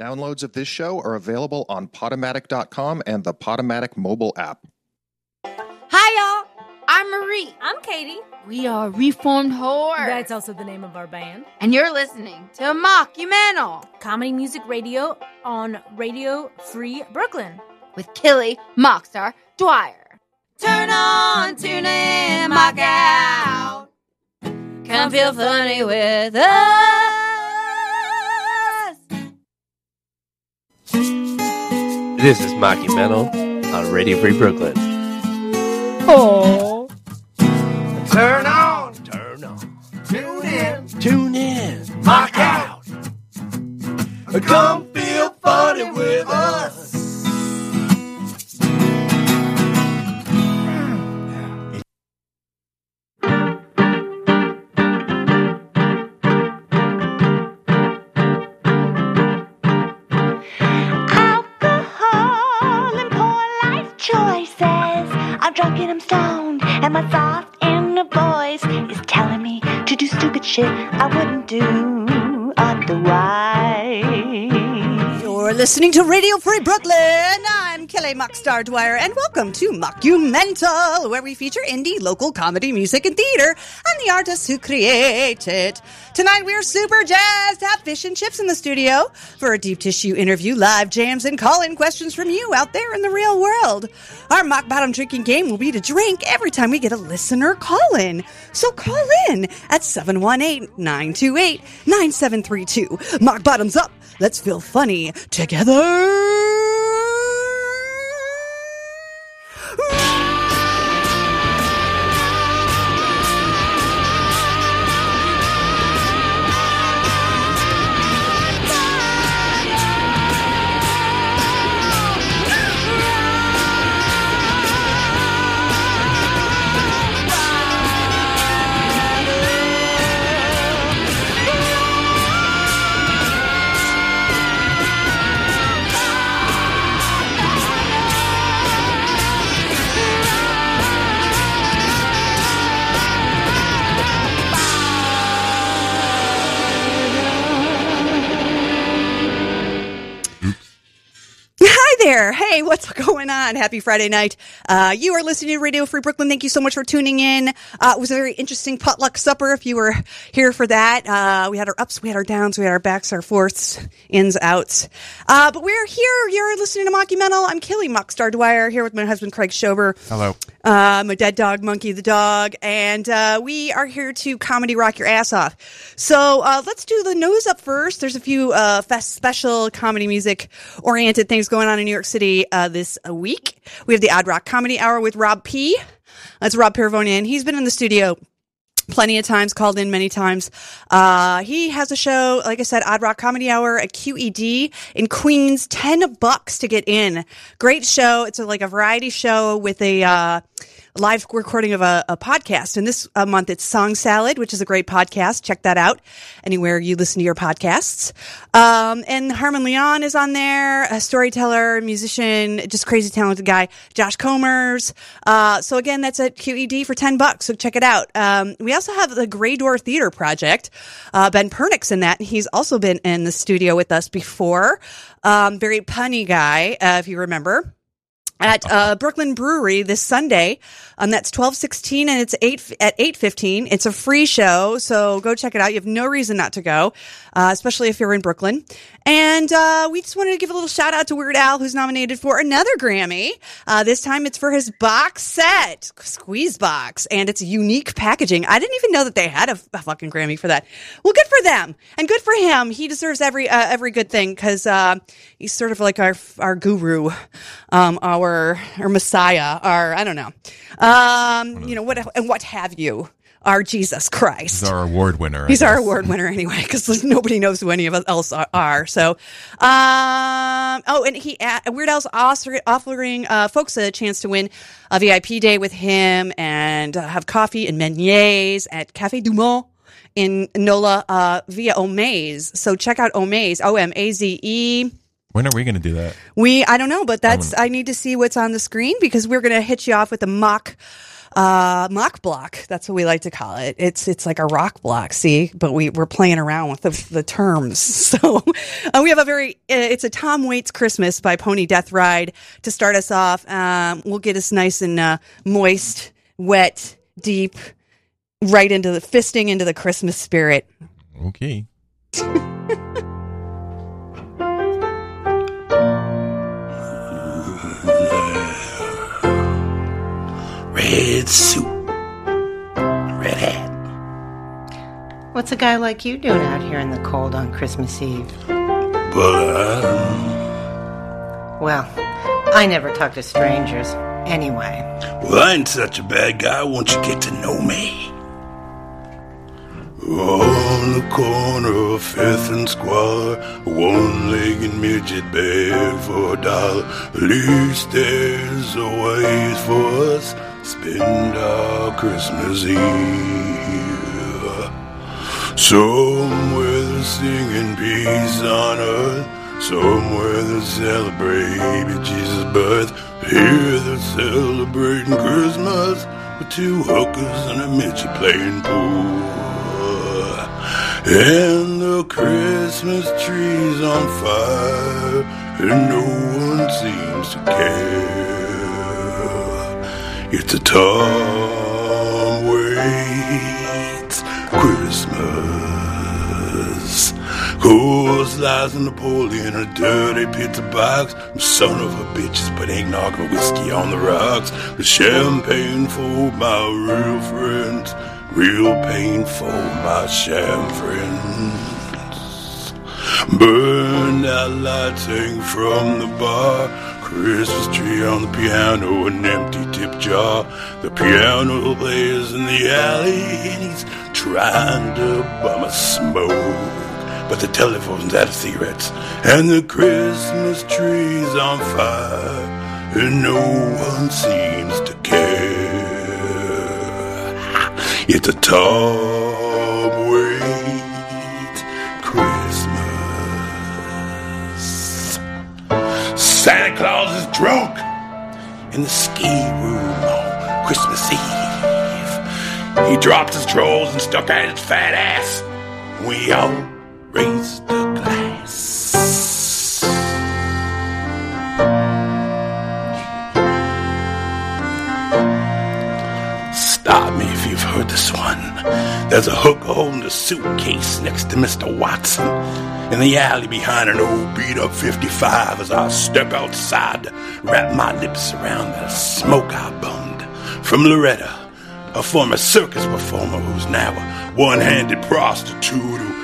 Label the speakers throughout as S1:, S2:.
S1: Downloads of this show are available on Potomatic.com and the Potomatic mobile app.
S2: Hi, y'all. I'm Marie.
S3: I'm Katie.
S2: We are Reformed Whore.
S3: That's also the name of our band.
S2: and you're listening to Mockumental
S3: Comedy Music Radio on Radio Free Brooklyn.
S2: with Killy Mockstar Dwyer. Turn on, tune in, mock out. Come feel funny with us.
S4: This is Mockumental on Radio Free Brooklyn.
S3: Oh.
S4: Turn on, turn on, tune in, tune in, mock out. Come feel funny with us.
S5: Alcohol and poor life choices. I'm drunk and I'm stoned, and my soft inner voice is telling me to do stupid shit I wouldn't do otherwise.
S6: You're listening to Radio Free Brooklyn. I'm Kelly Mockstar Dwyer, and welcome to Mockumental, where we feature indie, local comedy, music, and theater, and the artists who create it. Tonight, we're super jazzed to have fish and chips in the studio for a deep tissue interview, live jams, and call-in questions from you out there in the real world. Our mock bottom drinking game will be to drink every time we get a listener call-in. So call in at 718-928-9732. Mock bottoms up. Let's feel funny together. Hi there. Hey, what's going on? Happy Friday night. Uh, you are listening to Radio Free Brooklyn. Thank you so much for tuning in. Uh, it was a very interesting potluck supper. If you were here for that, uh, we had our ups, we had our downs, we had our backs, our fourths, ins, outs. Uh, but we're here. You're listening to Mockumental. I'm Killy Mockstar Dwyer here with my husband Craig Schober.
S7: Hello.
S6: Uh, my dead dog, Monkey the dog, and uh, we are here to comedy rock your ass off. So uh, let's do the nose up first. There's a few uh, fest special comedy music oriented things going on in New York City uh, this week. We have the Odd Rock Comedy Hour with Rob P. That's Rob Piravonian. He's been in the studio plenty of times, called in many times. Uh, he has a show, like I said, Odd Rock Comedy Hour at QED in Queens. Ten bucks to get in. Great show. It's a, like a variety show with a uh, live recording of a, a podcast. And this uh, month, it's Song Salad, which is a great podcast. Check that out anywhere you listen to your podcasts. Um, and Harmon Leon is on there, a storyteller, musician, just crazy talented guy. Josh Comers. Uh, so again, that's at QED for 10 bucks. So check it out. Um, we also have the Grey Door Theater Project. Uh, ben Pernick's in that. He's also been in the studio with us before. Um, very punny guy, uh, if you remember at uh, Brooklyn Brewery this Sunday. Um, that's twelve sixteen, and it's eight at eight fifteen. It's a free show, so go check it out. You have no reason not to go, uh, especially if you're in Brooklyn. And uh, we just wanted to give a little shout out to Weird Al, who's nominated for another Grammy. Uh, this time it's for his box set, Squeeze Box, and it's unique packaging. I didn't even know that they had a, a fucking Grammy for that. Well, good for them, and good for him. He deserves every uh, every good thing because uh, he's sort of like our our guru, um, our our messiah, our I don't know, um, you know what and what have you, our Jesus Christ.
S7: He's our award winner. I
S6: He's our
S7: guess.
S6: award winner anyway, because nobody knows who any of us else are- are. So, um, oh, and he uh, Weird Al's also offering uh, folks a chance to win a VIP day with him and uh, have coffee and beignets at Cafe Dumont in Nola uh, via Omaze. So check out Omaze, O M A Z E.
S7: When are we going to do that?
S6: We, I don't know, but that's, I need to see what's on the screen because we're going to hit you off with a mock uh, mock block. That's what we like to call it. It's it's like a rock block, see, but we we're playing around with the, the terms. So uh, we have a very uh, it's a Tom Waits Christmas by Pony Death Ride to start us off. Um, we'll get us nice and uh, moist, wet, deep, right into the fisting into the Christmas spirit.
S7: Okay.
S8: Red suit. Red hat.
S9: What's a guy like you doing out here in the cold on Christmas Eve?
S8: But I don't
S9: Well, I never talk to strangers anyway.
S8: Well, I ain't such a bad guy once you get to know me. On the corner of Fifth and Square, a one-legged midget beg for a dollar. At least there's a ways for us to spend our Christmas Eve. Somewhere they're singing peace on earth. Somewhere they celebrate baby Jesus' birth. Here they're celebrating Christmas with two hookers and a midget playing pool. And the Christmas tree's on fire, and no one seems to care. It's a Tom Waits Christmas. Coors lies Napoleon, a dirty pizza box. Son of a bitches, but eggnog and whiskey on the rocks. The champagne for my real friends, real pain for my sham friends. Burned out lights hang from the bar. Christmas tree on the piano, an empty tip jar. The piano plays in the alley, and he's trying to bum a smoke. But the telephone's out of cigarettes, and the Christmas tree's on fire, and no one seems to care. It's a Tom Waits Christmas. Santa Claus is drunk in the ski room on Christmas Eve. He dropped his trolls and stuck out his fat ass. We all raised a glass. Stop me if you've heard this one. There's a hook holding a suitcase next to Mr. Watson. In the alley behind an old beat up 55 as I step outside to wrap my lips around the smoke I bummed. From Loretta, a former circus performer who's now a one handed prostitute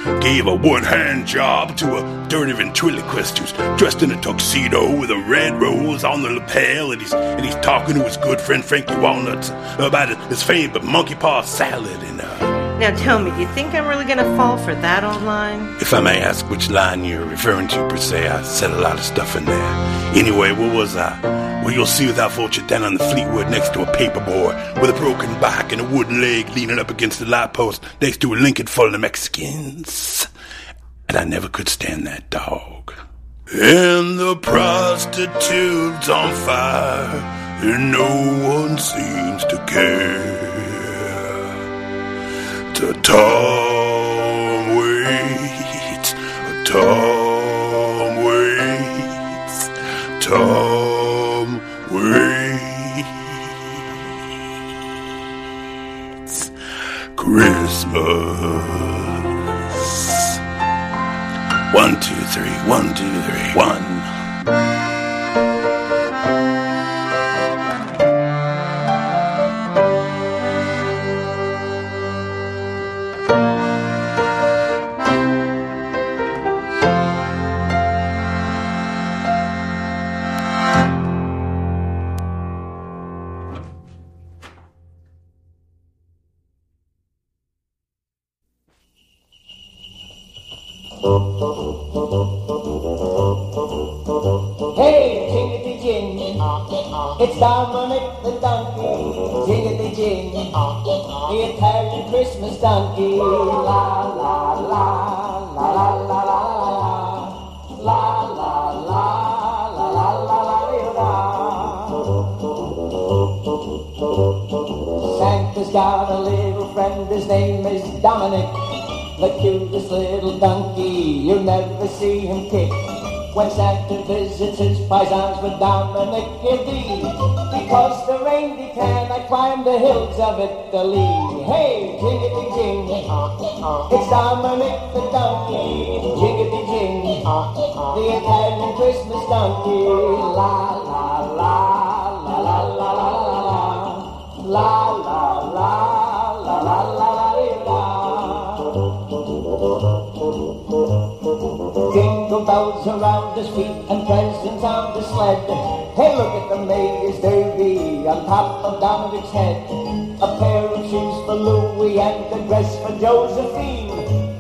S8: who gave a one hand job to a dirty ventriloquist who's dressed in a tuxedo with a red rose on the lapel and he's, and he's talking to his good friend Frankie Walnuts about his favorite monkey paw salad and uh,
S9: Now tell me, do you think I'm really gonna fall for that online?
S8: if I may ask which line you're referring to, per se, I said a lot of stuff in there. Anyway, what was I? Well, you'll see without fortune down on the Fleetwood next to a paperboard with a broken back and a wooden leg leaning up against the light post next to a Lincoln full of Mexicans. And I never could stand that dog. And the prostitute's on fire, and no one seems to care to Tom Waits, Tom Waits, Tom Waits, Christmas. One, two, three, one, two, three, one.
S10: Hey, jingity jing, it's Dominic the donkey, jingity jing, the Italian Christmas donkey. La la la la la la la la la la la la la la la la. got a little friend, his name is Dominic. The cutest little donkey, you never see him kick. When Santa visits his paisans with Dominic, indeed. Because the reindeer can, I climb the hills of Italy. Hey, jiggity jing, it's Dominic the donkey. Jiggity jing, the Italian Christmas donkey. La la la la la la la la la. La la la la la la la di, la. Jingle bells around his feet and presents on the sled. Hey, look at the mayor's derby on top of Dominic's head. A pair of shoes for Louis and a dress for Josephine.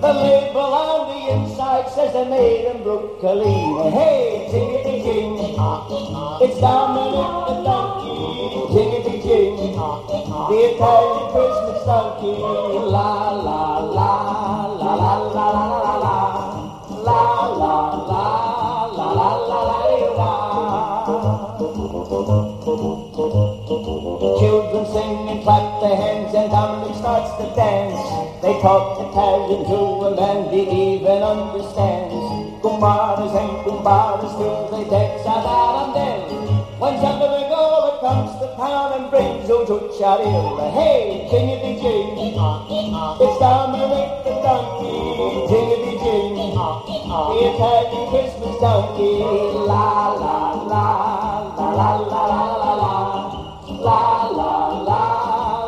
S10: The label on the inside says they made in Brooklyn. Hey, jiggity jing, it's Dominic the donkey. Jiggity jing, the Italian Christmas donkey. La la la la la la la la la la la la la la la la Children sing and clap their hands and Dominic starts to dance. They talk Italian to him and he even understands. Kumbaras and kumbaras till they deck out and then. When Santa Rigola comes to town and brings old Chucharilla, hey, jingity jing, it's Dominic the donkey, jingity jing, the Italian Christmas donkey, la la la la la la la la la. La la la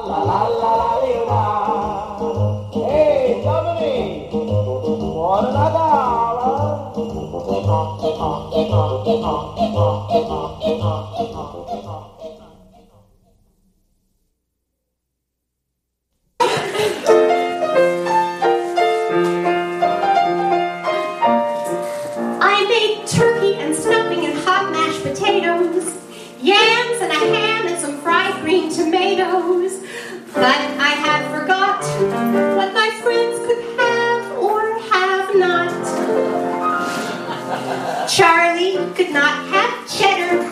S10: la la la la dee, la. Hey, Dominic, want another hour?
S11: I made turkey and stuffing and hot mashed potatoes, yams and a ham and some fried green tomatoes. But I had forgot what my friends could have or have not. Charlie could not have cheddar,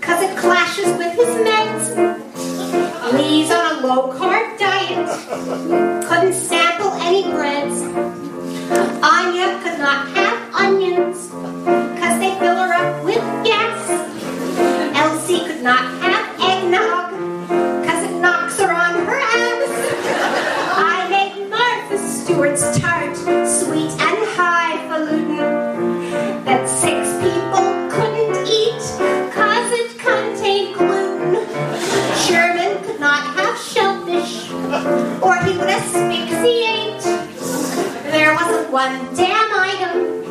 S11: cause it clashes with his meds. Lee's on a low carb diet, couldn't sample any breads. Anya could not have onions because they fill her up with gas. Elsie could not have eggnog because it knocks her on her ass. I made Martha Stewart's tart sweet and highfalutin that six people couldn't eat because it contained gluten. Sherman could not have shellfish or he would asphyxiate. There wasn't one damn item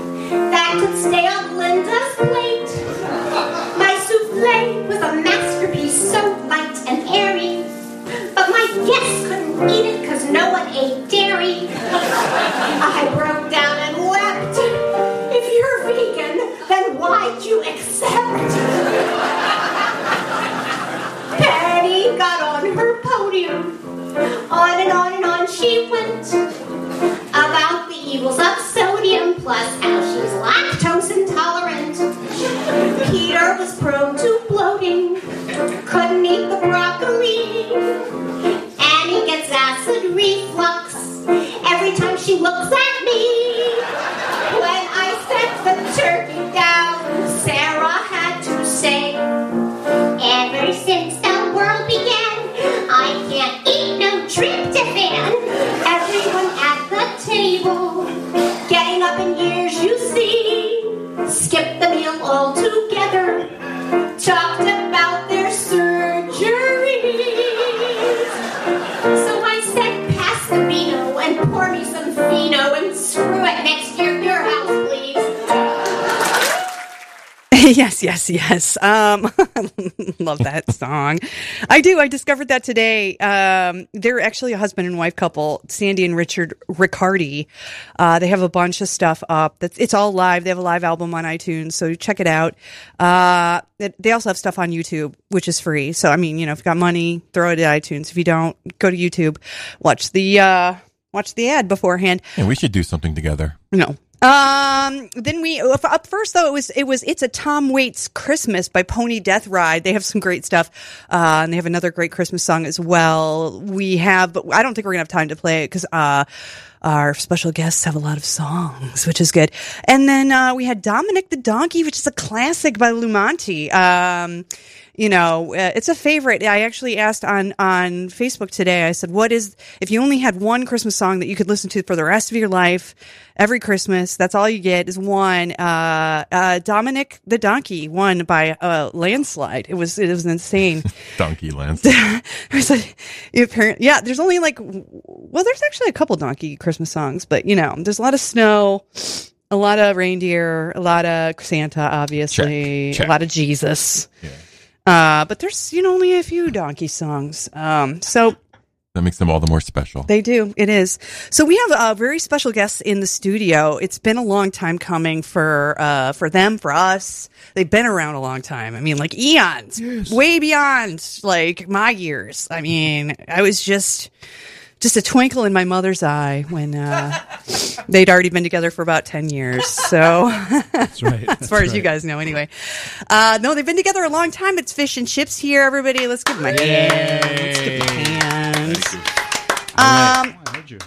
S11: that could stay on Linda's plate. My souffle was a masterpiece, so light and airy. But my guests couldn't eat it because no one ate dairy. I broke down and wept. If you're vegan, then why'd you accept? Patty got on her podium. On and on and on she went about the evils of sodium, plus how she's lactose intolerant. Peter was prone to bloating, couldn't eat the broccoli. Annie gets acid reflux every time she looks at me. When I set the turkey down, Sarah had to say, Ever since the world began, I can't eat no tryptophan. Everyone at the table, getting up in years, you see, skipped the meal altogether, talked about their surgeries. So I said, pass the vino and pour me some fino and screw it next year at your house, please.
S6: yes, yes, yes. Um, love that song. I do. I discovered that today. Um, they're actually a husband and wife couple, Sandy and Richard Riccardi. Uh, they have a bunch of stuff up. That's it's all live. They have a live album on iTunes, so check it out. Uh, it- they also have stuff on YouTube, which is free. So I mean, you know, if you got money, throw it at iTunes. If you don't, go to YouTube. Watch the uh, watch the ad beforehand.
S7: Yeah, we should do something together.
S6: No. Um, then we f- up first though it was it was it's a Tom Waits Christmas by Pony Death Ride. They have some great stuff, uh, and they have another great Christmas song as well. We have, but I don't think we're gonna have time to play it because uh, our special guests have a lot of songs, which is good. And then uh, we had Dominic the Donkey, which is a classic by Lumonti. Um, you know, uh, it's a favorite. I actually asked on on Facebook today. I said, "What is if you only had one Christmas song that you could listen to for the rest of your life, every Christmas? That's all you get is one." Uh, uh, Dominic the Donkey won by a landslide. It was it was insane.
S7: Donkey Lance.
S6: I was like, apparently, yeah. There's only like, well, there's actually a couple donkey Christmas songs, but you know, there's a lot of snow, a lot of reindeer, a lot of Santa, obviously,
S7: Check, check.
S6: a lot of Jesus. Uh, but there's you know only a few donkey songs. Um, so
S7: That makes them all the more special.
S6: they do. It is. So we have uh, very special guests in the studio. It's been a long time coming for uh, for them, for us. They've been around a long time. I mean, like eons, way beyond like my years. I mean, I was just just a twinkle in my mother's eye when uh, they'd already been together for about ten years. So that's
S12: right.
S6: as far as you guys know, anyway. Uh, no, they've been together a long time. It's fish and chips here, everybody. Let's give them a hand. Let's give them a hand. Um,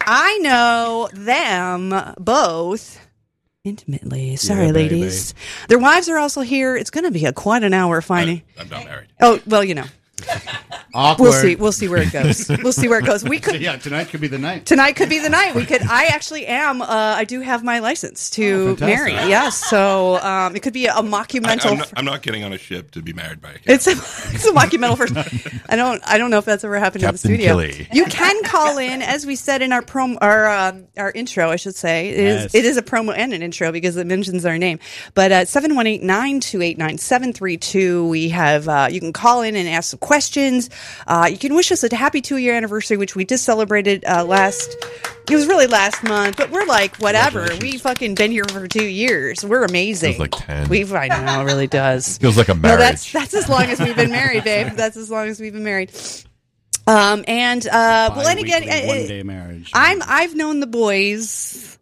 S6: I know them both intimately. Sorry,
S12: Yeah, baby.
S6: ladies. Their wives are also here. It's going to be a quite an hour finding.
S12: I'm not married.
S6: Oh well, you know.
S13: Awkward.
S6: We'll see. We'll see where it goes. we'll see where it goes. We could.
S13: Yeah, tonight could be the night.
S6: Tonight could be the night. We could. I actually am. Uh, I do have my license to
S13: fantastic.
S6: marry. Yes. So um, it could be a
S14: I,
S6: mockumental.
S14: am not, I'm not getting on a ship to be married by a cat.
S6: It's a, it's a mockumental first. I don't I don't know if that's ever happened
S14: Captain
S6: in the studio.
S14: Kelly.
S6: You can call in, as we said in our prom our um, our intro, I should say. It is
S12: Yes.
S6: it is a promo and an intro because it mentions our name. But uh, seven one eight nine two eight nine seven three two. We have uh, you can call in and ask some questions. Uh, you can wish us a happy two year anniversary, which we just celebrated uh, last. It was really last month, but we're like whatever. We fucking been here for two years. We're amazing.
S7: Feels like 10.
S6: We've I know it really does.
S7: Feels like a
S6: No,
S7: marriage.
S6: that's that's as long as we've been married, babe. That's as long as we've been married. Um, and uh, well, and again,
S13: Bi-weekly,
S6: uh,
S13: one-day marriage.
S6: I'm I've known the boys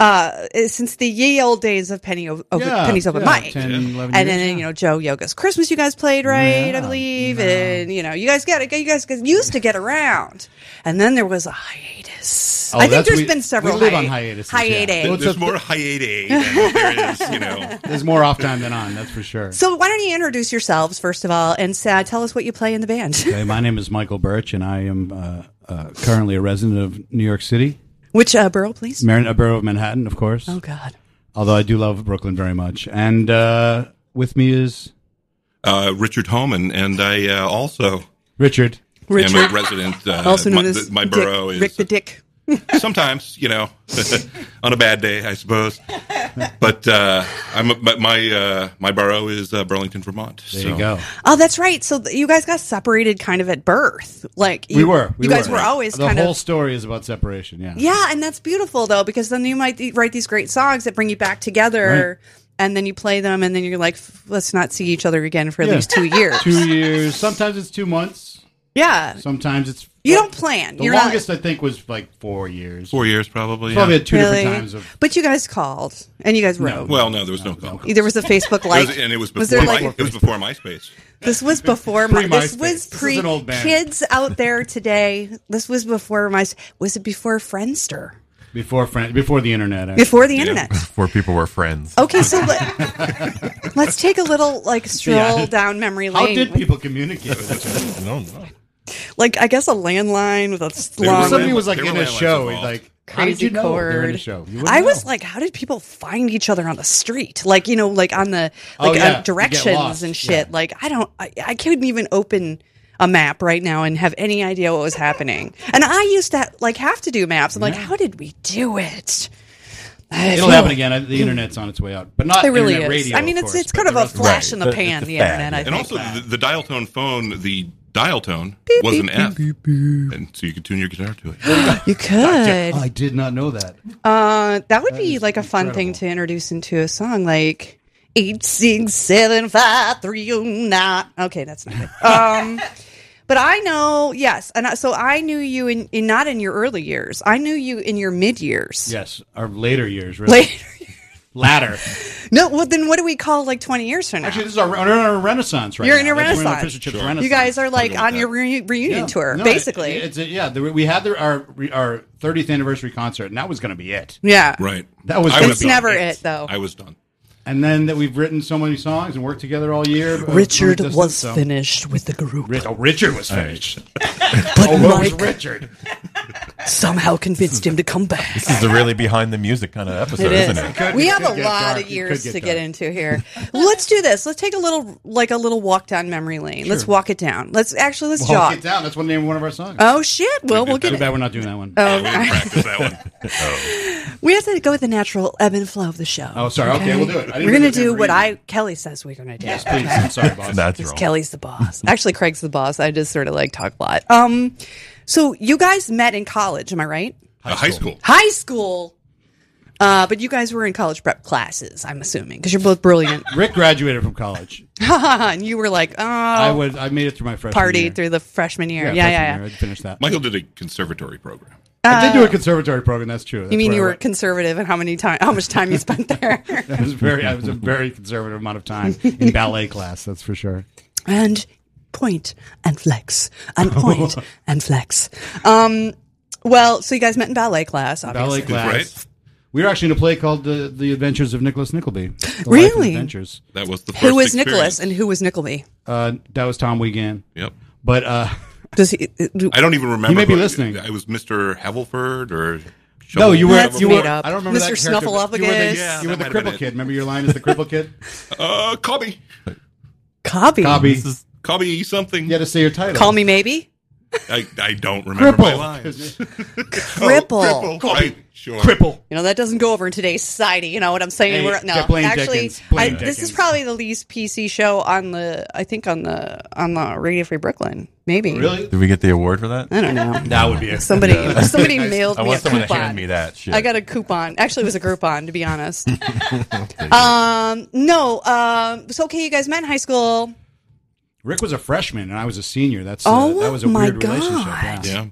S6: uh since the ye old days of Penny o- Oh, over,
S13: Yeah,
S6: Penny's Open
S13: yeah,
S6: Mic,
S13: 10, 11
S6: and
S13: years,
S6: then you know Joe Yoga's Christmas. You guys played right, I believe, and you know you guys got you guys got- used to get around, and then there was a hiatus.
S13: Oh,
S6: I think
S13: that's-
S6: there's
S13: we-
S6: been several
S13: we live on
S6: hi-
S13: hiatuses, yeah.
S6: hiatus.
S13: Well, it's
S14: There's more hiatus than there is, you know.
S13: There's more off time than on, that's for sure.
S6: So why don't you introduce yourselves first of all, and uh, tell us what you play in the band.
S13: Okay, my name is Michael Birch, and I am uh, uh, currently a resident of New York City,
S6: Which uh, borough, please?
S13: Mar- a borough of Manhattan, of course.
S6: Oh God.
S13: Although I do love Brooklyn very much. And uh, with me is
S14: Uh, Richard Holman, and I uh, also
S13: Richard.
S14: am a resident. Uh,
S6: also known
S14: my,
S6: as
S14: my
S6: Dick-
S14: borough is
S6: Rick the Dick.
S14: sometimes, you know, on a bad day, I suppose. But uh, I'm a- but my uh, my borough is uh, Burlington, Vermont.
S13: There you go.
S6: Oh, that's right. So th- you guys got separated kind of at birth. Like you,
S13: we were. We
S6: you guys were, always
S13: The
S6: kind
S13: whole
S6: of.
S13: story is about separation, yeah.
S6: Yeah, and that's beautiful though, because then you might th- write these great songs that bring you back together, and then you play them, and then you're like, "F- let's not see each other again for at
S13: Yeah.
S6: least two years.
S13: two years. Sometimes it's two months.
S6: Yeah.
S13: Sometimes it's.
S6: You don't plan.
S13: The
S6: you're
S13: longest I think was like four years.
S14: Four years, probably.
S13: Probably
S14: yeah.
S13: had two
S6: not really.
S13: different times of.
S6: but you guys called and you guys wrote.
S14: Well, no, there was no call.
S6: There was a Facebook
S14: There was-
S6: like-
S14: and it was
S6: was
S14: before.
S6: there,
S14: my,
S6: like-
S14: it was before MySpace.
S6: This was before my. This
S14: Pre-MySpace.
S6: was
S14: This is
S6: pre
S14: an old band.
S6: kids out there today. This was before my. Was it before Friendster?
S13: Before Fran- before the internet. actually.
S6: Before the Yeah. internet.
S7: Before people were friends.
S6: Okay, so let, let's take a little like stroll
S13: Yeah.
S6: down memory
S13: How
S6: lane.
S13: did people communicate with each other?
S7: no, no.
S6: like I guess a landline with a long.
S13: Somebody was like in a show. Like how did
S6: crazy
S13: you know they were in a
S6: cord.
S13: show? You wouldn't
S6: I was
S13: know.
S6: like, how did people find each other on the street? Like you know, like on the
S13: Oh,
S6: like
S13: yeah. You
S6: uh,
S13: get
S6: directions
S13: lost.
S6: and shit. Like I don't, I, I couldn't even open a map right now and have any idea what was happening. And I used to like have to do maps. I'm like, how did we do it? I
S13: It'll
S6: feel-
S13: happen again. I- The internet's on its way out, but not
S6: It really
S13: internet
S6: is.
S13: radio,
S6: I mean,
S13: of
S6: it's-
S13: course,
S6: it's
S13: but
S6: kind of
S13: the
S6: a
S13: rest
S6: flash in the pan, the internet, I
S14: and
S6: think.
S14: also the, the dial tone phone. The dial tone was an F, and so you could tune your guitar to it.
S6: You could.
S13: I did not know that.
S6: Uh, that would be like a fun thing to introduce into a song, like eight six seven five three oh nine. Okay, that's not good. Um, but I know, yes, and I, so I knew you in, in not in your early years. I knew you in your mid years.
S13: Yes, our later years. Really.
S6: Later
S13: Ladder.
S6: No, well then what do we call like 20 years from now?
S13: Actually, this is our, we're in our renaissance right
S6: You're
S13: now.
S6: in a
S13: That's- we're in our
S6: renaissance.
S13: fish and chips renaissance.
S6: You guys are like
S13: Totally.
S6: on your re- reunion
S13: Yeah.
S6: tour,
S13: No, it-
S6: basically.
S13: it's a- yeah, the, we had the, our our 30th anniversary concert, and that was going to be it.
S6: Yeah.
S13: right. That was
S6: I
S13: gonna
S6: was
S13: be
S6: never it, though.
S13: I was done. And then that we've written so many songs and worked together all year. uh,
S6: Richard
S13: long distance,
S6: was
S13: so-
S6: finished with the group.
S13: Ri- oh, Richard was finished.
S6: But
S13: oh, what was
S6: Mike-
S13: Richard?
S6: Somehow convinced him to come back.
S7: This is a really behind the music kind of episode,
S6: It is.
S7: is. isn't it?
S6: we have
S13: could
S6: a
S13: get
S6: lot
S13: dark. It
S6: of
S13: could
S6: years
S13: get
S6: to
S13: dark.
S6: get into here. Let's do this. Let's take a little, like a little walk down memory lane. Let's
S13: Sure.
S6: walk it down. Let's actually let's
S13: Walk
S6: jog.
S13: it down. That's one name of one of our songs.
S6: Oh shit! Well, we'll get
S13: Too
S6: it.
S13: bad we're not doing that one.
S6: Oh, Yeah, we can
S13: practice that one.
S6: We have to go with the natural ebb and flow of the show.
S13: Oh, sorry. Okay, we'll do it. I didn't
S6: We're gonna
S13: think we
S6: do
S13: were
S6: what
S13: reading.
S6: I Kelly says we're gonna do.
S13: Yes, please. I'm sorry, boss.
S7: That's
S6: Because
S7: wrong.
S6: Kelly's the boss. Actually, Craig's the boss. I just sort of like talk a lot. Um, so you guys met in college, am I right?
S14: High, school.
S6: High school. Uh, but you guys were in college prep classes, I'm assuming, because you're both brilliant.
S13: Rick graduated from college.
S6: and you were like, oh,
S13: I would. I made it through my freshman
S6: party
S13: year.
S6: through the freshman year. Yeah, yeah, yeah.
S13: I finished that.
S14: Michael did a conservatory program.
S13: I did
S6: Uh,
S13: do a conservatory program. That's true. That's
S6: You mean
S13: where
S6: you
S13: I
S6: were
S13: went.
S6: conservative and how many time, how much time you spent there?
S13: That was very. I was a very conservative amount of time in ballet class. That's for sure.
S6: and point and flex and point and flex. Um, well, so you guys met in ballet class, obviously.
S13: Ballet class. We were actually in a play called the, the Adventures of Nicholas Nickleby. The Life and
S6: Really?
S13: Adventures.
S14: That was the
S6: Who was Nicholas and who was Nickleby?
S13: Uh, that was Tom Wiegand.
S14: Yep.
S13: But uh,
S6: Does he?
S14: I don't even remember.
S13: He may be
S14: who-
S13: listening.
S14: I was Mr. Havelford or.
S13: No, you were.
S14: That's
S13: you were.
S14: made up.
S13: I don't remember
S14: Mr.
S13: that character.
S14: Snuffleupagus.
S13: You were the,
S14: Yeah,
S13: you were the
S14: that might have been
S13: cripple
S14: it.
S13: kid. Remember your line as the cripple kid.
S14: Uh, Cobby.
S6: Cobby.
S13: Cobby.
S14: This is- Cobby E something.
S13: You had to say your title.
S6: Call me maybe.
S14: I, I don't remember my
S13: Cripple.
S14: lines.
S6: Cripple.
S14: Oh, cripple. Right, sure.
S6: You know that doesn't go over in today's society. You know what I'm saying?
S14: Hey,
S6: We're, no,
S14: get Blaine
S6: actually,
S14: Jenkins, Blaine
S6: I, this is
S14: Jenkins.
S6: probably the least PC show on the. I think on the on the Radio Free Brooklyn. Maybe
S7: Did we get the award for that?
S6: I don't know.
S7: That would be a
S6: Somebody somebody mailed
S7: I
S6: me
S7: want
S6: a
S7: someone
S6: coupon.
S7: to hand me that shit.
S6: I got a coupon. Actually, it was a Groupon, to be honest.
S7: There you go.
S6: um, no. Um, so okay, you guys met in high school.
S13: Rick was a freshman and I was a senior. That's
S6: Oh
S13: uh, that was a
S6: my
S13: weird relationship. Yeah.
S6: God.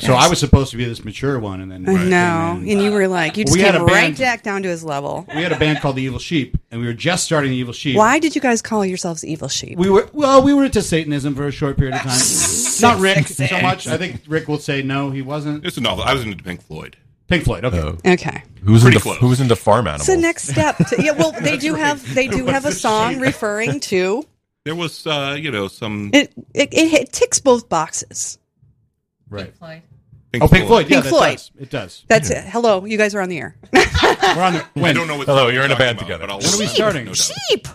S13: So I was supposed to be this mature one, and then
S6: I know, and you were like, you just
S13: We had
S6: came
S13: a
S6: right
S13: band.
S6: back down to his level.
S13: we had a band called the Evil Sheep, and we were just starting the Evil Sheep.
S6: Why did you guys call yourselves evil sheep?
S13: We were well, we were into Satanism for a short period of time. Not Rick so much. I think Rick will say no, he wasn't.
S14: It's a novel. I was into Pink Floyd.
S13: Pink Floyd. Okay.
S6: Okay.
S7: Who's
S14: Pretty
S7: into
S14: close.
S7: Who's into farm animals?
S6: So next step, to, yeah. Well, they do have they do have a song referring to
S14: There was, uh, you know, some.
S6: it. It, it, it ticks both boxes.
S13: Right.
S14: Pink
S13: oh, Pink Floyd.
S14: Floyd.
S13: Yeah,
S6: Pink
S13: that
S6: Floyd.
S13: Does. It does.
S6: That's it. Hello, you guys are on the air.
S13: We're on the. When?
S14: I don't know what.
S7: Hello, you're in a band
S14: talking about, but
S7: together.
S14: I'll-
S13: When are we starting?
S6: Sheep.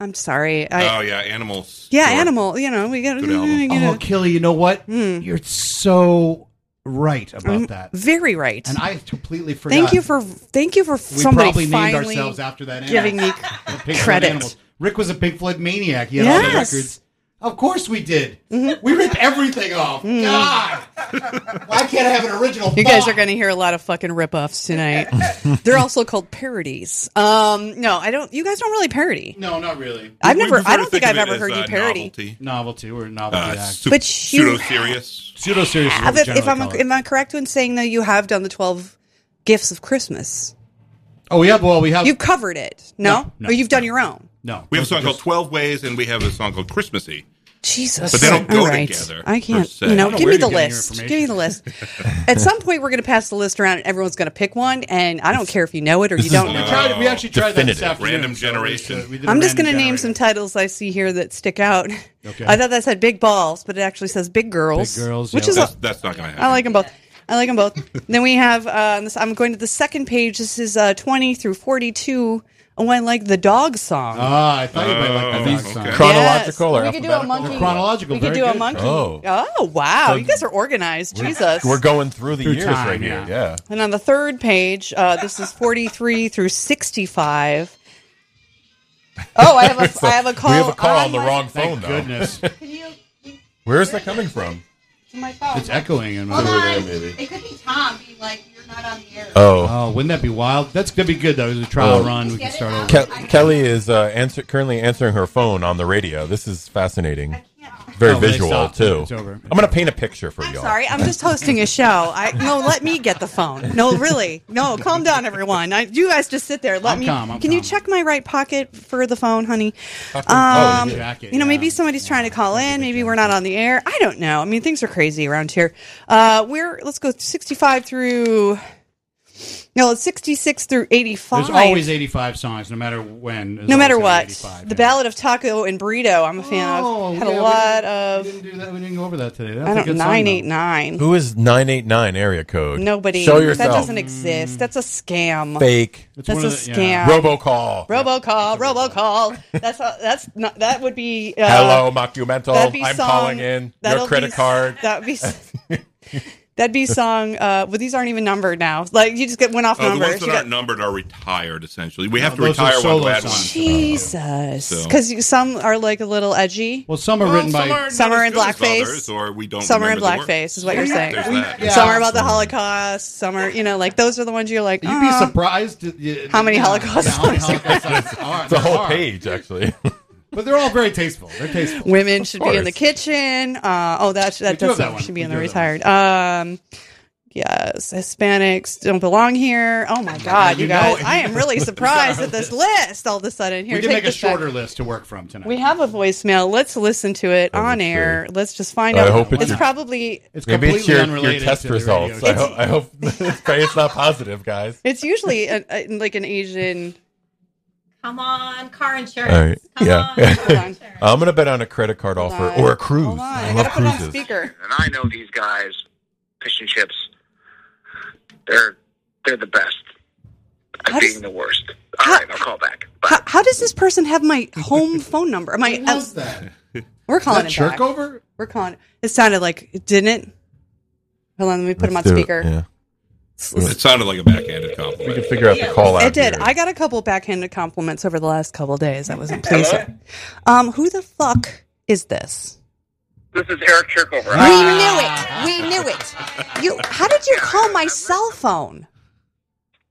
S6: I'm sorry. I,
S14: oh yeah, animals.
S6: yeah,
S14: Sure.
S6: animal. You know, we got
S14: Good album.
S13: Oh, Kelly, you know what?
S6: Hmm.
S13: You're so right
S6: I'm
S13: about that.
S6: Very right.
S13: And I completely forgot.
S6: thank you for thank you for
S13: we
S6: somebody
S13: probably named
S6: finally
S13: ourselves after that. Animal.
S6: giving me
S13: The Pink Floyd
S6: credit.
S13: animals. Rick was a Pink Floyd maniac. He had all the
S6: Yes. Mm-hmm.
S13: records. Of course we did. We ripped everything off. God, why can't I have an original?
S6: Mm. You guys
S13: thought?
S6: are going to hear a lot of fucking ripoffs tonight. They're also called parodies. Um, no, I don't. You guys don't really parody.
S13: No, not really.
S6: I've
S14: We- we
S6: never.
S14: prefer
S6: I
S14: to
S6: don't think
S14: of
S6: I've
S14: it
S6: ever
S14: as,
S6: heard you
S14: uh,
S6: parody.
S14: Novelty.
S13: Novelty or novelty
S14: Uh,
S13: act.
S14: su-
S6: But
S14: pseudo
S6: you
S14: serious.
S13: Pseudo serious.
S6: Have it- if I'm am I correct in saying that you have done the twelve gifts of Christmas?
S13: oh, we have. Well, we have.
S6: You've covered it. No,
S13: No, no.
S6: or you've done your own.
S13: no,
S14: We have a
S13: those are
S14: song called
S13: just-
S14: Twelve Ways, and we have a song called Christmassy.
S6: Jesus,
S14: But they don't go
S6: All right.
S14: together,
S6: I
S14: per
S6: can't.
S14: se.
S6: You
S14: I
S6: know,
S14: don't know
S6: give
S14: where
S6: me
S14: you're
S6: the
S14: getting your
S6: list. Give me the list. At some point, we're going to pass the list around, and everyone's going to pick one. And I don't care if you know it or you
S7: is
S6: don't
S13: We,
S6: know. it.
S13: tried, we actually tried that this
S7: Definitive.
S13: afternoon.
S14: Random
S13: so we did-
S14: generation.
S13: we did a
S6: I'm just going
S13: random
S6: to name
S13: generator.
S6: some titles I see here that stick out.
S13: Okay.
S6: I thought that said big balls, but it actually says big girls.
S13: Big girls,
S6: which
S13: yeah.
S6: is
S14: That's, that's not going to happen.
S6: I like them both. I like them both. then we have. Uh, this, I'm going to the second page. This is uh, 20 through 42. Oh, I like the dog song.
S7: Uh,
S13: Ah, I thought you might like
S14: Oh,
S13: that these
S14: okay.
S13: songs.
S7: Chronological or
S6: we could do a
S7: alphabetical?
S6: monkey.
S13: Chronological,
S6: We could
S13: very
S6: do a
S13: good.
S6: monkey.
S7: Oh.
S6: Oh, wow!
S7: So-
S6: you guys are organized. Jesus.
S7: We're going through the
S13: Through
S7: years
S13: time,
S7: right here. Yeah.
S6: and on the third page, uh, this is 43 through 65. Oh, I have a I have a call.
S7: we have a call on the
S6: my-
S7: wrong phone
S13: Thank
S7: though.
S13: goodness.
S7: Where is that coming from?
S15: My phone.
S13: It's echoing in my
S15: Hold on.
S13: maybe.
S15: It could be Tom being like, you're not on the air.
S7: Oh.
S13: Oh, wouldn't that be wild? That's gonna be good though. It's a trial
S7: Oh.
S13: run. We can start over.
S7: Ke- Kelly is uh, answer- currently answering her phone on the radio. This is fascinating. Very
S13: No, they
S7: visual
S13: stop.
S7: too.
S13: Oh, It's over.
S7: I'm gonna paint a picture for y'all.
S6: Sorry, I'm just hosting a show. I no, let me get the phone. No, really, no. Calm down, everyone. I, you guys just sit there. Let
S13: I'm
S6: me.
S13: calm, I'm
S6: can you check my right pocket for the phone, honey?
S13: Oh,
S6: Um,
S13: yeah. Jacket,
S6: you know, maybe somebody's trying to call in. Maybe we're not on the air. I don't know. I mean, things are crazy around here. Uh, we're let's go 65 through. No, it's 66 through 85.
S13: There's always 85 songs, no matter when. there's
S6: no matter
S13: always
S6: what,
S13: 85.
S6: the Ballad of Taco and Burrito. I'm a fan
S13: Oh,
S6: of. Had
S13: yeah, we
S6: a lot of. We didn't
S13: do that. We didn't go over that today.
S6: I don't nine eight nine.
S7: Who is nine eight nine area code?
S6: Nobody.
S7: Show yourself.
S6: That
S13: Mm.
S6: doesn't exist. That's a scam.
S7: Fake.
S6: That's a scam.
S7: Robocall.
S6: Robocall. Robocall. that's a, that's not. That would be. Uh,
S7: Hello, mockumental.
S6: that'd be
S7: I'm
S6: song-
S7: calling in.
S6: that'll
S7: Your
S6: be
S7: credit
S6: s-
S7: card.
S6: That would be. s- That'd be song. Uh, well, these aren't even numbered now. Like you just get went off
S14: Oh, the
S6: numbers.
S14: ones that
S6: You got-
S14: aren't numbered are retired, essentially. We have to
S13: No, those are
S14: retire one to
S13: solo
S14: add
S13: songs.
S14: one.
S6: Jesus,
S14: So-
S6: because some are like a little edgy.
S13: Well, some are
S14: Well, written some by- are
S6: some
S14: not
S6: are
S14: as
S6: in
S14: good as
S6: blackface,
S14: others, or we don't
S6: Some are in
S14: remember the
S6: blackface,
S14: words.
S6: is what you're saying.
S14: There's that.
S13: Yeah.
S6: Some are about the Holocaust. Some are, you know, like those are the ones you're like.
S13: You'd be
S6: "Uh,
S13: surprised. at- you-
S6: How many
S13: yeah,
S6: Holocaust
S13: yeah, how many
S6: songs are
S13: Holocaust songs are-
S7: It's a
S13: there
S7: whole
S13: are.
S7: page actually.
S13: But they're all very tasteful. They're tasteful.
S6: Women should be in the
S13: course.
S6: kitchen. Uh, oh, that
S13: We
S6: that
S13: do
S6: does
S13: have that one.
S6: should be
S13: We
S6: in
S13: do
S6: the
S13: have that
S6: retired. Um, yes, Hispanics don't belong here. Oh my God, you,
S13: You know
S6: guys!
S13: it.
S6: I am really
S13: It's
S6: surprised
S13: on
S6: at this list. All of a sudden, here
S13: we can
S6: take
S13: make a
S6: this back.
S13: shorter list to work from tonight.
S6: We have a voicemail. Let's listen to it on air. Let's just find out.
S7: I hope it's
S6: it's
S7: your-
S6: probably
S7: Maybe it's your, your
S13: unrelated
S7: test
S13: to the
S7: results.
S13: radio
S7: I, ho- I hope it's not positive, guys.
S6: it's usually a, a, like an Asian.
S2: Come on, car insurance.
S7: All right. yeah.
S6: Hold on.
S7: I'm gonna bet on a credit card offer or a cruise.
S6: Hold on.
S7: I
S6: I
S7: love
S6: gotta put it on
S7: cruises.
S6: speaker.
S16: And I know these guys, fish and chips. They're they're the best at
S6: How does-
S16: being the worst. All right, I'll call back.
S6: How, how does this person have my home phone number? My I uh,
S13: that?
S6: We're calling
S13: Is
S6: it
S13: that
S6: back.
S13: Jerkover?
S6: We're calling. It. it sounded like it didn't. Hold on, let me put
S14: Let's
S6: him
S14: do
S6: on
S14: it,
S6: speaker.
S7: yeah.
S14: It sounded like a backhanded compliment.
S7: We can figure out the call out.
S6: It did.
S7: here.
S6: I got a couple backhanded compliments over the last couple of days. I wasn't pleased. with. Um, who the fuck is this?
S16: This is Eric Uh, Chirkover.
S6: We knew it. We knew it. You. How did you call my cell phone?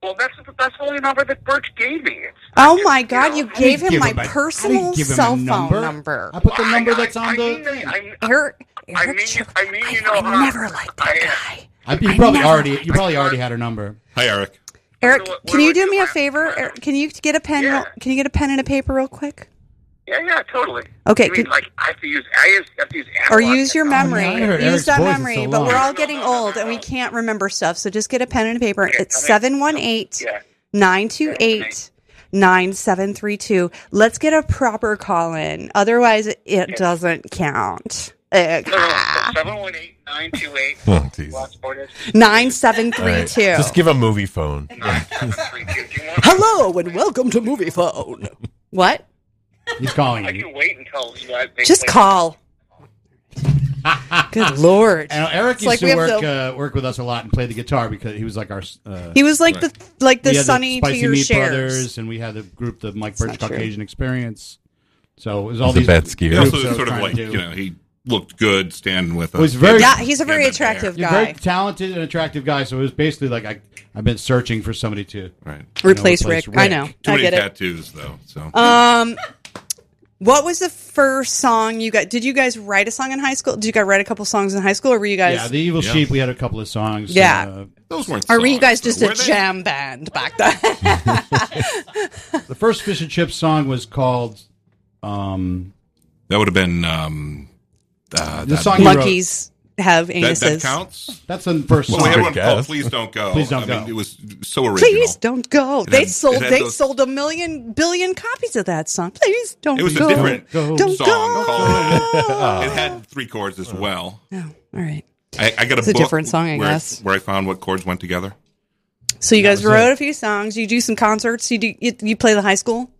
S16: Well, that's the that's the only number that Birch gave me. It's
S6: Oh my god! You
S16: I
S6: gave
S16: didn't give
S6: him my
S16: him a- I didn't
S6: personal
S16: give him a
S6: cell phone
S16: number.
S6: number.
S16: I put the Why? number that's on
S6: I
S16: the mean, thing. I-
S6: Eric,
S16: I
S6: Eric
S16: mean,
S6: Chirk-
S16: I mean, you know, uh,
S6: I
S16: how-
S6: never liked that guy.
S13: I, you
S6: I
S13: probably
S6: never-
S13: already you probably already had her number.
S14: Hi, Eric.
S6: Eric, can you do me a favor? Eric, Can you get a pen? real- Can you get a pen and a paper real quick?
S16: Yeah, yeah, totally.
S6: Okay,
S16: I mean,
S6: could-
S16: like I have to use I use- I have to use
S6: Or
S16: analog
S6: use your
S16: technology.
S6: memory.
S16: I heard Eric's
S6: use that
S16: voice is
S6: memory.
S16: so
S6: but we're
S16: long.
S6: all getting old and we can't remember stuff. So just get a pen and a paper. It's 718 928 9732. Let's get a proper call in. Otherwise, it doesn't count. Ugh.
S16: Oh. Seven one eight nine two eight.
S7: Oh, Jesus. All right.
S6: 9732.
S7: Just give a movie phone.
S6: Hello and welcome to Movie Phone. What?
S13: He's calling
S16: I can wait until you guys make
S6: Just
S16: play-
S6: call. Good lord!
S13: And Eric
S6: It's
S13: used
S6: like we
S13: to
S6: have
S13: work
S6: to-
S13: uh, work with us a lot and play the guitar because he was like our. Uh,
S6: He was like the- like the
S13: We had
S6: Sonny to
S13: Spicy
S6: your
S13: Meat
S6: shares.
S13: Brothers, and we had the group, the Mike Birch
S6: not true.
S13: Caucasian Experience. So it was all
S7: That's a
S13: these
S7: bad skier.
S14: He
S13: groups
S14: also
S13: I was
S14: sort of
S13: trying
S14: like,
S13: to do.
S14: you know, he looked good standing with us.
S13: was very-
S6: yeah, he's a very attractive
S13: You're
S6: guy.
S13: very talented and attractive guy. So it was basically like I, I've been searching for somebody to
S14: right.
S6: Replace Rick. I know.
S14: Too
S6: I
S14: many
S6: get it.
S14: tattoos, though. So
S6: Um, what was the first song you got? Did you guys write a song in high school? Did you guys write a couple songs in high school, or were you guys?
S13: yeah, the Evil
S6: Yeah.
S13: Sheep. We had a couple of songs. uh,
S6: Yeah.
S14: those
S6: or were you guys just a jam band back then?
S13: The first fish and chips song was called. Um,
S14: that would have been um, uh,
S13: The
S14: that-
S13: song he wrote.
S6: Monkeys have
S14: That-
S6: anuses.
S14: that counts?
S13: That's the first
S14: Well,
S13: song.
S14: we had one called "Please Don't Go."
S13: Please don't
S14: I
S13: go.
S14: Mean, it was so original.
S6: Please don't go.
S14: It
S6: they
S14: had-
S6: sold.
S14: it had
S6: They
S14: those-
S6: sold a million billion copies of that song. Please don't.
S14: It was
S6: go.
S14: a different
S6: Don't
S14: song
S6: go.
S14: called. it had three chords
S13: Uh-huh.
S14: as well.
S6: Oh, all right.
S14: I, I got a
S6: It's a
S14: book
S6: different song, I
S14: where
S6: guess.
S14: where I found what chords went together.
S6: So you guys
S14: was
S6: wrote a few songs. You do some concerts. You do. You, you play the high school.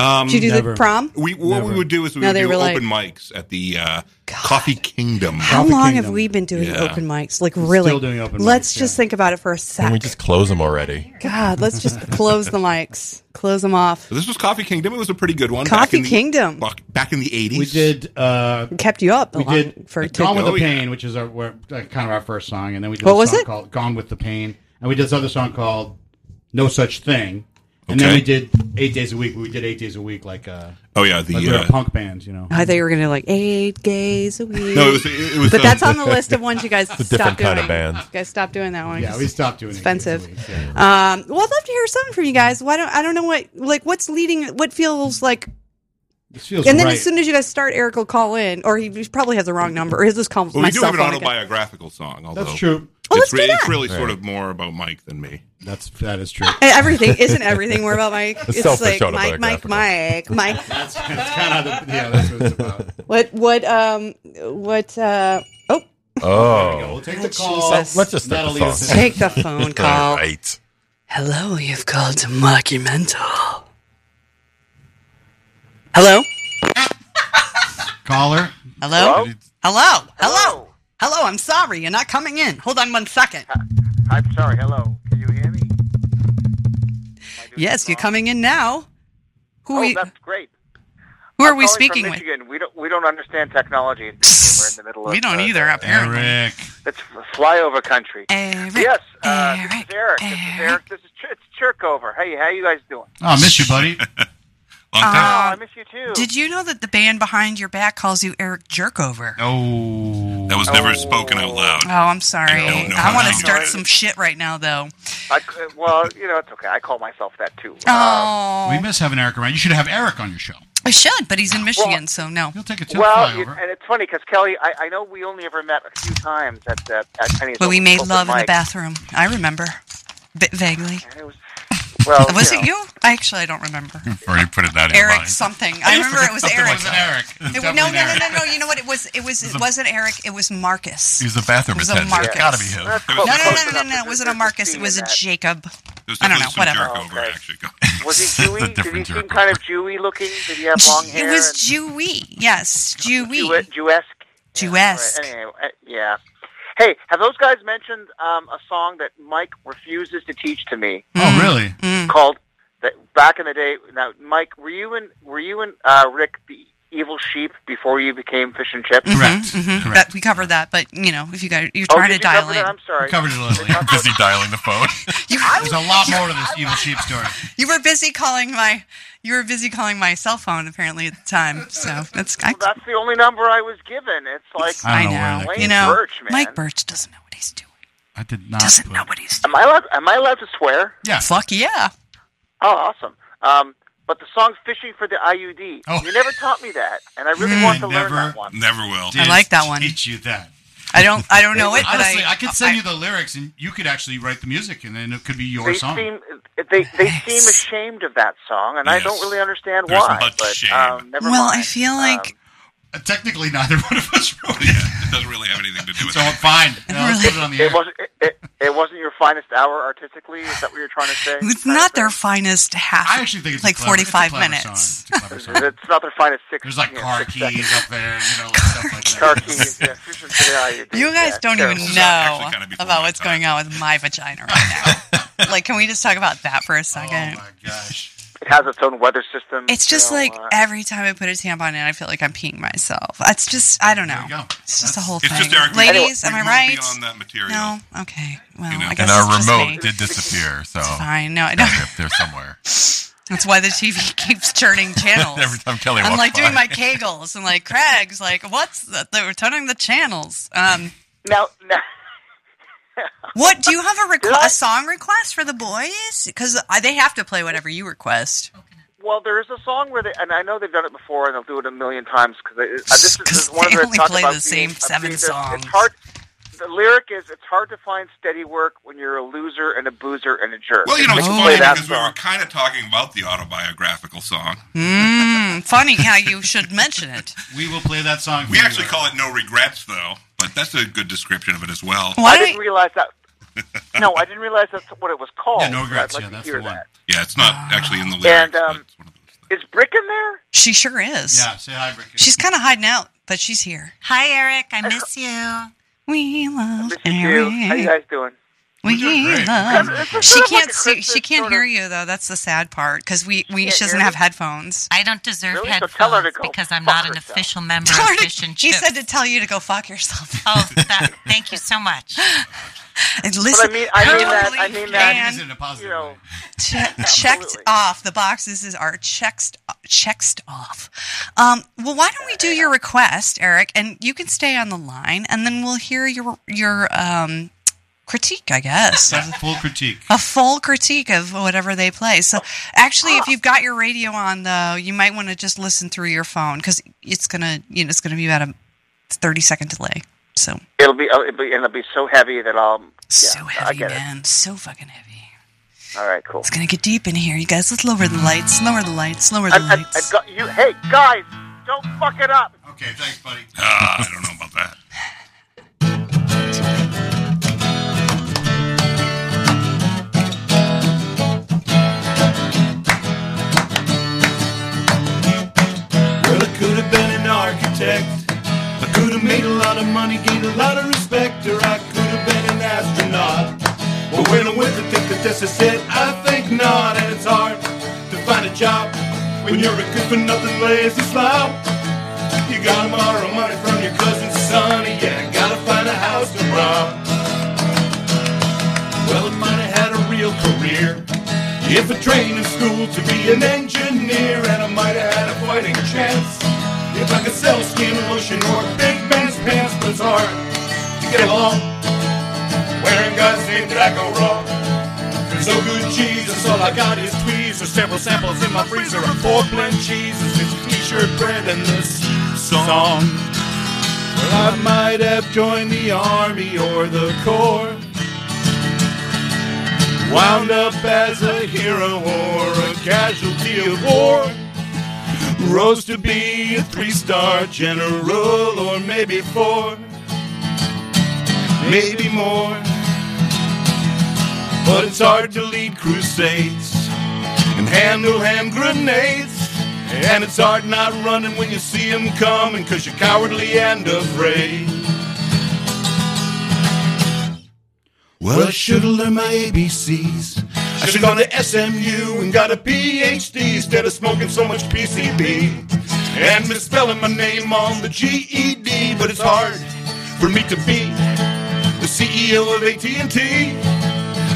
S14: Um,
S6: Did you do the Never. prom?
S14: We what
S6: Never.
S14: we would do is we
S6: No,
S14: would
S6: they
S14: do
S6: were
S14: open
S6: like-
S14: mics at the uh, Coffee Kingdom.
S6: How long have we been doing
S14: Yeah.
S6: open mics? Like
S14: We're
S6: really?
S14: still doing open
S6: let's just think about it for a
S7: Can we
S6: sec.
S7: just close them already?
S6: God, let's just close the mics. Close them off.
S14: This was Coffee Kingdom. It was a pretty good one. back
S6: Coffee
S14: in the-
S6: Kingdom
S14: back- back in the eighties.
S13: We did. Uh,
S6: kept you up. a
S13: we
S6: lot
S13: did
S6: for
S13: Gone with
S6: Oh,
S13: the
S6: yeah.
S13: Pain, which is our where, like, kind of our first song, and then we did
S6: What
S13: a
S6: was
S13: song
S6: it?
S13: called "Gone with the Pain," and we did this other song called "No Such Thing." And then
S14: Okay.
S13: we did eight days a week. We did eight days a week, like uh,
S14: Oh, yeah, the,
S13: like we were
S14: uh,
S13: punk bands, you know.
S6: I thought you were going to like eight gays a week.
S13: No, it was- it was,
S6: but
S13: uh,
S6: that's on the list of ones you guys
S13: It's a
S6: stopped
S13: different
S6: doing.
S13: kind of band.
S6: You guys stopped doing that one.
S13: Yeah, we stopped doing
S6: it's
S13: it
S6: Expensive. um, well, I'd love to hear something from you guys. Why don't I don't know what like what's leading? What feels like?
S13: This feels
S6: and then
S14: right.
S6: as soon as you guys start, Eric will call in, or he, he probably has the wrong number. Or his just comes
S14: Well, we
S6: my
S14: do
S6: cell
S14: have an
S6: phone again.
S14: autobiographical song. Although
S13: That's true.
S6: Oh,
S14: It's,
S6: let's do
S14: re- it's
S6: that.
S14: really sort
S13: Right.
S14: of more about Mike than me.
S13: That's that is true.
S6: Hey, everything isn't everything. More about Mike.
S14: It's
S6: It's
S14: selfish
S6: like Mike, Mike, Mike, Mike.
S13: That's, that's kind of the, yeah. That's what it's about.
S6: What? What? Um. What? Uh. Oh.
S13: Oh. There we go. We'll take the call.
S6: Jesus.
S13: Let's just take the
S6: Natalie
S13: phone.
S6: is- Take the phone call.
S13: Right.
S6: Hello, you've called to Mockumental. Hello.
S13: Caller.
S6: Hello? Hello. Hello. Hello. I'm sorry. You're not coming in. Hold on one second.
S16: I'm sorry. Hello. Can you hear me?
S6: Yes, you're coming in now. Who
S16: oh,
S6: are you,
S16: that's great.
S6: who
S16: I'm
S6: are we
S16: calling from
S6: speaking with?
S16: Michigan. We don't we don't understand technology. We're in the middle of
S6: We don't
S16: uh,
S6: either, apparently.
S13: Eric.
S16: It's flyover country. yes, uh, this is Eric. This is Eric. This is Ch- it's Chirkover. Hey, how you guys doing?
S13: Oh, I miss you, buddy.
S16: Oh, I miss you too.
S6: Oh, Did you know that the band behind your back calls you Eric Jerkover?
S14: Oh, that was never spoken out loud.
S6: Oh, I'm sorry.
S14: I don't know
S6: I
S14: how
S6: want to
S14: to do
S6: start
S14: it.
S6: some shit right now, though.
S16: I, c- Uh, well, you know, it's okay. I call myself that too.
S6: Oh,
S13: We miss having Eric around. You should have Eric on your show.
S6: I should, but he's in Michigan, so no. He'll
S13: take
S16: Well, you, and it's funny because Kelly, I, I know we only ever met a few times at uh, at Penny's.
S6: But we
S16: open-
S6: made
S16: open
S6: love in the
S16: mic.
S6: bathroom. I remember, Bit vaguely.
S16: Well,
S6: was
S16: you
S6: it
S16: know.
S6: you? I actually I don't remember.
S7: Or you put it down in your
S6: Eric
S7: mind.
S6: something. I remember it was
S7: Something
S6: Eric.
S7: wasn't Eric. It was
S6: It- no,
S7: definitely
S6: no, no,
S7: Eric.
S6: no, no. You know what? It was. It was. It wasn't Eric. It was Marcus.
S7: He's a bathroom
S6: It was a
S7: attendant.
S6: Marcus.
S7: It's gotta be him.
S6: No,
S7: That's
S6: no, no,
S7: close
S6: no,
S7: enough.
S6: no, no. It wasn't a Marcus. It was a Jacob.
S7: There's
S6: I don't know.
S7: definitely some
S6: Whatever.
S7: jerk over actually going.
S16: Was he Jewy? Did he seem kind of Jewy looking? Did he have long
S6: It
S16: hair?
S6: was Jewy. Yes, Jewy.
S16: Jewesque.
S6: Jewesque.
S16: Right, Anyway, uh, yeah. Hey, have those guys mentioned um, a song that Mike refuses to teach to me?
S6: Mm.
S13: Oh, really?
S16: Called that back in the day. Now, Mike, were you and were you and uh, Rick the evil sheep before you became fish and chips?
S6: Correct. hmm That, we covered that, but you know, if you guys, you're
S16: Oh,
S6: trying
S16: did
S6: to
S16: you
S6: dial
S16: cover
S6: in.
S16: that? I'm sorry.
S7: Covered it a little. You're busy dialing the phone.
S13: There's a lot more to this evil sheep story.
S6: You were busy calling my. You were busy calling my cell phone apparently at the time. So that's. I,
S16: Well, that's the only number I was given. It's like
S6: I know.
S16: Wayne
S6: You know,
S16: Birch, man.
S6: Mike Birch doesn't know what he's doing.
S13: I did not.
S6: Doesn't know what he's doing.
S16: Am I allowed? Am I allowed to swear?
S13: Yeah.
S6: Fuck yeah.
S16: Oh, awesome. Um, but the song "Fishing for the IUD,"
S13: Oh.
S16: you never taught me that, and I really
S13: Hmm,
S16: want to learn that one.
S14: Never will.
S6: I like that one.
S13: Teach you that.
S6: I don't. I don't know it, but
S13: Honestly,
S6: I,
S13: I, could send you the lyrics, and you could actually write the music, and then it could be your
S16: They
S13: song.
S16: seem they they seem ashamed of that song, and I don't really understand
S13: There's
S16: why.
S13: much
S16: But
S13: shame.
S16: um, never
S6: well,
S16: mind.
S6: I feel like
S13: Uh, technically, neither one of us wrote it.
S14: It doesn't really have anything to do with
S13: So fine. No, let's put it on the air.
S16: it wasn't it, it, it wasn't your finest hour artistically. Is that what you're trying to say?
S6: it's not their finest half. I actually think
S13: it's a
S6: like
S13: clever- it's a
S6: forty-five
S13: clever
S6: minutes.
S16: It's not their finest six.
S13: There's like
S16: you know,
S13: car
S16: six
S13: keys
S16: seconds.
S13: up there, you know, like stuff like that.
S16: Car keys. Yeah, Fishing for the IUD.
S6: You guys
S16: yeah,
S6: don't
S16: sure.
S6: even know about what's going on with my vagina right now. like, can we just talk about that
S7: Oh
S6: for a second?
S16: It has its own weather system.
S6: It's
S16: you
S6: just
S16: know,
S6: like
S16: uh,
S6: every time I put a tampon in, I feel like I'm peeing myself. It's just I don't know. It's just the whole
S14: It's
S6: thing.
S14: just Eric.
S6: Ladies,
S14: We've
S6: am I
S14: moved
S6: right?
S14: Beyond that material.
S6: No. Okay. Well,
S7: You know,
S6: I guess
S7: and our
S6: it's just
S7: remote
S6: me.
S7: did disappear, so
S6: Fine. No, I
S7: Got
S6: don't.
S7: it up there somewhere.
S6: That's why the TV keeps turning channels.
S7: Every time Kelly
S6: I'm
S7: walks
S6: like doing
S7: by.
S6: my kegels and like Craig's like, what's the, they were turning the channels. Um,
S16: now, now,
S6: what do you have a request, a song request for the boys? Because they have to play whatever you request.
S16: Well, there is a song where they, and I know they've done it before, and they'll do it a million times because uh, this is, this is one
S6: they
S16: of their
S6: only
S16: talk
S6: play
S16: about
S6: the
S16: being-
S6: same
S16: of
S6: seven
S16: being this-
S6: songs.
S16: It's hard. The lyric is, "It's hard to find steady work when you're a loser and a boozer and a jerk."
S14: Well, you know,
S16: They
S14: it's
S16: can
S14: funny
S16: play that
S14: because uh, we were
S16: song.
S14: kind of talking about the autobiographical song.
S6: Mm, funny how you should mention it.
S13: We will play that song.
S14: We actually call it No Regrets, though, but that's a good description of it as well.
S16: I didn't realize that. no, I didn't realize that's what it was called.
S14: Yeah, No Regrets,
S16: I'd like
S14: yeah,
S16: to
S14: that's
S16: hear
S14: the one.
S16: that.
S14: Yeah, it's not actually in the lyrics.
S16: And um, is Brick in there?
S6: She sure is.
S13: Yeah, say hi, Ricky.
S6: She's kind of hiding out, but she's here.
S17: Hi, Eric. I miss you.
S6: Uh, We love
S16: You. How you guys doing?
S6: We love. She
S17: sort of
S6: can't see, she can't hear you though. That's the sad part because we, we she doesn't have headphones.
S17: I don't deserve
S6: Really? So
S17: headphones
S6: tell her to go
S17: because I'm not an official member of Fish and
S6: He
S17: Chips.
S6: said to tell you to go fuck yourself.
S17: Oh, that, thank you so much.
S6: And listen,
S16: but I mean, I
S6: I
S16: mean
S6: don't
S16: that. I
S6: believe
S16: mean
S6: Dan-
S16: that.
S6: Is it in a
S16: you know,
S6: Che- checked off. The boxes is- are checked checked off. Um, well, why don't we do your request, Eric, and you can stay on the line, and then we'll hear your your um, critique, I guess.
S18: That's a full critique.
S6: A full critique of whatever they play. So, actually, if you've got your radio on, though, you might want to just listen through your phone because it's gonna, you know, it's gonna be about a thirty second delay. So,
S16: it'll be, oh, it'll be, and it'll be so heavy that I'll. so heavy, I get
S6: man. So fucking heavy.
S16: All right, cool.
S6: it's gonna get deep in here, you guys. Let's lower the lights, lower the lights, lower the
S16: I,
S6: lights.
S16: I, I got you. Hey, guys, don't fuck it up.
S18: Okay, thanks, buddy.
S8: Ah, I don't know about that.
S19: Well, I could have been an architect. I could have made a lot of money, gained a lot of respect, or I could have been an astronaut. But when I went to think that this is it, I think not, and it's hard to find a job when you're a good for nothing lazy slob. You gotta borrow money from your cousin Sonny, yeah, gotta find a house to rob. Well, if I had a real career, if I trained in school to be an engineer, and I might have had a fighting chance. If I could sell skin lotion or big man's pants, but it's hard to get along. Where in God's name did I go wrong? There's no good Jesus, all I got is tweezers, several samples in my freezer, and four blend cheeses, this t-shirt bread, and this song. Well, I might have joined the army or the corps. Wound up as a hero or a casualty of war. Rose to be a three star general or maybe four, maybe more. But it's hard to lead crusades and handle hand grenades. And it's hard not running when you see 'em coming, 'cause you're cowardly and afraid. Well, I should have learned my ABCs. I should have gone to SMU and got a PhD instead of smoking so much PCB and misspelling my name on the GED. But it's hard for me to be the CEO of AT&T.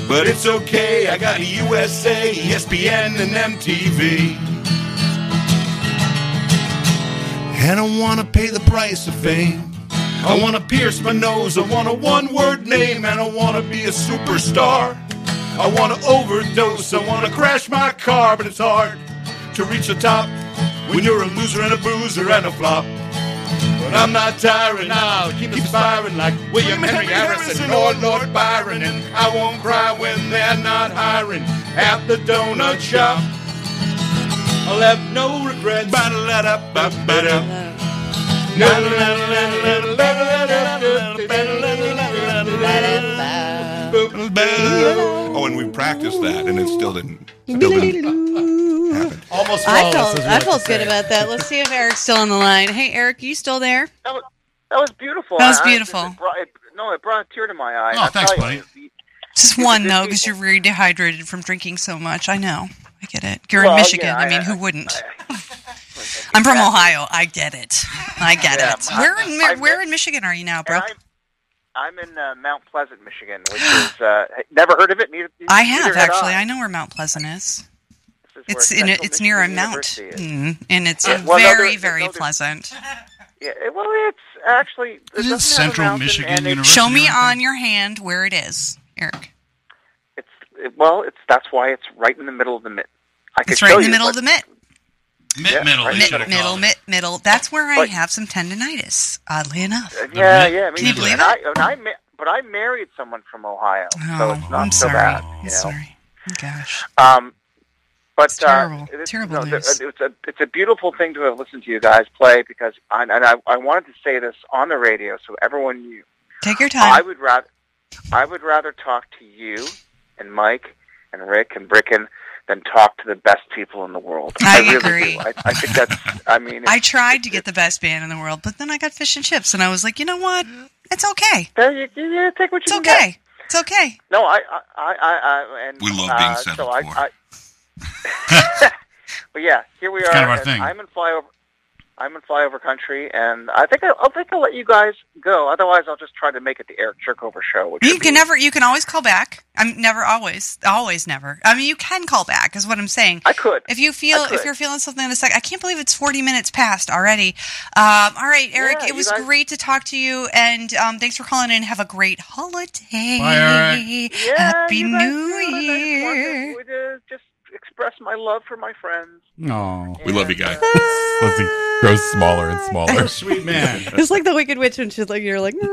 S19: But it's okay, I got USA, ESPN, and MTV. And I wanna pay the price of fame. I wanna pierce my nose, I want a one word name, and I wanna be a superstar. I wanna overdose, I wanna crash my car, but it's hard to reach the top when you're a loser and a boozer and a flop. But I'm not tiring now, keep inspiring like William Henry Harrison or Lord Byron. And I won't cry when they're not hiring at the donut shop. I'll have no regrets. Ba-da-da-da-ba-ba-da.
S8: Oh, and we practiced that, and it still didn't. Still didn't.
S14: Almost
S6: I
S8: flawless,
S6: felt
S8: as we
S6: I
S8: like to
S6: felt good
S8: say.
S6: about that. Let's see if Eric's still on the line. Hey, Eric, you still there?
S16: That was, that was beautiful.
S6: That was
S16: I- I-
S6: beautiful.
S16: it brought- it- no, it brought a tear to my eye.
S6: Oh,
S16: I'll
S6: thanks,
S16: tell you.
S6: buddy. Just one though, because you're very dehydrated from drinking so much. I know. I get it. You're
S16: Well,
S6: in Michigan.
S16: yeah,
S6: I,
S16: I-
S6: mean,
S16: I-
S6: who wouldn't? I, am from Ohio. I get it. I get
S16: Yeah,
S6: it.
S16: my-
S6: Where in Mi-
S16: I've
S6: Where in Michigan are you now, bro?
S16: I'm in uh, Mount Pleasant, Michigan, which is uh, never heard of it. Neither,
S6: I have
S16: neither had
S6: actually.
S16: I.
S6: I know where Mount Pleasant is.
S16: where
S6: It's in a,
S16: Central
S6: it's near a
S16: Michigan
S6: mount,
S16: University is.
S6: mm, and it's
S16: Yeah,
S6: a
S16: well, no, there-
S6: very
S16: there's
S6: very
S16: no- there's-
S6: pleasant.
S16: Yeah, it- well, it's actually it doesn't have a mountain, and it-
S6: Show me on your hand where it is, Eric.
S16: it- Well, it's that's why it's right in the middle of the mitt. I could
S6: It's
S16: show
S6: right in the
S16: you,
S6: middle
S16: but-
S6: of the mitt.
S16: Mid middle,
S6: Mid- middle, mid, middle. That's where I
S16: But- Uh,
S6: have some tendonitis, oddly enough.
S16: Yeah, yeah. Me
S6: Can you
S16: too.
S6: believe
S16: and
S6: it?
S16: I,
S6: Oh.
S16: uh, and I ma- but I married someone from Ohio, so it's not
S6: I'm
S16: so
S6: sorry.
S16: bad.
S6: I'm
S16: you know?
S6: sorry. Gosh.
S16: Um, but
S6: It's terrible.
S16: Uh, it is-
S6: Terrible
S16: no, there-
S6: news.
S16: It's a it's a beautiful thing to have listened to you guys play because I, and I I wanted to say this on the radio so everyone knew.
S6: Take your time.
S16: I would rather I would rather talk to you and Mike and Rick and Bricken than talk to the best people in the world.
S6: I
S16: really
S6: agree.
S16: do. I, I think that's. I mean,
S6: I tried to get the best band in the world, but then I got fish and chips, and I was like, you know what? It's okay.
S16: You, take what
S6: you it's okay. It's okay.
S16: No, I, I, I, I and
S6: We love being
S16: uh,
S6: settled
S16: so I, I, but yeah, here we
S6: It's
S16: are.
S6: kind of our
S16: and
S6: thing.
S16: I'm in flyover. I'm in flyover country, and I think I, I think I'll let you guys go. Otherwise, I'll just try to make it the Eric Jerkover show. Which
S6: You can never. You can always call back. I'm never always. Always never. I mean, you can call back. Is what I'm saying. I
S16: could.
S6: If you feel.
S16: I could.
S6: If you're feeling something in a sec, I can't believe it's 40 minutes past already. Um, all right, Eric.
S16: Yeah,
S6: it
S16: you
S6: was
S16: guys-
S6: great to talk to you, and um, thanks for calling in. Have a great holiday.
S16: Bye, Eric.
S6: Happy
S16: you guys
S6: New
S16: do, and I just
S6: Year.
S16: wanted to just express my love for my friends.
S13: No.
S20: We love you guys. Lizzie grows smaller and smaller.
S13: sweet man.
S21: It's like the Wicked Witch when she's like, you're like, what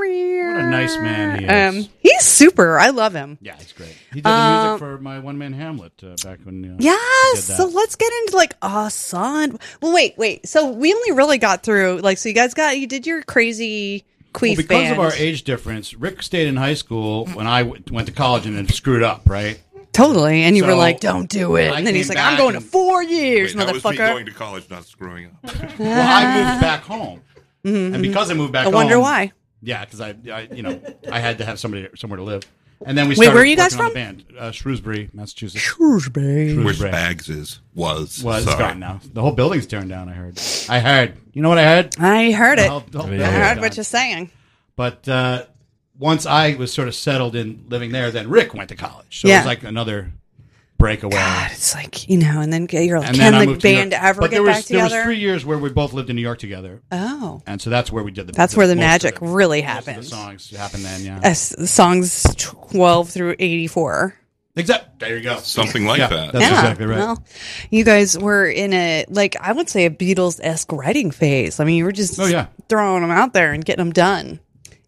S21: a
S13: nice man he
S21: Um, he's super. I love him.
S13: Yeah, he's great. He did the
S21: Um,
S13: music for my one man Hamlet uh, back when. Uh,
S21: Yes.
S13: he did
S21: So
S13: that.
S21: let's get into like oh son. Well, wait, wait. So we only really got through like so. You guys got you did your crazy queef
S13: well, because
S21: band.
S13: of our age difference, Rick stayed in high school when I w- went to college and then screwed up, right?
S21: Totally. And you were
S13: So,
S21: like, "Don't do it."
S13: I
S21: and then he's
S13: came
S21: like, "I'm
S13: back
S21: going to
S13: and-
S21: four years,
S13: Wait, that was me
S21: motherfucker."
S14: going to college, not screwing up.
S13: well, I moved back home, and because I moved back,
S21: Mm-hmm. I wonder
S13: home-
S21: why.
S13: Yeah, because I, I, you know, I had to have somebody somewhere to live, and then we.
S21: Wait,
S13: Started
S21: where are you guys
S13: working on The band uh, Shrewsbury, Massachusetts.
S21: Shrewsbury.
S14: Where Spags is was.
S13: Well, it's
S14: Sorry.
S13: gone now. The whole building's turned down. I heard. I heard. You know what I heard?
S21: I heard it.
S13: The whole- the whole
S21: I
S13: building's
S21: heard
S13: gone.
S21: what you're saying.
S13: But uh, once I was sort of settled in living there, then Rick went to college. So it
S21: Yeah.
S13: was like another breakaway.
S21: It's like you know, and then you're like,
S13: And then I
S21: "Can the
S13: moved to New
S21: band
S13: York.
S21: ever
S13: but
S21: get
S13: there was,
S21: back
S13: there
S21: together?"
S13: was three years where we both lived in New York together.
S21: Oh.
S13: And so that's where we did the
S21: That's where the
S13: most of
S21: magic
S13: it.
S21: really
S13: Most of the
S21: happens.
S13: songs happened then, yeah.
S21: As- songs twelve through eighty four.
S13: Exact. There you go.
S14: Something like
S13: Yeah,
S14: that.
S13: That's exactly right.
S21: Well, you guys were in a like I would say a Beatles esque writing phase. I mean, you were just
S14: Oh, yeah.
S21: throwing them out there and getting them done.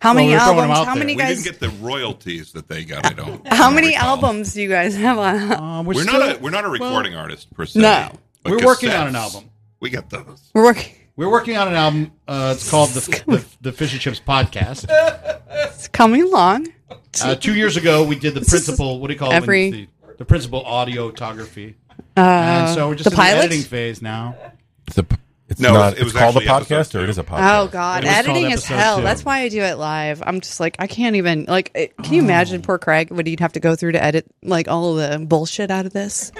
S21: How many albums? How many
S14: we
S21: guys?
S14: didn't get the royalties that they got. I don't.
S21: How many albums do you guys have on?
S13: Uh,
S14: we're, not a we're not a recording artist per se.
S21: No.
S14: but
S13: We're working on an
S14: cassettes,
S13: album.
S14: We got those.
S21: We're working.
S13: We're working on an album. Uh, it's called the, the the Fish and Chips Podcast.
S21: It's coming along.
S13: Uh, two years ago, we did the principal. What do you call
S21: every-
S13: it? when it's The, the principal audiography.
S21: Uh,
S13: and so we're just
S21: the
S13: in
S21: pilot?
S13: the editing phase now.
S14: It's
S7: not- it's called a podcast or it is a
S21: Oh God,
S13: It was
S21: editing
S13: called
S21: is
S13: episode
S21: hell.
S13: two.
S21: That's why I do it live. I'm just like I can't even like. It, can
S13: Oh.
S21: you imagine poor Craig what he'd have to go through to edit like all of the bullshit out of this?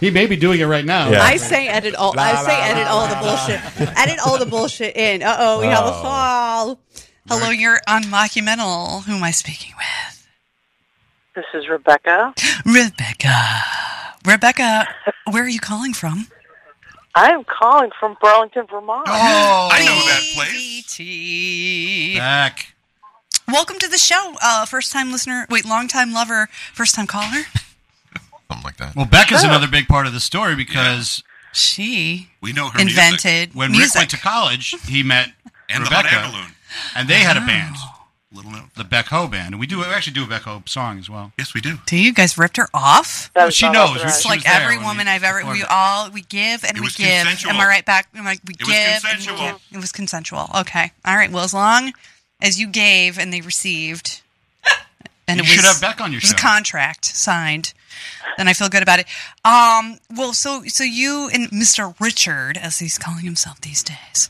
S13: he may be doing it right now.
S21: Oh, I say edit all. I
S13: La,
S21: say
S13: la,
S21: edit
S13: la,
S21: all
S13: la,
S21: the
S13: la.
S21: bullshit. edit all the bullshit in. Uh oh, we have a
S13: Wow.
S21: fall.
S6: Hello, you're on Mockumental. Who am I speaking with?
S12: This is Rebecca.
S6: Rebecca. Rebecca, where are you calling from?
S12: I am calling from Burlington, Vermont.
S6: Oh, I know
S12: that
S21: E
S6: place.
S13: Back.
S6: Welcome to the show, uh, first time listener. Wait, long time lover, first time caller.
S13: Well, Becca's
S21: Oh.
S13: another big part of the story because
S6: she
S13: we know
S6: her music. invented
S13: when
S6: music.
S13: Rick went to college, he met and Rebecca,
S14: Hot Air Balloon.
S13: and they had a band,
S21: Oh.
S13: little the Beck Ho band, and we do we actually do a Beck Ho song as well.
S14: Yes, we do.
S6: Do you guys ripped her off?
S13: Well, she knows.
S6: It's like every woman I've ever. We all we give and we
S13: was
S6: give.
S13: consensual.
S6: Am I right? Back. Am I? We give.
S13: was
S6: and we
S13: consensual.
S6: give. It was consensual. Okay. All right. Well, as long as you gave and they received, and
S13: You
S6: it was,
S13: should have Beck on your
S6: it was a
S13: show.
S6: contract signed, then I feel good about it. Um. Well, so so you and Mr. Richard, as he's calling himself these days,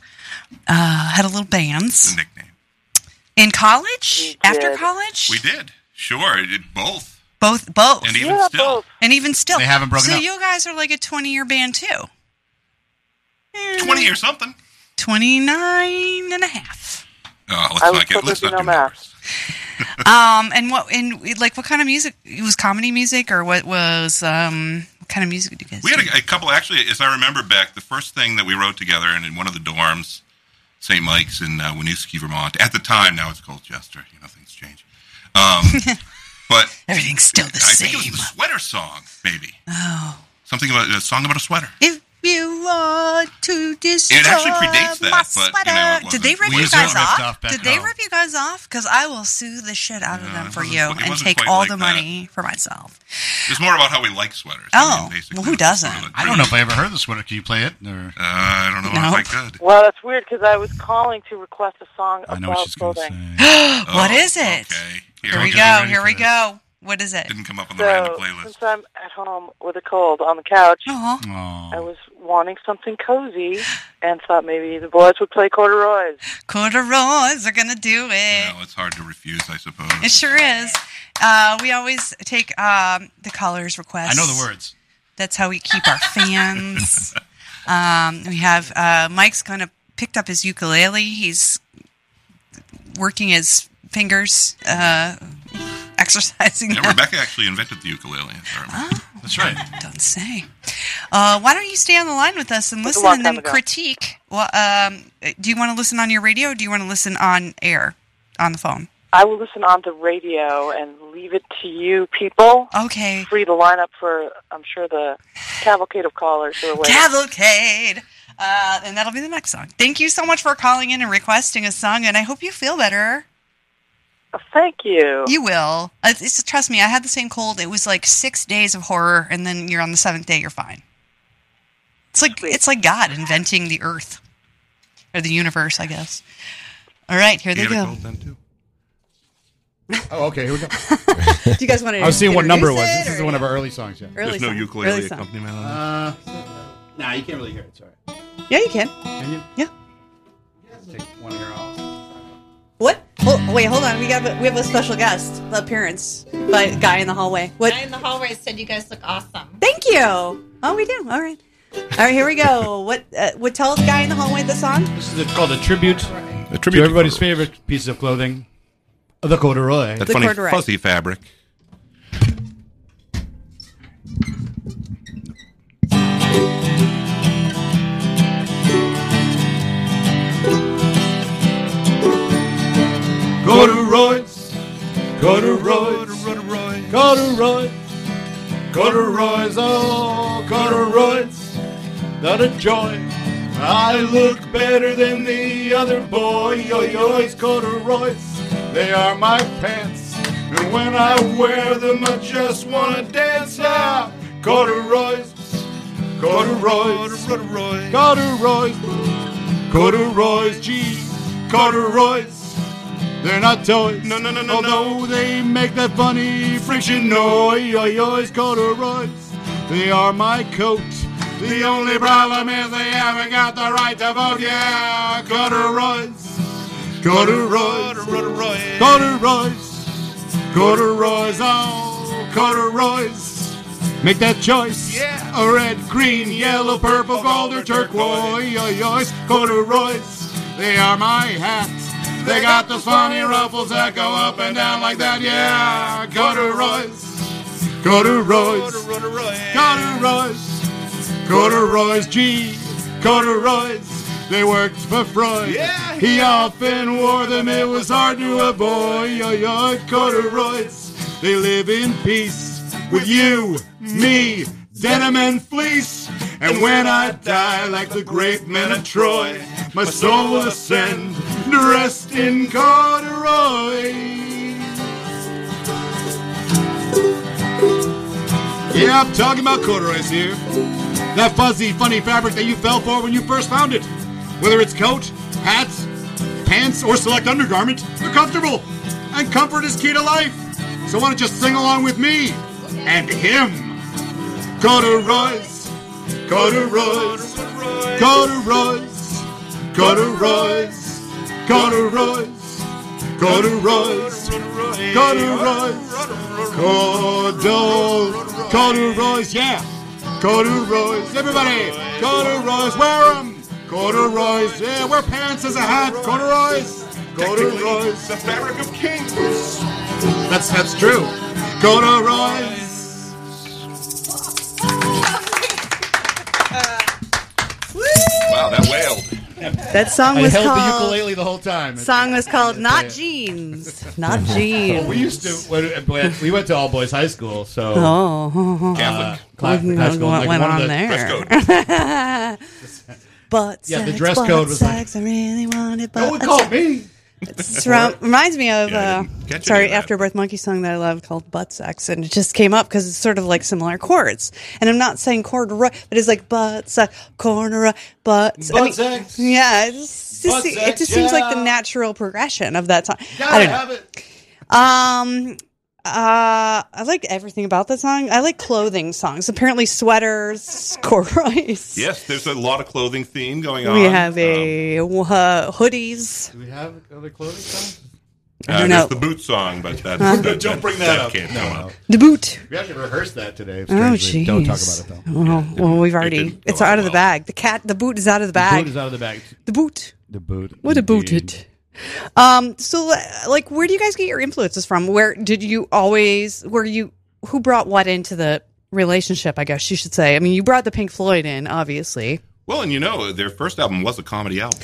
S6: uh, had a little bands.
S14: nickname.
S6: In college, after college,
S14: We did. Sure, it did both.
S6: both both,
S14: And even Yeah, still. both.
S6: and even still,
S14: They haven't broken
S6: So
S14: up.
S6: you guys are like a twenty-year band too.
S14: Eh. Twenty or something.
S6: 29 and a half.
S14: Oh, let's
S6: I was
S14: not get. Let's
S6: supposed to
S14: not
S6: know
S14: do numbers.
S6: um, and what and like what kind of music? It was comedy music, or what was um what kind of music did you guys?
S14: We had a, a couple. Actually, as I remember back, the first thing that we wrote together, and in one of the dorms, St. Mike's in uh, Winooski, Vermont. At the time, now it's Colchester. You know, things change. Um, but
S6: everything's still the
S14: I think it was the sweater song, maybe
S6: Oh,
S14: something about a song about a sweater.
S6: if you want to destroy
S14: actually predates
S6: my
S14: that, but, you know, it
S6: sweater.
S14: wasn't-
S6: did they rip
S14: We
S6: you
S14: just ripped
S6: guys off?
S14: off Beck
S6: did they
S14: Ho.
S6: rip you guys off? Because I will sue the shit out of them for
S14: wasn't
S6: you
S14: quite- it
S6: and
S14: wasn't
S6: take
S14: quite
S6: all
S14: like
S6: the
S14: that.
S6: money for myself.
S14: It was more about how we like sweaters.
S6: Oh, well, who doesn't?
S13: I don't know if I ever heard the sweater. Can you play it? Or? Uh,
S14: I don't know if I could.
S12: Well, that's weird because I was calling to request a song about clothing.
S6: What is it? Here,
S14: Told
S6: we
S14: you
S6: go.
S14: already
S6: Here
S14: for
S6: we
S14: this.
S6: go. What is it? Didn't
S14: come up on
S12: So, since I'm at home with a cold on the couch,
S13: Aw.
S12: I was wanting something cozy and thought maybe the boys would play corduroys.
S6: Corduroys are gonna do it.
S14: Well, it's hard to refuse, I suppose.
S6: It sure is. Uh, we always take um, the callers' requests.
S13: I know the words.
S6: That's how we keep our fans.
S12: Um, we have uh, Mike's kind of picked up his ukulele. He's working his fingers, uh, exercising.
S14: Yeah,
S12: them.
S14: Rebecca actually invented the ukulele. if I remember.
S6: Oh.
S14: That's right.
S12: Don't say. Uh, why don't you stay on the line with us and
S14: That's a
S12: listen
S14: long
S12: and then
S14: time ago.
S12: critique? Well, um, do you want to listen on your radio or do you want to listen on air, on the phone?
S22: I will listen on the radio and leave it to you people.
S12: Okay.
S22: Free to line up for, I'm sure, the cavalcade of callers who are waiting.
S12: Cavalcade! Uh, and that'll be the next song. Thank you so much for calling in and requesting a song, and I hope you feel better.
S22: Thank you.
S12: You will. Uh, It's, trust me, I had the same cold. It was like six days of horror, and then you're on the seventh day, you're fine. It's like it's like God inventing the earth or the universe, I guess. All right, here they
S14: You had a
S12: go.
S14: cold then, too?
S13: Oh, okay. Here we go.
S6: Do you guys want to?
S13: I was seeing what number it was.
S6: introduce
S13: This is
S6: or-
S13: one of our early songs. Yeah.
S6: Early There's no song. ukulele Early song. accompaniment
S13: on this. Uh, nah, you can't really hear it. Sorry.
S6: Yeah, you can.
S13: Can you?
S6: Yeah.
S13: Take one ear off.
S6: What? Hold, wait, hold on. We got a- we have a special guest the appearance by guy in the hallway. What?
S17: Guy in the hallway said you guys look awesome.
S6: Thank you. Oh, we do. All right. All right. Here we go. What? Uh, what? Tell the guy in the hallway the song.
S13: This is Uh, called a tribute. A tribute to everybody's favorite piece of clothing, the corduroy.
S14: That funny fuzzy fabric.
S19: Corduroys, corduroys, corduroys, corduroys, oh, corduroys, not a joy. I look better than the other boy, yo yo's corduroys, they are my pants. And when I wear them, I just wanna dance now. Corduroys, corduroys, corduroys, corduroys, corduroys, geez, corduroys. They're not toys. No, no, no, no, Although they make that funny friction noise. I always corduroys. They are my coat. The only problem is they haven't got the right to vote. Yeah, corduroys. Corduroys. Corduroys. Corduroys. Corduroys. Oh, corduroys. Make that choice. Yeah. A red, green, yellow, purple, gold, or turquoise. Yours, corduroys. They are my hats. They got those funny ruffles that go up and down like that. Yeah, corduroys. Corduroys. Corduroys. Corduroys. Gee, corduroys. They worked for Freud. Yeah, he often wore them. It was hard to avoid. Yo, yo, corduroys. They live in peace with you, me, denim and fleece. And when I die, like the great men of Troy, my soul will ascend, dressed in corduroy. Yeah, I'm talking about corduroys here. That fuzzy, funny fabric that you fell for when you first found it. Whether it's coat, hats, pants, or select undergarment, they're comfortable. And comfort is key to life. So why don't you sing along with me and him? Corduroys, corduroys, corduroys, corduroys, corduroys, corduroys, corduroys, corduroys, corduroys, yeah. Corduroys, everybody, corduroys, wear them. Corduroys, yeah, wear pants as a hat. Corduroys, corduroys, the fabric of kings. That's that's true. Corduroys.
S14: Wow, that wailed.
S6: That song
S13: I
S6: was
S13: held the
S6: called.
S13: ukulele the whole time.
S6: Song was called "Not Jeans." Not jeans.
S13: we used to. When, we went to all boys high school, so
S6: Oh,
S13: Catholic. Catholic high school.
S6: What
S13: like
S6: went
S13: one
S6: on
S13: of the-
S6: there? but
S13: Yeah, the
S6: sex,
S13: dress
S6: but
S13: code was like-
S6: sex, I really wanted. But
S13: No one called me.
S6: It's rem- reminds me of
S13: Yeah, I
S6: uh,
S13: didn't catch
S6: sorry
S13: any of that.
S6: afterbirth monkey song that I love called butt sex, and it just came up because it's sort of like similar chords. And I'm not saying corduroy, but it's like butt sex, corduroy, butt.
S13: Butt
S6: sex. Yeah, it just,
S13: Butt
S6: it
S13: sex,
S6: just seems like the
S13: yeah.
S6: natural progression of that song.
S13: Gotta
S6: I don't know.
S13: have it.
S6: Um, uh, I like everything about that song. I like clothing songs. Apparently, sweaters, corduroys.
S14: Yes, there's a lot of clothing theme going on.
S13: Um,
S6: We have a uh, hoodies.
S13: Do we have other clothing songs?
S6: I
S14: Uh,
S6: don't
S14: there's
S6: know.
S14: the boot song, but that's,
S6: Huh?
S14: that-
S6: Don't bring that up.
S14: Can't
S6: No,
S14: come
S6: no.
S14: up.
S6: The boot.
S23: We actually rehearsed that today.
S6: Oh,
S23: strangely. Don't talk about it, though.
S6: Oh, well, we've already. It's out of the bag. The cat. The boot is out of the
S13: The
S6: bag.
S13: boot is out of the bag.
S6: The boot.
S13: The boot.
S6: What a boot it. Um. So, uh, like, where do you guys get your influences from? Where did you always? Where you? Who brought what into the relationship? I guess you should say. I mean, you brought the Pink Floyd in, obviously.
S14: Well, and you know, their first album was a comedy album.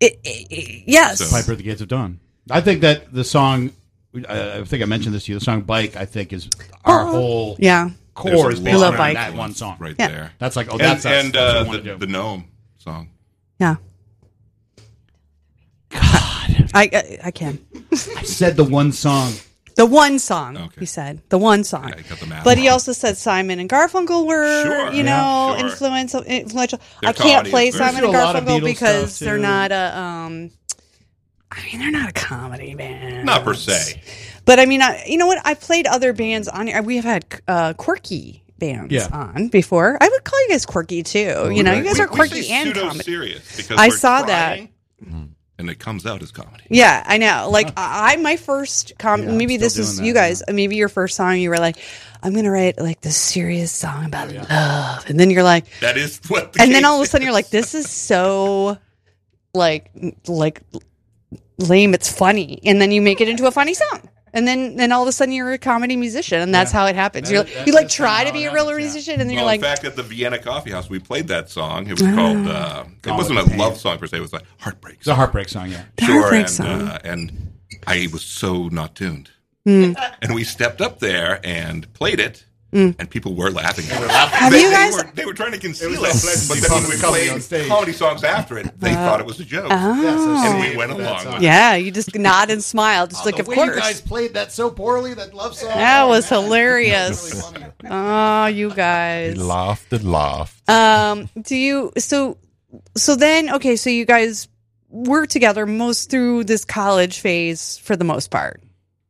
S6: It, it, it- yes.
S13: Piper at the Gates of Dawn. I think that the song, uh, I I think I mentioned this to you, the song Bike, I think is our whole
S6: Oh, yeah.
S13: core is
S14: There's a
S13: based
S14: lot
S13: around
S14: of
S13: that one song.
S14: right
S6: Yeah.
S14: there.
S13: That's like, oh,
S14: And-
S13: that's us.
S14: and,
S13: That's what
S14: uh,
S13: we wanna
S14: the, the gnome song.
S6: I I, I can.
S13: I said the one song.
S6: The one song he said. The one song. But he also said Simon and Garfunkel were,
S13: Sure,
S6: you
S13: yeah,
S6: know,
S13: sure.
S6: influential. influential.
S13: Their
S6: I can't
S13: comedy
S6: play
S13: is very
S6: Simon and
S13: good. There's a lot of
S6: Garfunkel
S13: Beatles
S6: because
S13: stuff,
S6: they're
S13: too.
S6: not a. Um, I mean, they're not a comedy band.
S14: Not per se.
S6: But I mean, I, you know what? I played other bands on here. We have had uh, quirky bands
S14: Yeah.
S6: on before. I would call you guys quirky too. you know, you guys
S14: We-
S6: are
S14: we say
S6: quirky and comedy.
S14: pseudo-serious because
S6: I
S14: we're
S6: saw
S14: trying, and it comes out as comedy.
S6: that. Yeah, I know. Like I, I- my first com.
S14: Yeah, I'm
S6: maybe
S14: still
S6: this
S14: doing
S6: is
S14: that,
S6: you guys. Maybe your first song. You were like, I'm gonna write like this serious song about
S14: Oh,
S6: love, and then you're like,
S14: That is what. The
S6: and then all of a sudden you're like, this is so like like lame. It's funny, and then you make it into a funny song. And then, then all of a sudden, you're a comedy musician, and that's how it happens.
S14: That
S6: you're
S14: is-
S6: like-
S14: that
S6: you like try to be a real musician, and then
S14: well,
S6: you're like,
S14: in fact, at the Vienna Coffee House, we played that song. It was
S6: Oh.
S14: called. Uh, it
S13: Oh,
S14: wasn't a
S13: pain.
S14: love song per se. It was like heartbreak.
S13: It's a heartbreak song, yeah.
S14: Sure,
S13: heartbreak
S14: and,
S13: song.
S14: Uh, and I was so not tuned.
S6: Hmm.
S14: And we stepped up there and played it,
S6: Mm.
S14: and people were laughing. They were
S6: laughing. Have you guys-
S14: They were, they were trying to conceal it,
S23: like
S14: but
S23: Flipsy
S14: then when we
S23: Pumpkin comedy
S14: played
S23: on stage.
S14: comedy songs after it, they
S6: Uh,
S14: thought it was a joke,
S17: Ah.
S6: Oh.
S14: and we went along. with it.
S6: Yeah, you just nod and smile. Just like,
S23: the
S6: of
S23: way
S6: course.
S23: you guys played that so poorly, that love song.
S13: Oh,
S6: that was hilarious. oh, you guys.
S7: laughed and laughed.
S6: Um, do you so so then okay, so you guys were together most through this college phase for the most part.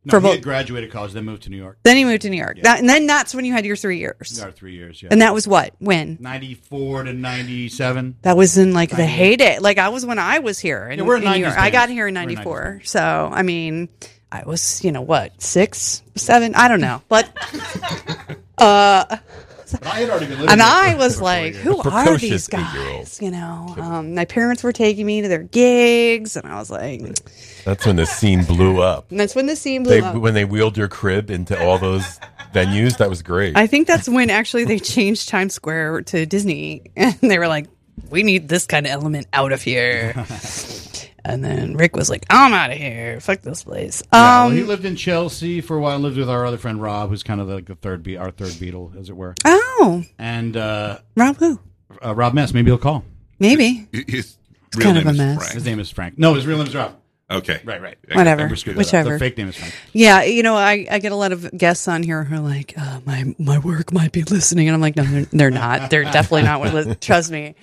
S13: No,
S6: for
S13: he
S6: both.
S13: had graduated college, then moved to New York.
S6: Then he moved to New York. That, and then that's when you had your 3 years.
S13: Our three years, yeah.
S6: And that was what? When?
S13: 94 to 97.
S6: That was in like the
S13: 98.
S6: heyday. Like I was when I was here in,
S13: Yeah, we're a
S6: in New
S13: 90s
S6: York. I
S13: band.
S6: got here in
S13: We're a 90s
S6: 94. So, I mean, I was, you know, what, six, seven? I don't know. But, uh,
S23: I had already been living
S6: and
S23: here
S6: I
S23: for-
S6: was
S23: for
S6: like,
S23: four
S6: who
S23: years.
S6: are these
S23: Precocious eight-year-old.
S6: guys? You know, um, my parents were taking me to their gigs, and I was like, and
S24: That's when the scene blew up.
S6: that's when the scene
S24: They,
S6: blew up.
S24: when they wheeled your crib into all those venues, that was great.
S6: I think that's when actually they changed Times Square to Disney, and they were like, "We need this kind of element out of here." and then Rick was like, "I'm out of here. Fuck this place."
S13: Yeah, well,
S6: Um,
S13: he lived in Chelsea for a while. Lived with our other friend Rob, who's kind of like the third, be- our third Beatle, as it were.
S6: Oh,
S13: and uh,
S6: Rob who?
S13: Uh, Rob Mess. Maybe he'll call.
S6: Maybe
S14: His
S6: real kind of name a is mess. Frank.
S13: His name is Frank. No, his real name is Rob.
S14: Okay.
S13: Right. Right.
S6: Whatever.
S13: We screwed that up.
S6: Whichever.
S13: The fake name is Frank.
S6: yeah, you know, I, I get a lot of guests on here who are like, uh, "My my work might be listening," and I'm like, "No, they're, they're not. They're definitely not. Li- trust me,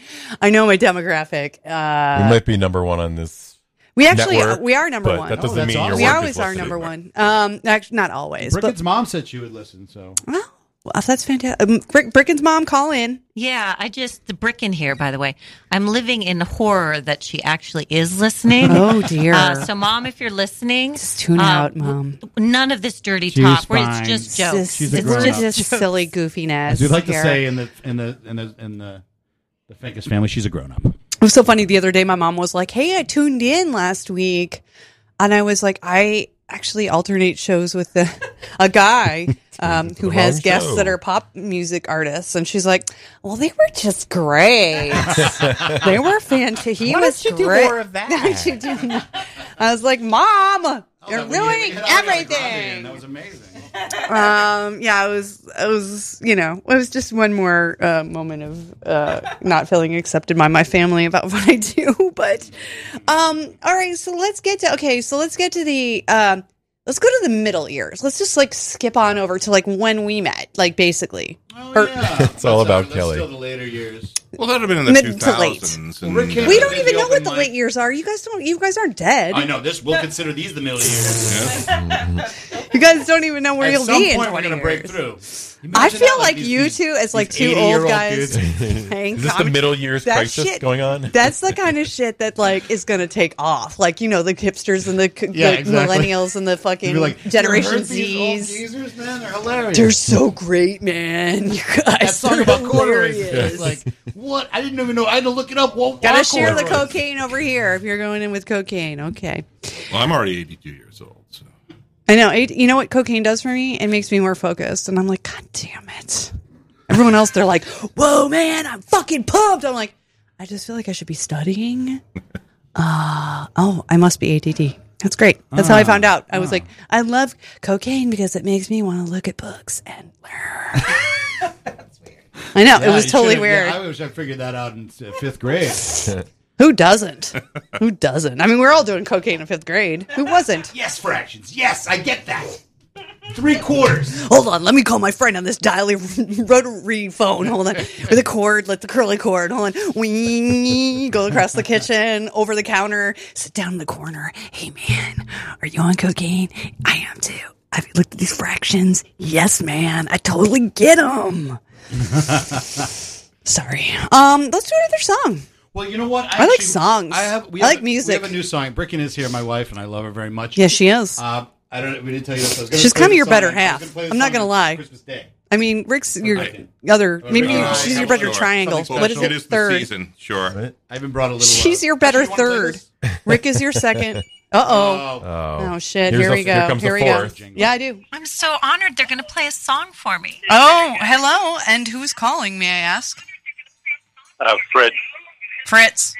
S6: I know my demographic." Uh,
S24: we might be number one on this.
S6: We actually
S24: network,
S6: we are number
S24: but
S6: one. Oh,
S24: That doesn't mean your
S6: we
S24: work is
S6: always are
S24: listening.
S6: number one. Um, actually, not always.
S13: Brickett's
S6: but,
S13: mom said she would listen. So
S6: Well, that's fantastic. Um, Brick, Bricken's mom, call in.
S25: Yeah, I just the brick in here. By the way, I'm living in horror that she actually is listening.
S6: Oh, dear.
S25: Uh, so, mom, if you're listening, just
S6: tune out, Mom.
S25: None of this dirty
S13: She's
S25: talk. Where
S13: fine.
S25: it's just jokes.
S13: She's a
S25: it's
S13: grown-up.
S25: just,
S6: Just
S25: jokes.
S6: silly goofiness.
S13: as we like to
S6: here.
S13: say in the in the in the in the the Finkus family, she's a grown up.
S6: It was so funny. The other day, my mom was like, "Hey, I tuned in last week," and I was like, "I actually alternate shows with the, a guy um, who
S25: the
S6: has
S25: wrong
S6: guests
S25: show.
S6: that are pop music artists." And she's like, "Well, they were just great. they were fantastic. He
S2: Why
S6: was
S2: don't you do
S6: great.
S2: more of that?
S6: Why don't you do more? I was like, "Mom, you're
S2: that when
S6: ruining
S2: you-
S6: everything."
S13: That was amazing.
S6: um yeah it was it was you know it was just one more uh, moment of uh not feeling accepted by my family about what i do but um all right so let's get to okay so let's get to the um let's go to the middle years let's just like skip on over to like when we met like basically
S13: Oh,
S6: Or-
S24: it's all about Kelly.
S13: Still the later years.
S14: Well, that would have been in the
S6: Mid to
S14: 2000s. and-
S13: Rick Cave
S6: we
S13: did
S6: don't
S13: the
S6: even know
S13: open
S6: what the late years are you guys don't you guys aren't dead
S13: I know this. We'll consider these the middle years.
S17: You guys don't even know where
S13: At
S17: you'll
S13: some
S17: be in
S13: point, we're
S17: 20
S13: gonna break
S17: years.
S13: through.
S17: I
S13: Imagine
S17: feel
S13: how, like,
S17: like
S13: these-
S17: you
S13: these-
S17: two, as like
S13: these
S17: two
S13: 80-year-old
S17: old guys,
S7: dudes.
S17: playing
S7: Is this the
S17: comedy-
S7: middle years
S17: That
S7: crisis
S17: shit-
S7: going on?
S17: That's the kind of shit that like is going to take off. Like you know, the hipsters and the, c
S7: Yeah,
S17: the
S7: exactly.
S17: millennials and the fucking
S7: You're like,
S17: Generation
S13: "You heard
S17: Z's.
S13: They're hilarious.
S17: They're so great, man. You
S13: That
S17: guys
S13: song
S17: are
S13: about corduroys.
S17: hilarious.
S13: It's Like what? I didn't even know. I had to look it up. Well,
S17: Gotta
S13: why
S17: share the
S13: corduroys?
S17: cocaine over here if you're going in with cocaine. Okay.
S14: Well, I'm already 82 years old. So.
S17: I know. It, you know what cocaine does for me? It makes me more focused. And I'm like, God damn it. Everyone else, they're like, whoa, man, I'm fucking pumped. I'm like, I just feel like I should be studying. Uh, oh, I must be ADD. That's great. That's
S13: Oh.
S17: how I found out. I was
S26: Ah.
S17: like, I love cocaine because it makes me want to look at books and learn. I know.
S13: Yeah,
S17: it was
S13: you
S17: totally
S13: should've- yeah,
S17: weird.
S13: I wish I figured that out in uh, fifth grade.
S17: Who doesn't? Who doesn't? I mean, we're all doing cocaine in fifth grade. Who wasn't?
S13: yes, fractions. Yes, I get that. Three quarters.
S17: Hold on, let me call my friend on this dial rotary phone. Hold on, with a cord, like the curly cord. Hold on, we go across the kitchen, over the counter, sit down in the corner. Hey man, are you on cocaine? I am too. I've looked at these fractions. Yes, man, I totally get them. Sorry. Um, let's do another song.
S13: Well, you know what?
S17: I, like songs.
S13: I have. We
S17: I
S13: have
S17: like music.
S13: We have a new song. Bricken is here, my wife, and I love her very much.
S17: Yeah, she is.
S13: Uh, I don't. We didn't tell you this. I was gonna
S17: She's
S13: play
S17: kind of
S13: the
S17: your
S13: song.
S17: better
S13: I was
S17: half.
S13: gonna play the
S17: I'm not
S13: song
S17: gonna
S13: on
S17: lie.
S13: Christmas Day.
S17: I mean, Rick's your
S13: Okay.
S17: other. Maybe
S13: All right.
S17: she's your better
S14: Sure.
S17: triangle.
S14: Well,
S17: What is
S14: it
S17: it?
S14: is the
S17: Third.
S14: season, sure.
S13: I even brought a little. uh,
S17: She's your better third. Rick is your second. Uh oh.
S7: Oh.
S17: Oh shit!
S7: Here's
S17: Here
S7: a-
S17: we go.
S7: here comes the
S17: we go.
S7: fourth. Jingle.
S17: Yeah, I do.
S6: I'm so honored they're going to play a song for me. Oh, hello. And who's calling, may I ask?
S1: Uh, Fred,
S6: Fritz.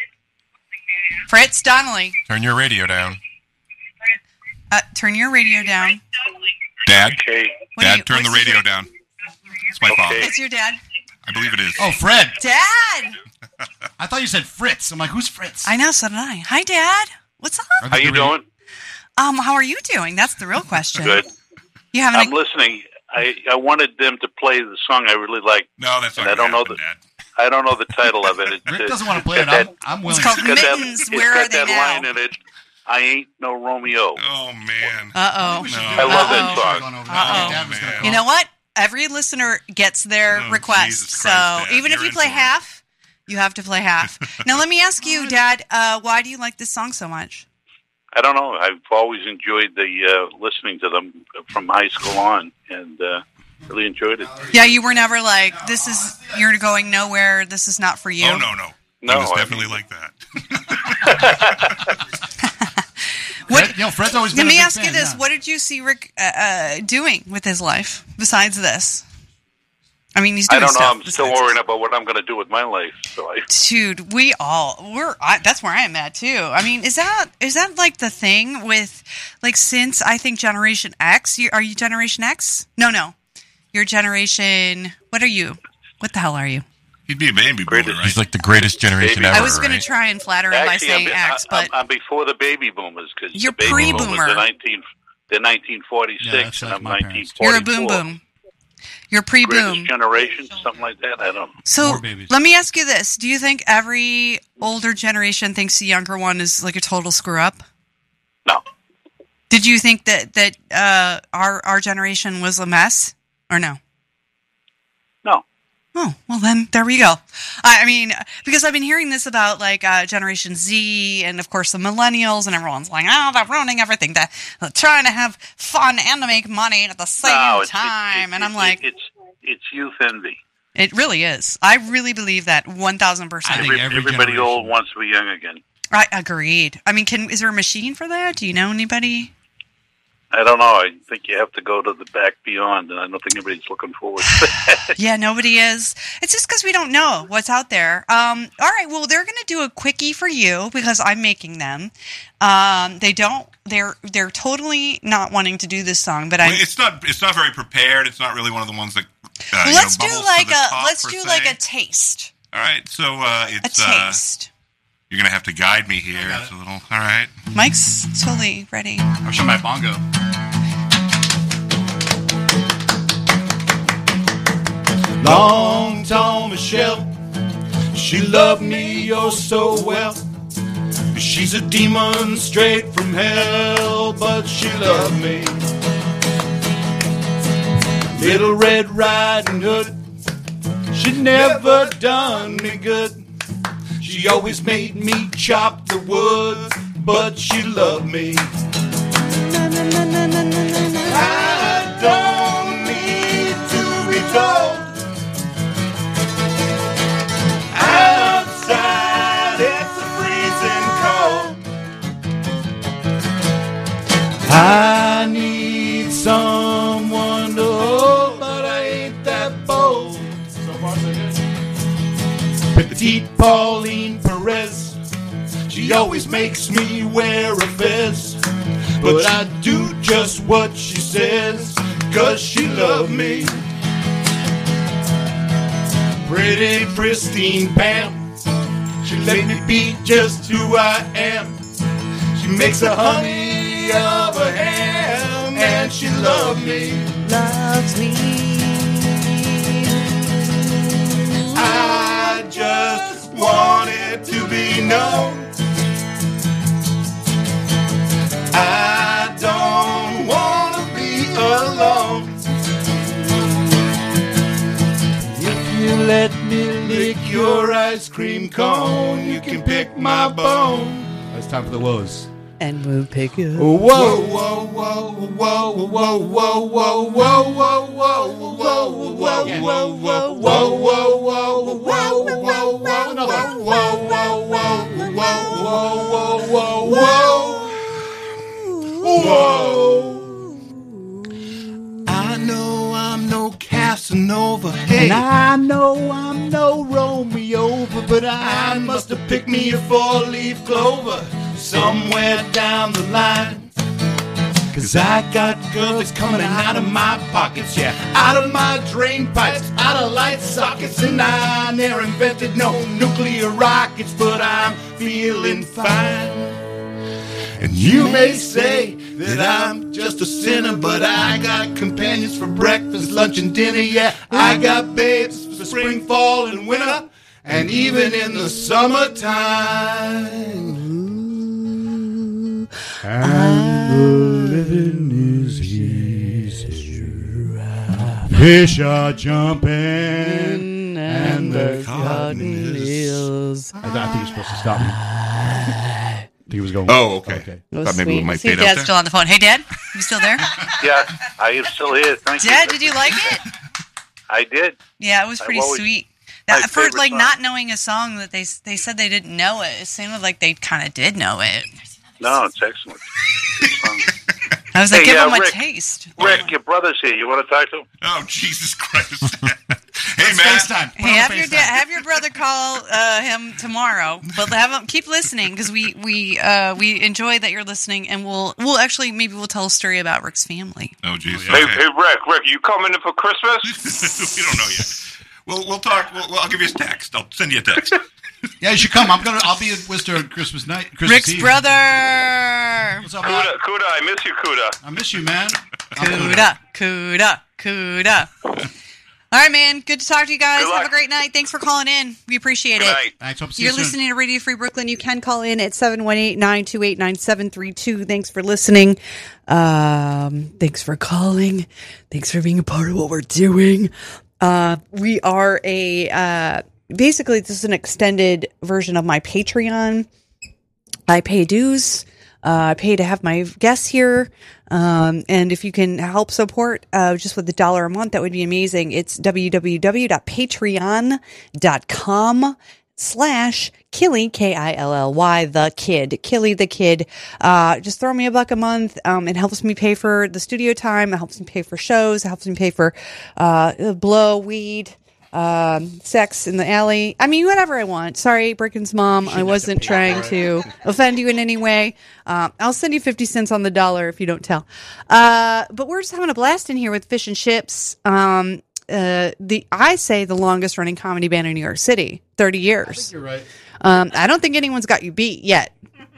S6: Fritz Donnelly.
S7: Turn your radio down.
S6: Uh, turn your radio down.
S14: Dad,
S1: okay.
S14: Dad, turn the radio down. It's my father.
S6: It's your dad.
S14: I believe it is.
S13: Oh, Fred.
S6: Dad!
S13: I thought you said Fritz. I'm like, who's Fritz?
S6: I know, so did I. Hi, Dad. What's up?
S1: how you doing?
S6: Um, how are you doing? That's the real question.
S1: Good.
S6: You haven't.
S1: I'm listening. I, I wanted them to play the song I really like.
S14: No, that's
S1: and I don't know the I don't know the title of it. It's,
S13: Rick
S1: it's-
S13: doesn't want to play
S1: it's
S13: it.
S1: got
S13: I'm,
S1: that-
S13: I'm
S1: it's
S13: willing.
S1: got that-
S6: Mittens,
S1: it's
S6: where
S1: got
S6: are they
S1: that
S6: now?
S1: line in it. I ain't no Romeo.
S14: Oh man.
S6: Uh oh.
S1: I love that song. Oh,
S6: You know what? Every listener gets their request.
S1: Jesus
S6: So
S1: Christ, Dad,
S6: even if
S1: you're
S6: you
S1: in
S6: play
S1: for it.
S6: half, you have to play half. now let me ask you, Dad, uh, why do you like this song so much?
S1: I don't know. I've always enjoyed the uh, listening to them from high school on, and uh, really enjoyed it.
S6: Yeah, you were never like, this is, you're going nowhere. This is not for you.
S14: Oh no, no.
S1: No,
S14: it was
S1: I-
S14: definitely like that.
S13: Fred, no, Fred's always been.
S6: Let
S13: a
S6: me
S13: big
S6: ask you
S13: fan,
S6: this:
S13: yeah.
S6: What did you see Rick uh, uh, doing with his life besides this? I mean, he's
S1: I
S6: doing
S1: don't know.
S6: stuff.
S1: I'm still worrying about what I'm going to do with my life. So I,
S6: Dude, we all we're I, that's where I am at too. I mean, is that is that like the thing with like since I think Generation X? You, are you Generation X? No, no, you're Generation. What are you? What the hell are you?
S14: He'd be a baby boomer, right?
S7: He's like the greatest generation
S1: Baby.
S7: ever.
S6: I was going
S7: right?
S6: to try and flatter him by
S1: Actually,
S6: saying
S1: I'm,
S6: X,
S1: I,
S6: but
S1: I'm, I'm before the baby boomers because
S6: You're
S1: the baby
S6: pre-boomer.
S1: boomers are 19, they're 1946, and I'm 1944.
S6: you're a boom boom. You're pre boom.
S1: Greatest generation, something like that. I don't. know.
S6: So let me ask you this: Do you think every older generation thinks the younger one is like a total screw up?
S1: No.
S6: Did you think that that uh, our our generation was a mess, or no?
S1: No.
S6: Oh well, then there we go. I, I mean, because I've been hearing this about like uh, Generation Z and of course the Millennials, and everyone's like, "Oh, they're ruining everything. They're, they're trying to have fun and to make money at the same
S1: No, it's- it's-
S6: time."
S1: it's-
S6: and I'm
S1: it's-
S6: like,
S1: it's it's youth envy.
S6: it really is. I really believe that one thousand percent.
S1: Every- everybody old wants to be young again.
S6: I agreed. I mean, can is there a machine for that? Do you know anybody?
S1: I don't know. I think you have to go to the back beyond, and I don't think anybody's looking forward to that.
S6: yeah, nobody is. It's just because we don't know what's out there. Um, all right, well, they're going to do a quickie for you because I'm making them. Um, they don't. They're they're totally not wanting to do this song, but I.
S14: Wait, it's not. It's not very prepared. It's not really one of the ones that. Uh, you know,
S6: let's do
S14: bubbles to
S6: like
S14: the
S6: a
S14: top,
S6: let's
S14: per
S6: do
S14: se.
S6: like a taste.
S14: All right, so uh, it's
S6: taste.
S14: Uh, you're gonna have to guide me here. It's a little. All right.
S6: Mike's totally ready.
S13: I'll show my bongo.
S19: Long tall Michelle, she loved me oh so well. She's a demon straight from hell, but she loved me. Little Red Riding Hood, she never done me good. She always made me chop the wood, but she loved me. I don't need to be told. Outside it's freezing cold. I need someone to hold, but I ain't that bold. So far, so good. Petite Pauline Perez, she always makes me wear a vest. But I do just what she says, cause she loved me. Pretty pristine Pam, she let me be just who I am. She makes a honey of a ham, and she loved me. Loves me. I just wanted to be known. I don't wanna be alone. If you let me lick your ice cream cone, you can pick my bone.
S13: It's time for the woes.
S3: And we'll pick you.
S19: Whoa, whoa, whoa, whoa, whoa, whoa, whoa, whoa, whoa, whoa, whoa, whoa, whoa, whoa, whoa, whoa, whoa, whoa, whoa, whoa, no, whoa, whoa, whoa, whoa, whoa, whoa, whoa, whoa, whoa. I know I'm no Casanova, hey.
S23: And I know I'm no
S19: Romeo, but I must have picked me a four-leaf clover somewhere down the line. Cause I got girls coming out of my pockets, yeah, out of my drain pipes, out of light sockets, and I never invented no nuclear rockets, but I'm feeling fine. And you may say that I'm just a sinner, but I got companions for breakfast, lunch, and dinner. Yeah, I got babes for spring, fall, and winter, and even in the summertime.
S13: And the living is easy. Fish are jumping, and, the cotton is. I thought he was supposed to stop me. I think he was going.
S14: Oh, okay.
S12: Oh, sweet. See if Dad's still on the phone. Hey, Dad, you still there?
S1: Yeah, I am still here. Thank you.
S12: Dad, did you like it?
S1: I did.
S12: Yeah, it was
S1: I've
S12: pretty
S1: always-
S12: sweet.
S1: my
S12: That, for
S1: favorite
S12: like
S1: song.
S12: not knowing a song that they they said they didn't know it, it seemed like they kind of did know it.
S1: No, it's excellent.
S12: I was like,
S1: Hey,
S12: give
S1: uh,
S12: them a
S1: Rick-
S12: taste.
S1: Rick, your brother's here. You want to talk to him?
S14: Oh, Jesus Christ. hey, man.
S12: Hey, have your da- have your brother call uh, him tomorrow, but have him keep listening because we we uh, we enjoy that you're listening, and we'll we'll actually maybe we'll tell a story about Rick's family.
S14: Oh, Jesus.
S27: Hey,
S14: Okay.
S27: hey, Rick, Rick, you coming in for Christmas?
S14: we don't know yet. We'll, we'll talk. We'll, we'll- I'll give you a text. I'll send you a text.
S13: Yeah, you should come. I'm gonna. I'll be at Worcester on Christmas night. Christmas
S12: Rick's
S13: Eve.
S12: brother.
S13: What's up,
S27: Kuda, Kuda, I miss you, Kuda.
S13: I miss you, man.
S12: Kuda, Kuda, Kuda. All right, man. Good to talk to you guys.
S6: Good luck.
S12: Have a great night. Thanks for calling in. We appreciate
S6: Good
S12: it.
S6: night.
S13: Thanks. Hope
S6: You're listening to Radio Free Brooklyn. You can call in at 718-928-9732. Thanks for listening. Um, thanks for calling. Thanks for being a part of what we're doing. Uh, we are a uh, basically this is an extended version of my Patreon. I pay dues. Uh, I pay to have my guests here. Um, and if you can help support uh, just with the dollar a month, that would be amazing. It's www.patreon.com slash Killy, K-I-L-L-Y, the kid, Killy the kid. Uh, just throw me a buck a month. Um, it helps me pay for the studio time. It helps me pay for shows. It helps me pay for uh, blow, weed, um, sex in the alley. I mean, whatever I want. Sorry, Bricken's mom. I wasn't trying to offend you in any way. Um, I'll send you 50 cents on the dollar if you don't tell. Uh, but we're just having a blast in here with fish and chips. Um, uh, the I say the longest running comedy band in New York City, 30 years.
S13: You're right.
S6: Um, I don't think anyone's got you beat yet.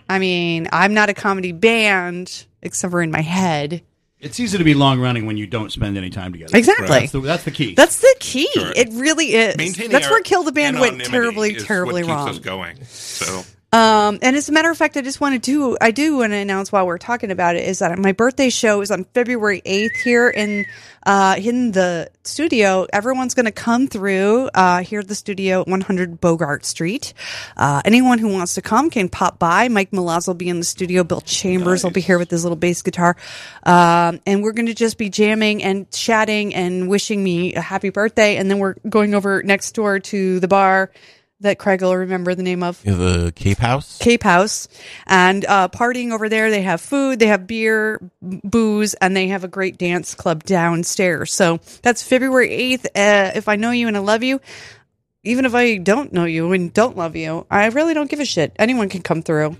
S6: I mean, I'm not a comedy band except for in my head.
S13: It's easy to be long running when you don't spend any time together.
S6: Exactly.
S13: That's, the, that's the key.
S6: That's the key. It really is.
S13: Maintaining
S6: That's
S13: our
S6: where Kill the Band went
S13: anonymity
S6: terribly,
S13: is what
S6: terribly
S13: keeps
S6: wrong.
S14: Going. So
S6: Um, and as a matter of fact, I just wanted to I do want to announce while we're talking about it is that my birthday show is on February eighth here in uh, in the studio. Everyone's going to come through uh, here at the studio at 100 Bogart Street. Uh, anyone who wants to come can pop by. Mike Malaz will be in the studio. Bill Chambers will be here with his little bass guitar, um, and we're going to just be jamming and chatting and wishing me a happy birthday. And then we're going over next door to the bar. That Craig will remember the name of.
S7: The Cape House.
S6: Cape House and uh, partying over there. They have food, they have beer, b- booze, and they have a great dance club downstairs. So that's February 8th. Uh, if I know you and I love you, even if I don't know you and don't love you, I really don't give a shit. Anyone can come through.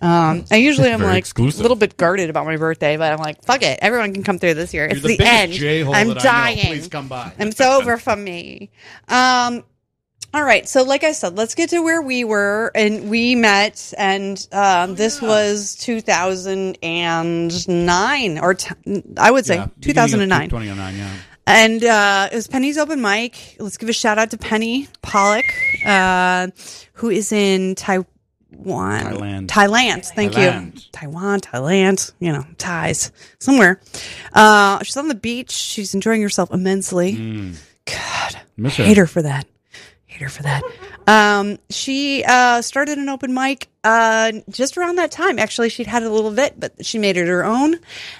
S6: Um, I usually I'm
S7: Very
S6: like
S7: exclusive.
S6: a little bit guarded about my birthday, but I'm like, fuck it, everyone can come through this year. it's
S23: the
S6: the,
S23: biggest
S6: end.
S23: j-hole
S6: I'm
S23: that I know.
S6: dying.
S23: Please come by.
S6: I'm so over from me. Um, all right. So, like I said, let's get to where we were and we met, and
S13: Oh,
S6: um, this was 2009 or t- I would say
S13: Yeah, beginning
S6: 2009.
S13: of 2009, yeah.
S6: And uh, it was Penny's open mic. Let's give a shout out to Penny Pollock, uh, who is in Taiwan.
S13: Thailand.
S6: Thailand. Thank you.
S13: Thailand.
S6: Taiwan, Thailand, you know, Thais, somewhere. Uh, she's on the beach. She's enjoying herself immensely. God.
S13: Mm. Miss
S6: Hate her for that. Hate her for that. Um, she uh, started an open mic uh, just around that time. Actually, she'd had a little bit, but she made it her own.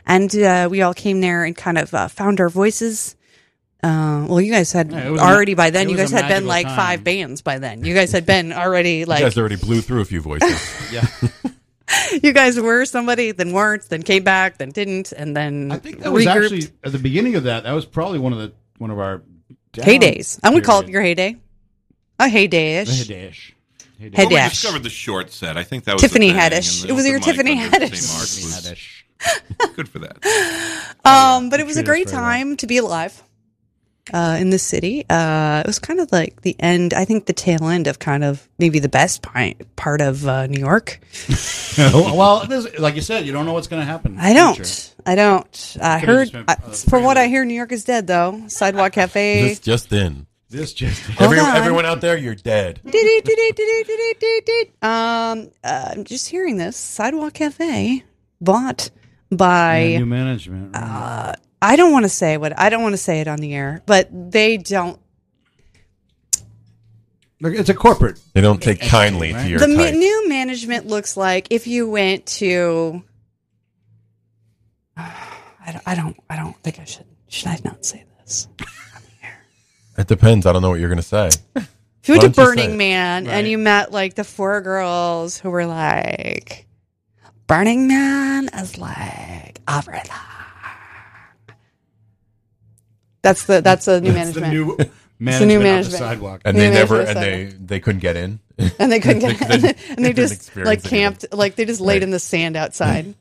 S6: And uh, we all came there and kind of uh, found our voices. Uh, well, you guys had
S7: it was a-
S6: already by then,
S7: it
S6: you
S7: was
S6: guys
S7: a
S6: had been
S7: magical
S6: like
S7: time.
S6: five bands by then. You guys had been already like.
S7: you guys already blew through a few voices.
S23: yeah.
S6: you guys were somebody, then weren't, then came back, then didn't, and then I think
S23: That was actually at the beginning of that. That was probably one of the one of our down
S6: heydays. I would call it
S23: periods.
S6: your heyday, a heydayish,
S23: The heydayish. Heydayish.
S14: Well, we
S6: heydash.
S14: discovered the short set. I think that was the
S6: Tiffany
S14: thing, and
S6: Haddish.
S14: the
S6: It was
S14: open
S6: your
S14: mic
S6: Tiffany
S14: under the same
S6: Haddish.
S14: arc was Good for that.
S24: Oh,
S6: Um, but it was a
S14: treated us
S6: great
S14: very well.
S6: time to be alive uh, in this city. Uh, it was kind of like the end, I think the tail end of kind of maybe the best pi- part of uh, New York.
S23: Oh, well, this, like you said, you don't know what's going to happen. in
S6: I
S23: the
S6: don't.
S23: future.
S6: I don't. I
S23: Could've
S6: heard,
S23: just been, uh,
S6: I- from what I hear, New York is dead though. Sidewalk Cafe.
S7: This just in.
S23: This just
S6: Hold
S7: everyone,
S6: on.
S7: everyone out there, you're dead.
S6: um, uh, I'm just hearing this. Sidewalk Cafe bought by
S23: Yeah, new management.
S6: uh, I don't want to say what I don't want to say it on the air, but they don't.
S23: Look, it's a corporate.
S7: They don't take kindly to your
S6: the ma-
S7: type.
S6: new management looks like if you went to. I don't. I don't. I don't think I should. Should I not say this?
S7: It depends. I don't know what you're going to say.
S6: If you went
S7: Why
S6: to
S7: don't say
S6: Burning
S7: it?
S6: Man
S7: Right.
S6: and you met like the four girls who were like, Burning Man is like opera. That's the that's the new
S23: That's the
S6: management.
S23: new
S6: It's the
S23: management
S6: new
S23: of the
S6: management.
S23: sidewalk.
S7: and
S6: New
S7: they never,
S6: management
S7: and
S6: of the
S7: they they couldn't get in.
S6: and they couldn't get and, they, and they
S7: couldn't
S6: just
S7: experience
S6: like
S7: it.
S6: camped like they just laid
S7: Right.
S6: in the sand outside in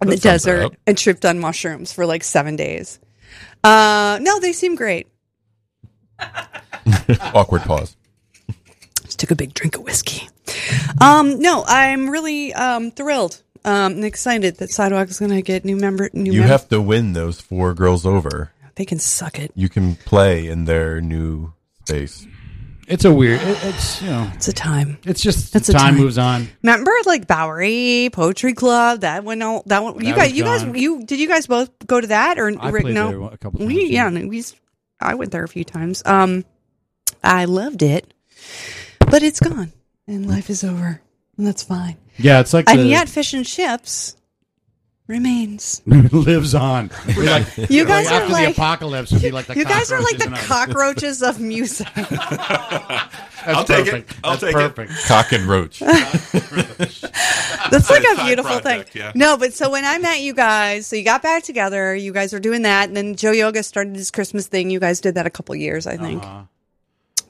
S7: That
S6: the
S7: sums it
S6: desert
S7: up.
S6: and tripped on mushrooms for like seven days uh no they seem great
S7: Awkward pause.
S6: Just took a big drink of whiskey. um no i'm really um thrilled um and excited that sidewalk is gonna get new member new
S7: You
S6: mem-
S7: have to win those four girls over.
S6: they can suck it
S7: You can play in their new space.
S23: It's a weird. It, it's you know.
S6: It's a time.
S23: It's just
S6: It's a
S23: time,
S6: time.
S23: moves on.
S6: remember like bowery poetry club that one all that one you
S23: That
S6: guys
S23: was
S6: you guys
S23: gone.
S6: you did you guys both go to that or
S23: I
S6: Rick,
S23: played
S6: no
S23: there a couple
S6: we yeah no, we s- i went there a few times um i loved it but it's gone and life is over and that's fine
S23: Yeah, it's like
S6: and
S23: the,
S6: yet fish and chips remains
S23: lives on. We're like-
S6: You
S23: we're
S6: guys are
S23: after
S6: like-
S23: the apocalypse. Would be like the
S6: you guys are like the
S23: cockroaches
S6: cockroaches of music
S23: and us. That's
S7: I'll take it.
S23: perfect.
S7: I'll
S23: That's
S7: take it.
S23: perfect.
S7: Cock and roach.
S6: That's
S7: Side-
S6: like a
S7: side
S6: beautiful
S7: project,
S6: thing.
S7: yeah.
S6: No, but so when I met you guys, so you got back together, you guys were doing that, and then Joe Yoga started his Christmas thing. You guys did that a couple years, I think.
S7: Uh-huh.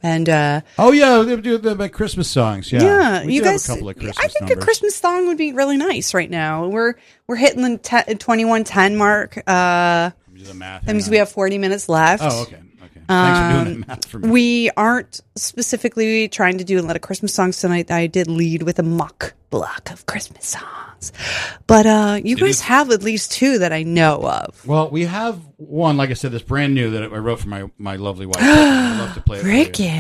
S6: And uh
S23: Oh yeah, they do the, the Christmas songs. Yeah,
S6: yeah,
S23: We
S6: you
S23: do have
S6: guys.
S23: A couple of Christmas
S6: I think a
S23: numbers.
S6: Christmas song would be really nice right now. We're we're hitting the te- twenty one ten mark. Uh,
S23: the math
S6: that
S23: here
S6: means
S23: now.
S6: we have forty minutes left.
S23: Oh, okay, okay. Thanks for doing
S6: Um,
S23: that math for me.
S6: We aren't specifically trying to do a lot of Christmas songs tonight. I did lead with a mock block of Christmas songs, but uh, you
S23: It
S6: guys
S23: is-
S6: have at least two that I know of.
S23: Well, we have one. Like I said, that's brand new that I wrote for my my lovely wife. I'd love to play it. for you. Oh,
S6: Ricky,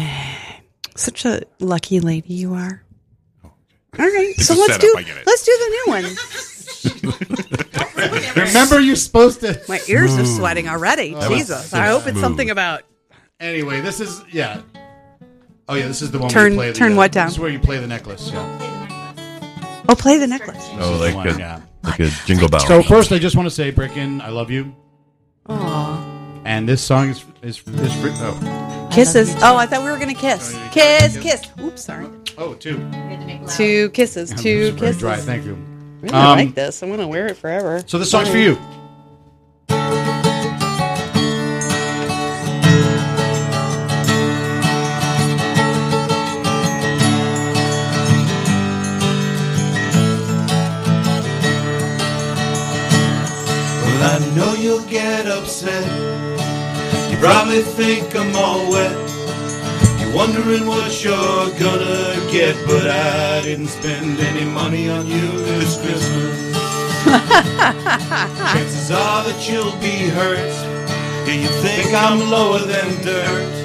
S6: such a lucky lady you are. All right,
S13: It's
S6: so
S13: a
S6: let's
S13: setup,
S6: do
S13: I get it.
S6: let's do the new one.
S13: Remember, you're supposed to.
S6: My ears are sweating already.
S13: That was
S6: Jesus,
S13: so
S6: I hope it's
S13: smooth.
S6: something about
S13: Anyway, this is yeah. Oh yeah, this is the one. where
S6: Turn-
S13: you play the,
S6: turn
S13: uh,
S6: what down?
S13: This is where you play the necklace. Yeah.
S6: oh, play the necklace.
S13: This
S24: Oh,
S13: is the
S24: like
S13: one,
S24: a,
S13: yeah.
S24: like a jingle bell.
S13: So first, I just want to say, Brickin, I love you. And this song is is, is fr- oh.
S6: Kisses. Oh, I thought we were gonna kiss. Kiss, kiss. Oops, sorry.
S13: Oh, two.
S6: Two kisses.
S13: It's
S6: Two
S13: very
S6: kisses.
S13: dry. Thank you.
S6: Really
S13: Um,
S6: like this. I'm gonna wear it forever.
S13: So this song's for you.
S19: Well, I know you'll get upset. You probably think I'm all wet. You're wondering what you're gonna get, but I didn't spend any money on you this Christmas. Chances are that you'll be hurt. Yeah, you think I'm lower than dirt.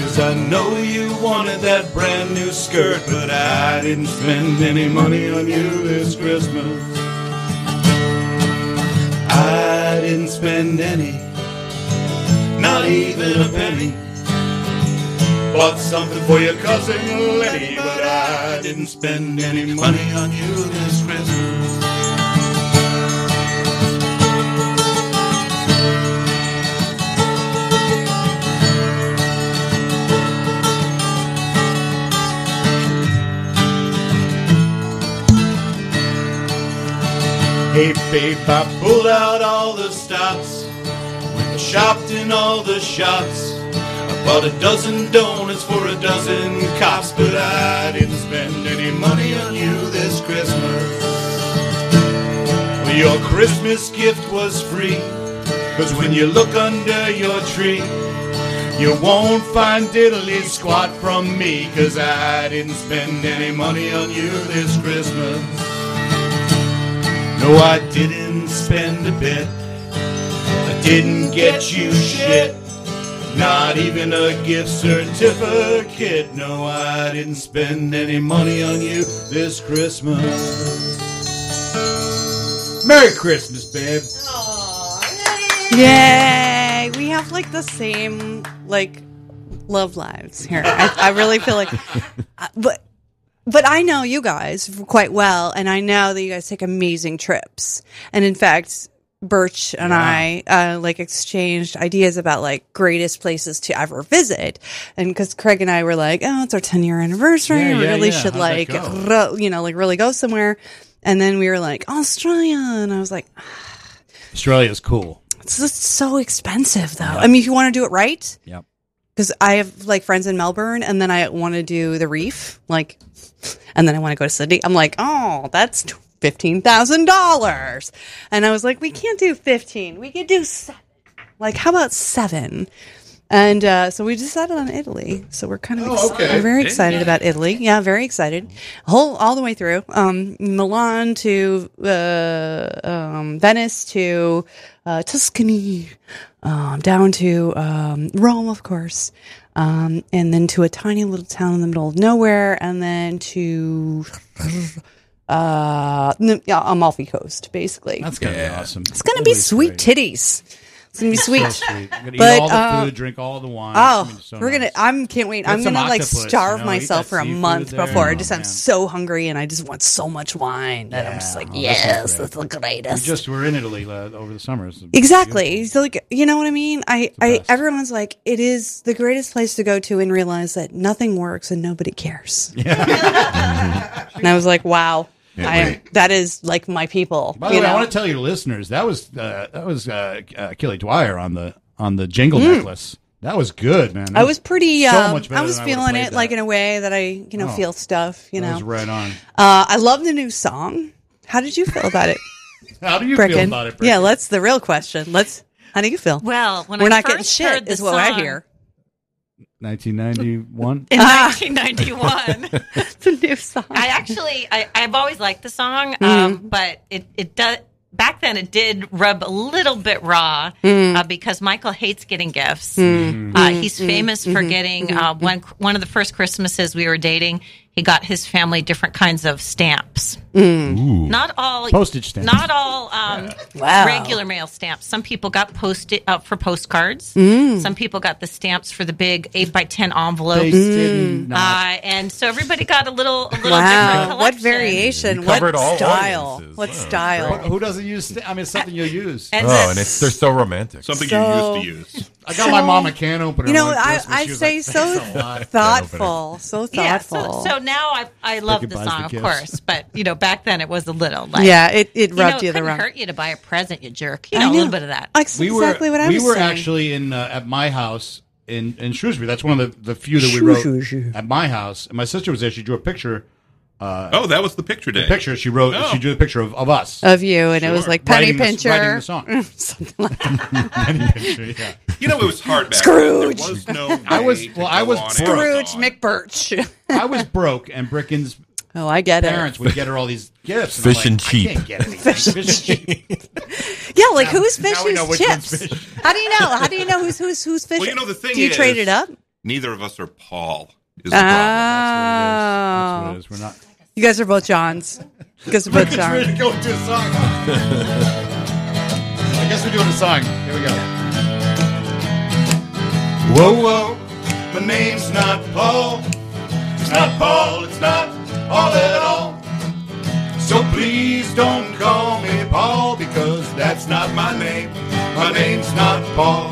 S19: Cause I know you wanted that brand new skirt, but I didn't spend any money on you this Christmas. I didn't spend any, not even a penny. Bought something for your cousin Lenny, but I didn't spend any money on you this Christmas. Hey babe, I pulled out all the stops. I shopped in all the shops. I bought a dozen donuts for a dozen cops, but I didn't spend any money on you this Christmas. Well, your Christmas gift was free, cause when you look under your tree, you won't find diddly squat from me, cause I didn't spend any money on you this Christmas. No, I didn't spend a bit. I didn't get you shit. Not even a gift certificate. No, I didn't spend any money on you this Christmas. Merry Christmas, babe.
S6: Yay! We have like the same like love lives here. I, I really feel like, uh, but but I know you guys quite well, and I know that you guys take amazing trips. And in fact, Birch and I uh, like exchanged ideas about like greatest places to ever visit. And because Craig and I were like, oh, it's our ten year anniversary,
S2: Yeah,
S6: we
S2: yeah,
S6: really
S2: yeah.
S6: should
S2: How'd that
S6: like,
S2: go?
S6: ro- you know, like really go somewhere. And then we were like Australia, and I was like,
S13: Australia is cool.
S6: it's just so expensive, though. I mean, if you want to do it right,
S13: Yep.
S6: Because I have like friends in Melbourne, and then I want to do the reef, like, and then I want to go to Sydney. I'm like, oh, that's tw- fifteen thousand dollars, and I was like, we can't do fifteen. We could do seven. Like, how about seven? And uh, so we decided on Italy. So we're kind of ex-
S2: okay.
S6: we're very
S2: Yeah.
S6: excited about Italy. Yeah, very excited. Whole all the way through, um, Milan to uh, um, Venice to uh, Tuscany, um, down to um, Rome, of course, um, and then to a tiny little town in the middle of nowhere, and then to uh, n- yeah, Amalfi Coast, basically.
S13: That's gonna be awesome.
S6: It's gonna be sweet titties. It's gonna be sweet.
S13: So sweet. You're gonna eat all the
S6: uh,
S13: food, drink all the wine.
S6: Oh,
S13: It's gonna be so
S6: we're gonna! I'm can't wait.
S13: Get
S6: I'm
S13: some
S6: gonna like
S13: octopus,
S6: starve
S13: you know, eat
S6: myself
S13: that
S6: for a
S13: seafood
S6: month
S13: there.
S6: before. I
S13: Oh,
S6: just I'm so hungry and I just want so much wine that I'm just like,
S13: Oh, that's
S6: yes,
S13: great.
S6: that's the
S13: We
S6: greatest.
S13: just were in Italy uh, over the summer. It's
S6: Exactly. So like you know what I mean? I, I everyone's like, it is the greatest place to go to and realize that nothing works and nobody cares. and I was like, wow.
S13: Yeah,
S6: I am,
S13: right.
S6: that is like my people.
S13: By the
S6: you
S13: way,
S6: know?
S13: I want to tell your listeners that was uh, that was uh, uh, Kelly Dwyer on the on the jingle
S6: Mm.
S13: necklace. That was good, man.
S6: I was pretty.
S13: So
S6: um,
S13: much better
S6: I was
S13: than would've
S6: feeling
S13: played
S6: it
S13: that.
S6: like in a way that I, you know,
S13: Oh.
S6: feel stuff. You
S13: That
S6: know,
S13: was right on.
S6: Uh, I love the new song. How did you feel about it?
S13: How do you feel
S6: Bricken?
S13: about it,
S6: Yeah, let's the real question. Let's. How do you feel?
S25: Well, when
S6: we're
S25: I
S6: not
S25: first
S6: getting shit,
S25: heard the
S6: is what I
S25: song-
S6: hear.
S13: 1991.
S25: in 1991.
S6: Ah. it's a new song. Mm-hmm.
S25: I actually, I, I've always liked the song, um,
S2: Mhm.
S25: but it, it does. Back then, it did rub a little bit raw
S6: Mm-hmm.
S2: Mm.
S25: uh, because Michael hates getting gifts.
S2: Mm.
S25: Uh, he's
S2: Mm,
S25: famous for
S2: mhm,
S6: Mm-hmm.
S25: getting
S2: mhm,
S25: uh, one one of the first Christmases we were dating. He he got his family different kinds of stamps.
S6: Mm-hmm. Mm.
S13: Ooh.
S25: Not all
S13: Postage stamps.
S25: Not all um,
S13: Wow.
S25: regular mail stamps. Some people got posted uh, for postcards.
S13: Mm.
S25: Some people got the stamps for the big eight by ten envelopes.
S13: They did Mm. not.
S25: Uh, and so everybody got a little, a little
S6: Wow.
S25: different.
S6: What variation? What
S24: covered all
S6: style? What
S13: But
S6: style?
S13: Who doesn't use? sta- I mean, it's something you use.
S24: And Oh, and it's- they're so romantic.
S14: Something you used to use.
S13: I got my mom a can opener.
S6: You know,
S13: one
S6: I,
S13: Christmas.
S6: I
S13: She was
S6: say
S13: like,
S6: so
S13: "Thanks a lot."
S6: thoughtful. So
S25: Yeah,
S6: thoughtful.
S25: so, so now I I love
S6: Cricket
S25: the
S6: buys the
S25: song, of
S6: gifts.
S25: course, but you know back then it was a little like
S6: Yeah, it- it rubbed
S25: know,
S6: you the
S25: couldn't
S6: wrong-
S25: hurt you to buy a present, you jerk. You
S6: I
S25: know, a little
S6: know.
S25: bit of that.
S6: Ex-
S13: we
S6: exactly
S13: were,
S6: what I
S13: we
S6: was
S13: were
S6: saying.
S13: actually in uh, at my house in in Shrewsbury. That's one of the, the few that we wrote at my house. And my sister was there. She drew a picture. Uh,
S14: Oh, that was the picture
S13: the
S14: day. Oh.
S13: picture she wrote. She drew a picture of, of us
S6: Of you, and it was like Penny
S13: Writing the-
S6: Pincher.
S13: writing the song.
S6: Something like
S13: Penny Pincher, yeah.
S14: You know, it was hard back
S6: Scrooge.
S14: Then. There was no
S13: I was
S14: way
S13: well.
S14: to
S13: I
S14: go
S13: was
S14: on
S13: broke.
S6: Scrooge McBurch.
S13: I was broke, and Bricken's
S6: oh, I get it.
S13: parents would get her all these gifts. and I'm
S24: Fish
S13: like,
S24: and cheap.
S13: I can't get anything.
S6: Fish and
S13: Fish and cheap.
S6: Yeah, like whose fish
S13: now we know
S6: is
S13: which one's
S6: chips? How do you know? How do you know who's who's who's fish?
S14: Well, you know, the thing
S6: do you
S14: is-
S6: trade it up?
S14: Neither of us are Paul. Is the problem.
S6: Oh,
S13: We're not.
S6: you guys are both Johns. You guys are both Johns.
S13: ready to go into a song. I guess we're doing a song. Here we go.
S19: Whoa, whoa, my name's not Paul. It's not Paul, it's not all at all. So please don't call me Paul because that's not my name. My name's not Paul.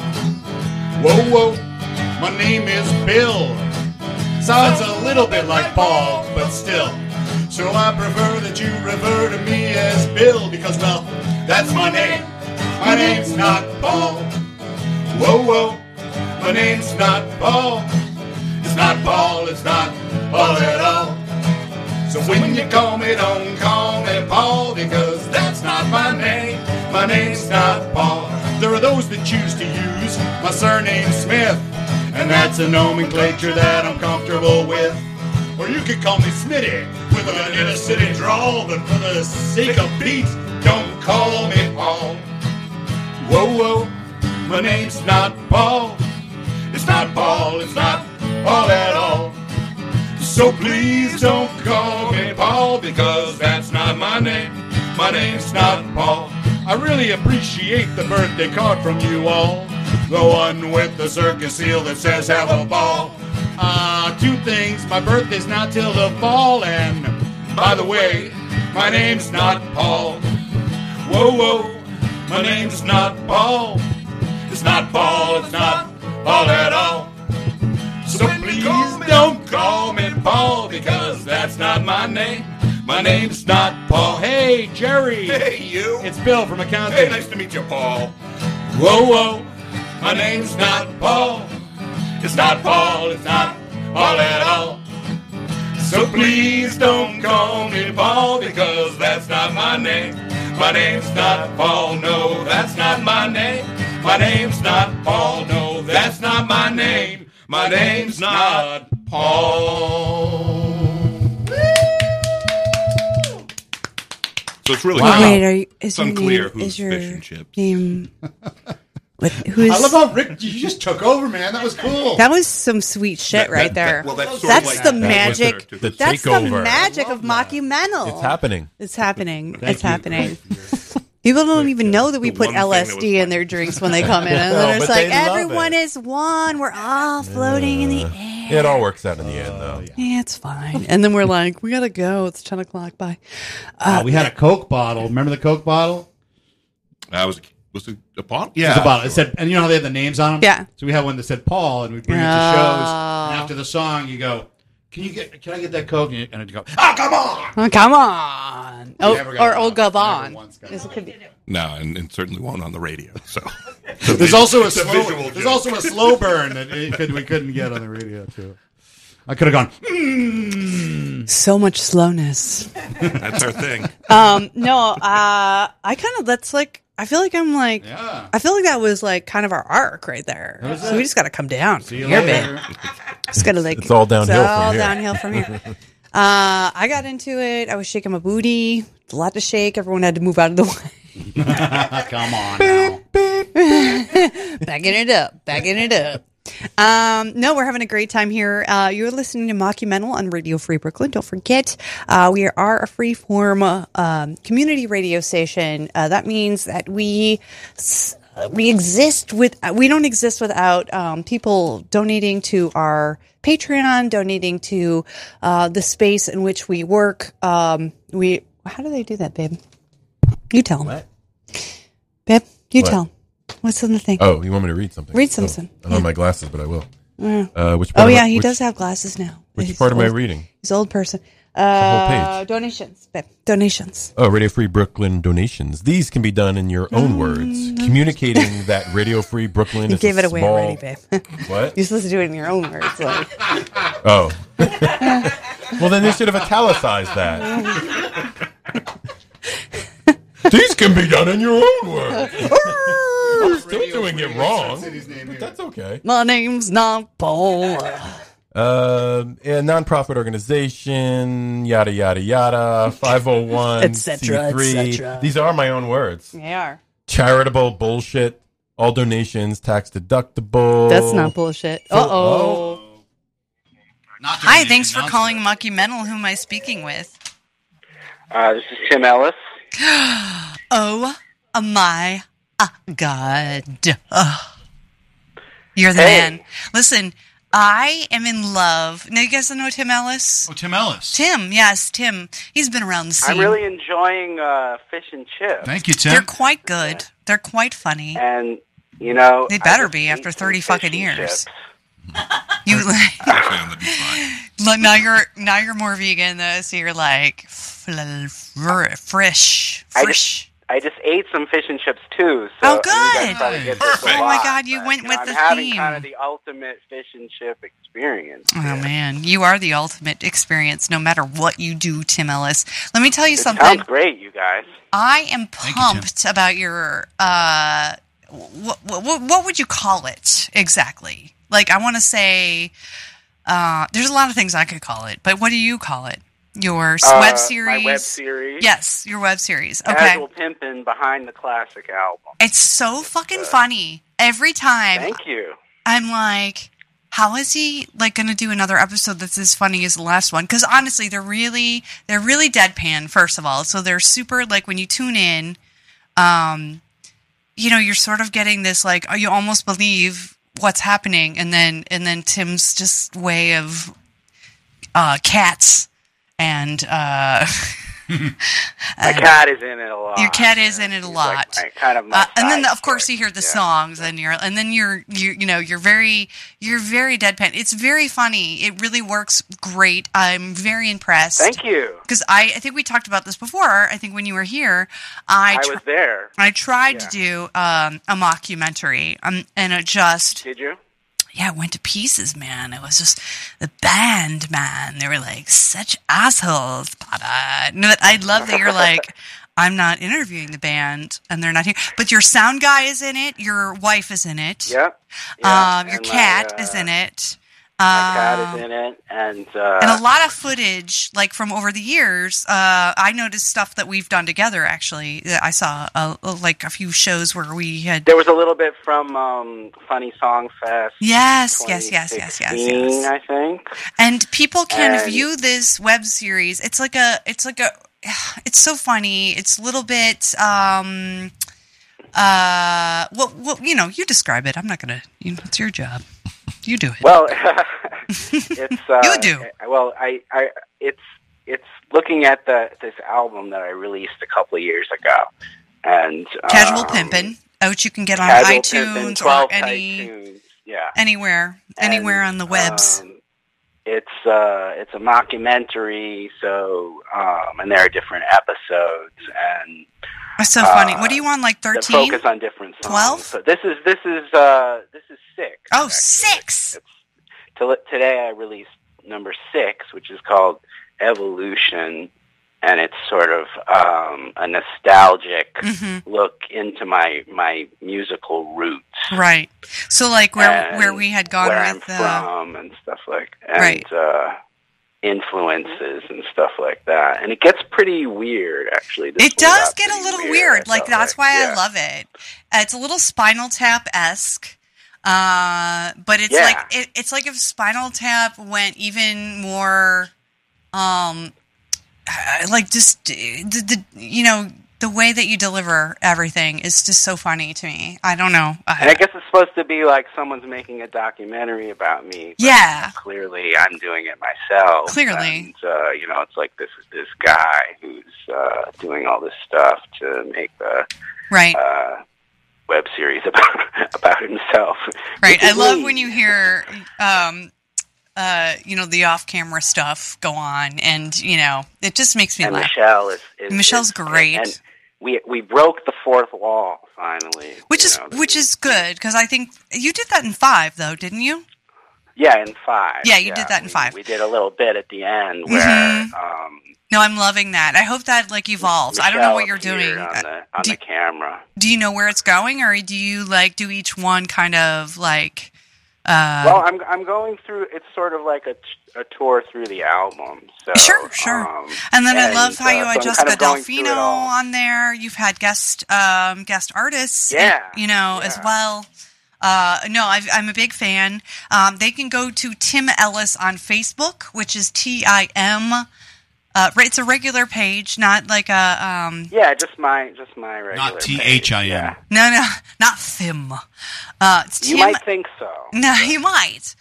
S19: Whoa, whoa, my name is Bill. Sounds a little bit like Paul, but still. So I prefer that you refer to me as Bill because, well, that's my name. My name's not Paul. Whoa, whoa. My name's not Paul. It's not Paul, it's not Paul at all. So when you call me, don't call me Paul because that's not my name. My name's not Paul. There are those that choose to use my surname Smith, and that's a nomenclature that I'm comfortable with. Or you could call me Smitty with an inner city drawl, but for the sake of beats, don't call me Paul. Whoa, whoa, my name's not Paul. It's not Paul, it's not Paul at all. So please don't call me Paul because that's not my name. My name's not Paul. I really appreciate the birthday card from you all. The one with the circus seal that says have a ball. Uh, two things. My birthday's not till the fall, and by the way, my name's not Paul. Whoa, whoa, my name's not Paul. It's not Paul, it's not Paul at all. So please don't call me Paul because that's not my name. My name's not Paul. Hey, Jerry. Hey, you. It's Bill from accounting. Hey, nice to meet you, Paul. Whoa, whoa. My name's not Paul. It's not Paul. It's not Paul at all. So please don't call me Paul because that's not my name. My name's not Paul. No, that's not my name. My name's not Paul. No, that's not my name. My name's not Paul.
S14: So it's really
S6: Oh,
S14: cool.
S6: Wait, are you,
S14: it's
S6: is your
S14: unclear
S6: name,
S14: who's
S6: is your
S14: fish and chips.
S6: Name, what, who is,
S13: I love how Rick. You just took over, man. That was cool.
S6: that was some sweet shit
S13: That-
S6: right
S13: that-
S6: there.
S13: that- well, that's sort of
S6: that's
S13: like
S6: the
S13: that was
S6: magic.
S24: the- the
S6: that's the
S24: takeover.
S6: magic of mockumental.
S24: It's happening.
S6: It's happening.
S24: Thank
S6: it's
S24: you.
S6: happening. People don't even know that we put
S24: one thing that was
S6: LSD in their drinks when they come in. And
S24: No,
S6: then it's
S24: but
S6: like
S24: they love
S6: everyone is one. We're all floating in the
S7: Uh,
S6: air.
S24: It all works out in the end, though.
S6: Yeah, it's fine. And then we're like, we gotta go. It's ten o'clock. Bye.
S13: Uh, we had a Coke bottle. Remember the Coke bottle?
S14: I was was it a Paul?
S13: It was a bottle. It said, and you know how they had the names on them.
S14: Yeah.
S13: So we had one that said Paul, and we bring it to shows. And after the song, you go, "Can you get? Can I get that Coke?" And you- and it go, "Ah, come on!"
S6: Oh, come on. Oh,
S13: Never got
S6: or
S13: it.
S6: oh, Gabon.
S14: No, and, and certainly won't on the radio. So
S13: There's also a
S14: It's
S13: slow.
S14: visual
S13: There's
S14: joke.
S13: also a slow burn that it could, we couldn't get on the radio too. I could have gone. "Mm."
S6: So much slowness.
S13: That's our thing.
S6: Um, no, uh, I kind of that's like I feel like I'm like I feel like that was like kind of our arc right there.
S24: That was
S6: So we
S24: it.
S6: just got to come down
S24: See
S6: from
S24: you
S6: here,
S24: later.
S6: man. Just gotta like
S24: It's all downhill
S6: It's
S24: from
S6: all
S24: here.
S6: downhill from here. Uh, I got into it. I was shaking my booty. A lot to shake. Everyone had to move out of the way.
S13: come on. now.
S6: backing it up, backing it up.
S14: Um, no, we're having a great time here. Uh, you're listening to Mockumental on Radio Free Brooklyn. Don't forget, uh, we are a free form uh, um, community radio station. Uh, that means that we. s- We exist with we don't exist without um, people donating to our Patreon, donating to uh, the space in which we work. Um, we how do they do that, babe? You tell them, babe. You
S7: What?
S14: tell 'em. What's in the thing?
S7: Oh, you want me to read something?
S14: Read something.
S7: Oh, I don't have my glasses, but I will.
S14: Mm.
S7: Uh, which
S14: oh
S7: part am
S14: yeah,
S7: I-
S14: he
S7: which-
S14: does have glasses now.
S7: which
S14: He's
S7: part am I
S14: old-
S7: reading?
S14: He's an old person.
S7: whole
S14: Uh, donations, babe. Donations.
S7: Oh, Radio Free Brooklyn donations. These can be done in your
S14: Oh,
S7: own words, communicating that Radio Free Brooklyn
S14: You
S7: is a
S14: gave it away
S7: small-
S14: already, babe.
S7: What?
S14: You're supposed to do it in your own words. Like.
S7: Oh. well, then they should have italicized that. These can be done in your own words. I'm still doing it wrong. but that's okay.
S14: My name's not Paul.
S7: Um, a nonprofit organization, yada yada yada, five hundred one,
S14: Et cetera, et cetera.
S7: These are my own words.
S14: They are.
S7: Charitable bullshit. All donations tax deductible.
S14: That's not bullshit.
S7: So-
S14: Uh oh.
S6: Hi, thanks for calling Mucky Mental. Who am I speaking with?
S12: Uh, this is Tim Ellis.
S6: Oh my
S25: Ah,
S6: uh, God. Ugh. You're the
S12: Hey.
S6: man. Listen, I am in love. Now, you guys know Tim Ellis? Oh, Tim Ellis. Tim, yes, Tim. He's been around the scene.
S12: I'm really enjoying uh, fish and chips.
S6: They're quite good. They're quite funny.
S12: And you know,
S6: They
S12: I
S6: better
S12: just
S6: be
S12: ate
S6: after
S12: some
S6: 30
S12: fish
S6: fucking
S12: and
S6: years.
S12: chips.
S6: You like now you're now you're more vegan though, so you're like fl- fr- fresh,
S12: I
S6: fresh.
S12: I just ate some fish and chips too.
S6: Oh,
S12: So I mean, you guys
S6: good.
S12: probably get this a
S6: Perfect. Oh, my
S12: lot,
S6: God, you
S12: but,
S6: went
S12: know,
S6: with
S12: I'm
S6: the
S12: having
S6: theme.
S12: kind of the ultimate fish and chip experience.
S6: Oh man, you are the ultimate experience, no matter what you do, Tim Ellis. Let me tell you
S12: It
S6: something.
S12: sounds great, you guys.
S6: I am pumped about your uh, what, what what would you call it exactly? Like I want to say, uh, there's a lot of things I could call it, but what do you call it? Your s-
S12: Uh, my
S6: web series.
S12: web series.
S6: Yes, your web series. Okay.
S12: Casual pimping behind the classic album.
S6: It's so fucking funny. Every time
S12: Uh, Thank you.
S6: I'm like, how is he like going to do another episode that's as funny as the last one? Because honestly, they're really they're really deadpan. First of all, so they're super like when you tune in, um, you know, you're sort of getting this like oh, you almost believe what's happening, and then and then Tim's just way of uh, cats and uh,
S12: My cat is in it a lot.
S6: your cat is in it a lot.
S12: uh, Like, my- kind of my
S6: Uh, and then
S12: side
S6: of course you hear the songs and you're and then you're you you know you're very you're very deadpan it's very funny it really works great i'm very impressed
S12: Thank you.
S6: because I, I think we talked about this before i think when you were here i
S12: I
S6: tr-
S12: was there.
S6: I tried
S12: Yeah.
S6: to do um, a mockumentary um, and it just
S12: Did you?
S6: yeah, it went to pieces, man. It was just the band, man. They were like such assholes, Papa. No, but I love that you're like, I'm not interviewing the band, and they're not here. But your sound guy is in it. Your wife is in it.
S12: Yeah.
S6: Um, your
S12: and my,
S6: cat
S12: uh,
S6: is in it.
S12: My cat
S6: Um,
S12: is in it, and uh,
S6: and a lot of footage, like from over the years, uh, I noticed stuff that we've done together. Actually, that I saw uh, like a few shows where we had
S12: There was a little bit from um, Funny Song Fest.
S6: Yes, yes, yes, yes, yes,
S12: 2016,
S6: yes.
S12: I think.
S6: and people can
S12: And-
S6: view this web series it's like a it's like a it's so funny it's a little bit um uh well, well you know you describe it i'm not gonna you know it's your job you do it
S12: Well, it's uh,
S6: You do.
S12: Well, I, I, it's it's looking at the this album that I released a couple of years ago, and
S6: casual
S12: um,
S6: pimpin out you can get on
S12: Casual Pimpin',
S6: itunes
S12: 12
S6: or any
S12: iTunes, yeah.
S6: anywhere anywhere on the
S12: uh,
S6: webs
S12: it's uh it's a mockumentary so um and there are different episodes and
S6: that's so funny
S12: uh,
S6: what do you want like
S12: that
S6: 13
S12: focus on different songs
S6: 12?
S12: so this is this is uh this is six
S6: oh six
S12: Till today i released number six which is called evolution and it's sort of um a nostalgic
S6: Mhm.
S12: look into my my musical roots
S6: right so like where
S12: and
S6: where we had gone
S12: where
S6: with
S12: I'm
S6: uh,
S12: from and stuff like and
S6: Right.
S12: uh, influences and stuff like that. And it gets pretty weird, actually. This
S6: it
S12: one
S6: does
S12: got
S6: get a
S12: pretty
S6: little
S12: I
S6: weird. Like
S12: felt
S6: that's
S12: like.
S6: why
S12: Yeah.
S6: I love it. Uh, It's a little Spinal Tap esque. Uh, but it's
S28: Yeah.
S6: like it, it's like if Spinal Tap went even more, um, I- I like just the, the you know the way that you deliver everything is just so funny to me. I don't know. I,
S12: And I guess it's supposed to be like someone's making a documentary about me. but
S6: Yeah.
S12: Clearly, I'm doing it myself.
S6: Clearly.
S12: And, uh, you know, it's like this this guy who's uh, doing all this stuff to make a
S6: Right.
S12: uh, web series about about himself.
S6: Right. I love when you hear, um, uh, you know, the off-camera stuff go on, and you know, it just makes me
S12: and
S6: laugh.
S12: Michelle is, is
S6: Michelle's
S12: is-
S6: great.
S12: And we we broke the fourth wall finally.
S6: which
S12: you
S6: is
S12: know.
S6: which is good because I think you did that in five though, didn't you?
S12: yeah in five.
S6: Yeah, you did that in
S12: we-
S6: five.
S12: We did a little bit at the end where
S6: Mhm.
S12: um,
S6: No, I'm loving that. I hope that like evolves. I don't know
S12: Michelle
S6: what you're
S12: appeared
S6: doing. Uh,
S12: on the, on
S6: do-
S12: the camera.
S6: Do you know where it's going, or do you like do each one kind of like? Uh,
S12: well, I'm I'm going through. It's sort of like a, t- a tour through the album. So
S6: Sure, sure.
S12: um,
S6: and then I
S12: and,
S6: love how
S12: uh,
S6: you
S12: so
S6: had
S12: I'm
S6: Jessica
S12: kind of going through it
S6: Delfino
S12: all.
S6: on there. You've had guest um, guest artists,
S12: Yeah,
S6: you know, as well. Uh, no, I've, I'm a big fan. Um, they can go to Tim Ellis on Facebook, which is T I M. Uh, right, it's a regular page, not like a um,
S12: Yeah, just my just my regular.
S13: T H I M.
S6: no, no, not Thim. Uh, it's
S12: You
S6: Tim.
S12: might think so.
S6: No, you might.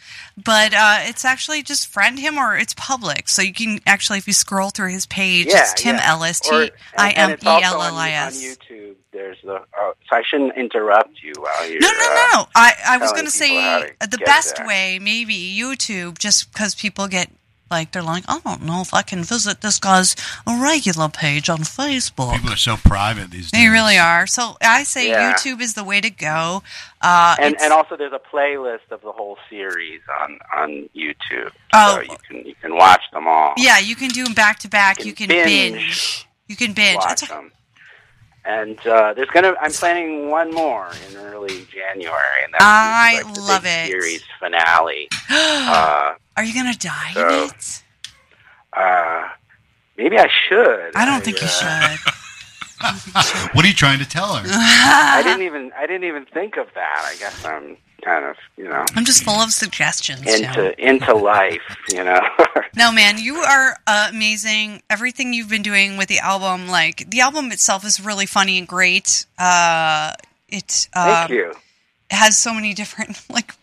S6: But uh, it's actually just friend him or it's public. So you can actually, if you scroll through his page,
S12: yeah,
S6: it's Tim
S12: yeah.
S6: Ellis, T
S12: Or- and-
S6: I
S12: and
S6: M E
S12: it's also
S6: L
S12: on-
S6: L I
S12: On
S6: S.
S12: YouTube, there's the. Oh, so I shouldn't interrupt you while you're. No, no,
S6: No, I, I was
S12: telling
S6: going to
S12: people how
S6: say
S12: to
S6: the
S12: get
S6: best
S12: there.
S6: way, maybe YouTube, just because people get like, they're like, I don't know if I can visit this guy's regular page on Facebook.
S13: People are so private these days.
S6: They really are. So I say
S12: Mm. Yeah.
S6: YouTube is the way to go. Uh,
S12: and
S6: it's-
S12: and also there's a playlist of the whole series on on YouTube.
S6: Oh.
S12: so you can you can watch them all.
S6: yeah, you can do them back to back. You can binge.
S12: binge.
S6: You can binge.
S12: Watch
S6: It's a-
S12: them. And uh, there's gonna. I'm planning one more in early January, and that's
S6: I
S12: usually, like, the
S6: love
S12: big
S6: it.
S12: series finale. uh,
S6: Are you gonna die?
S12: so, uh, maybe I should.
S6: I don't think you should.
S13: What are you trying to tell her?
S12: I didn't even. I didn't even think of that. I guess I'm kind of you know
S6: I'm just full of suggestions. Joe.
S12: into into life. You know.
S6: No, man, you are uh, amazing. Everything you've been doing with the album, like the album itself, is really funny and great. Uh, it uh,
S12: Thank you.
S6: It has so many different like.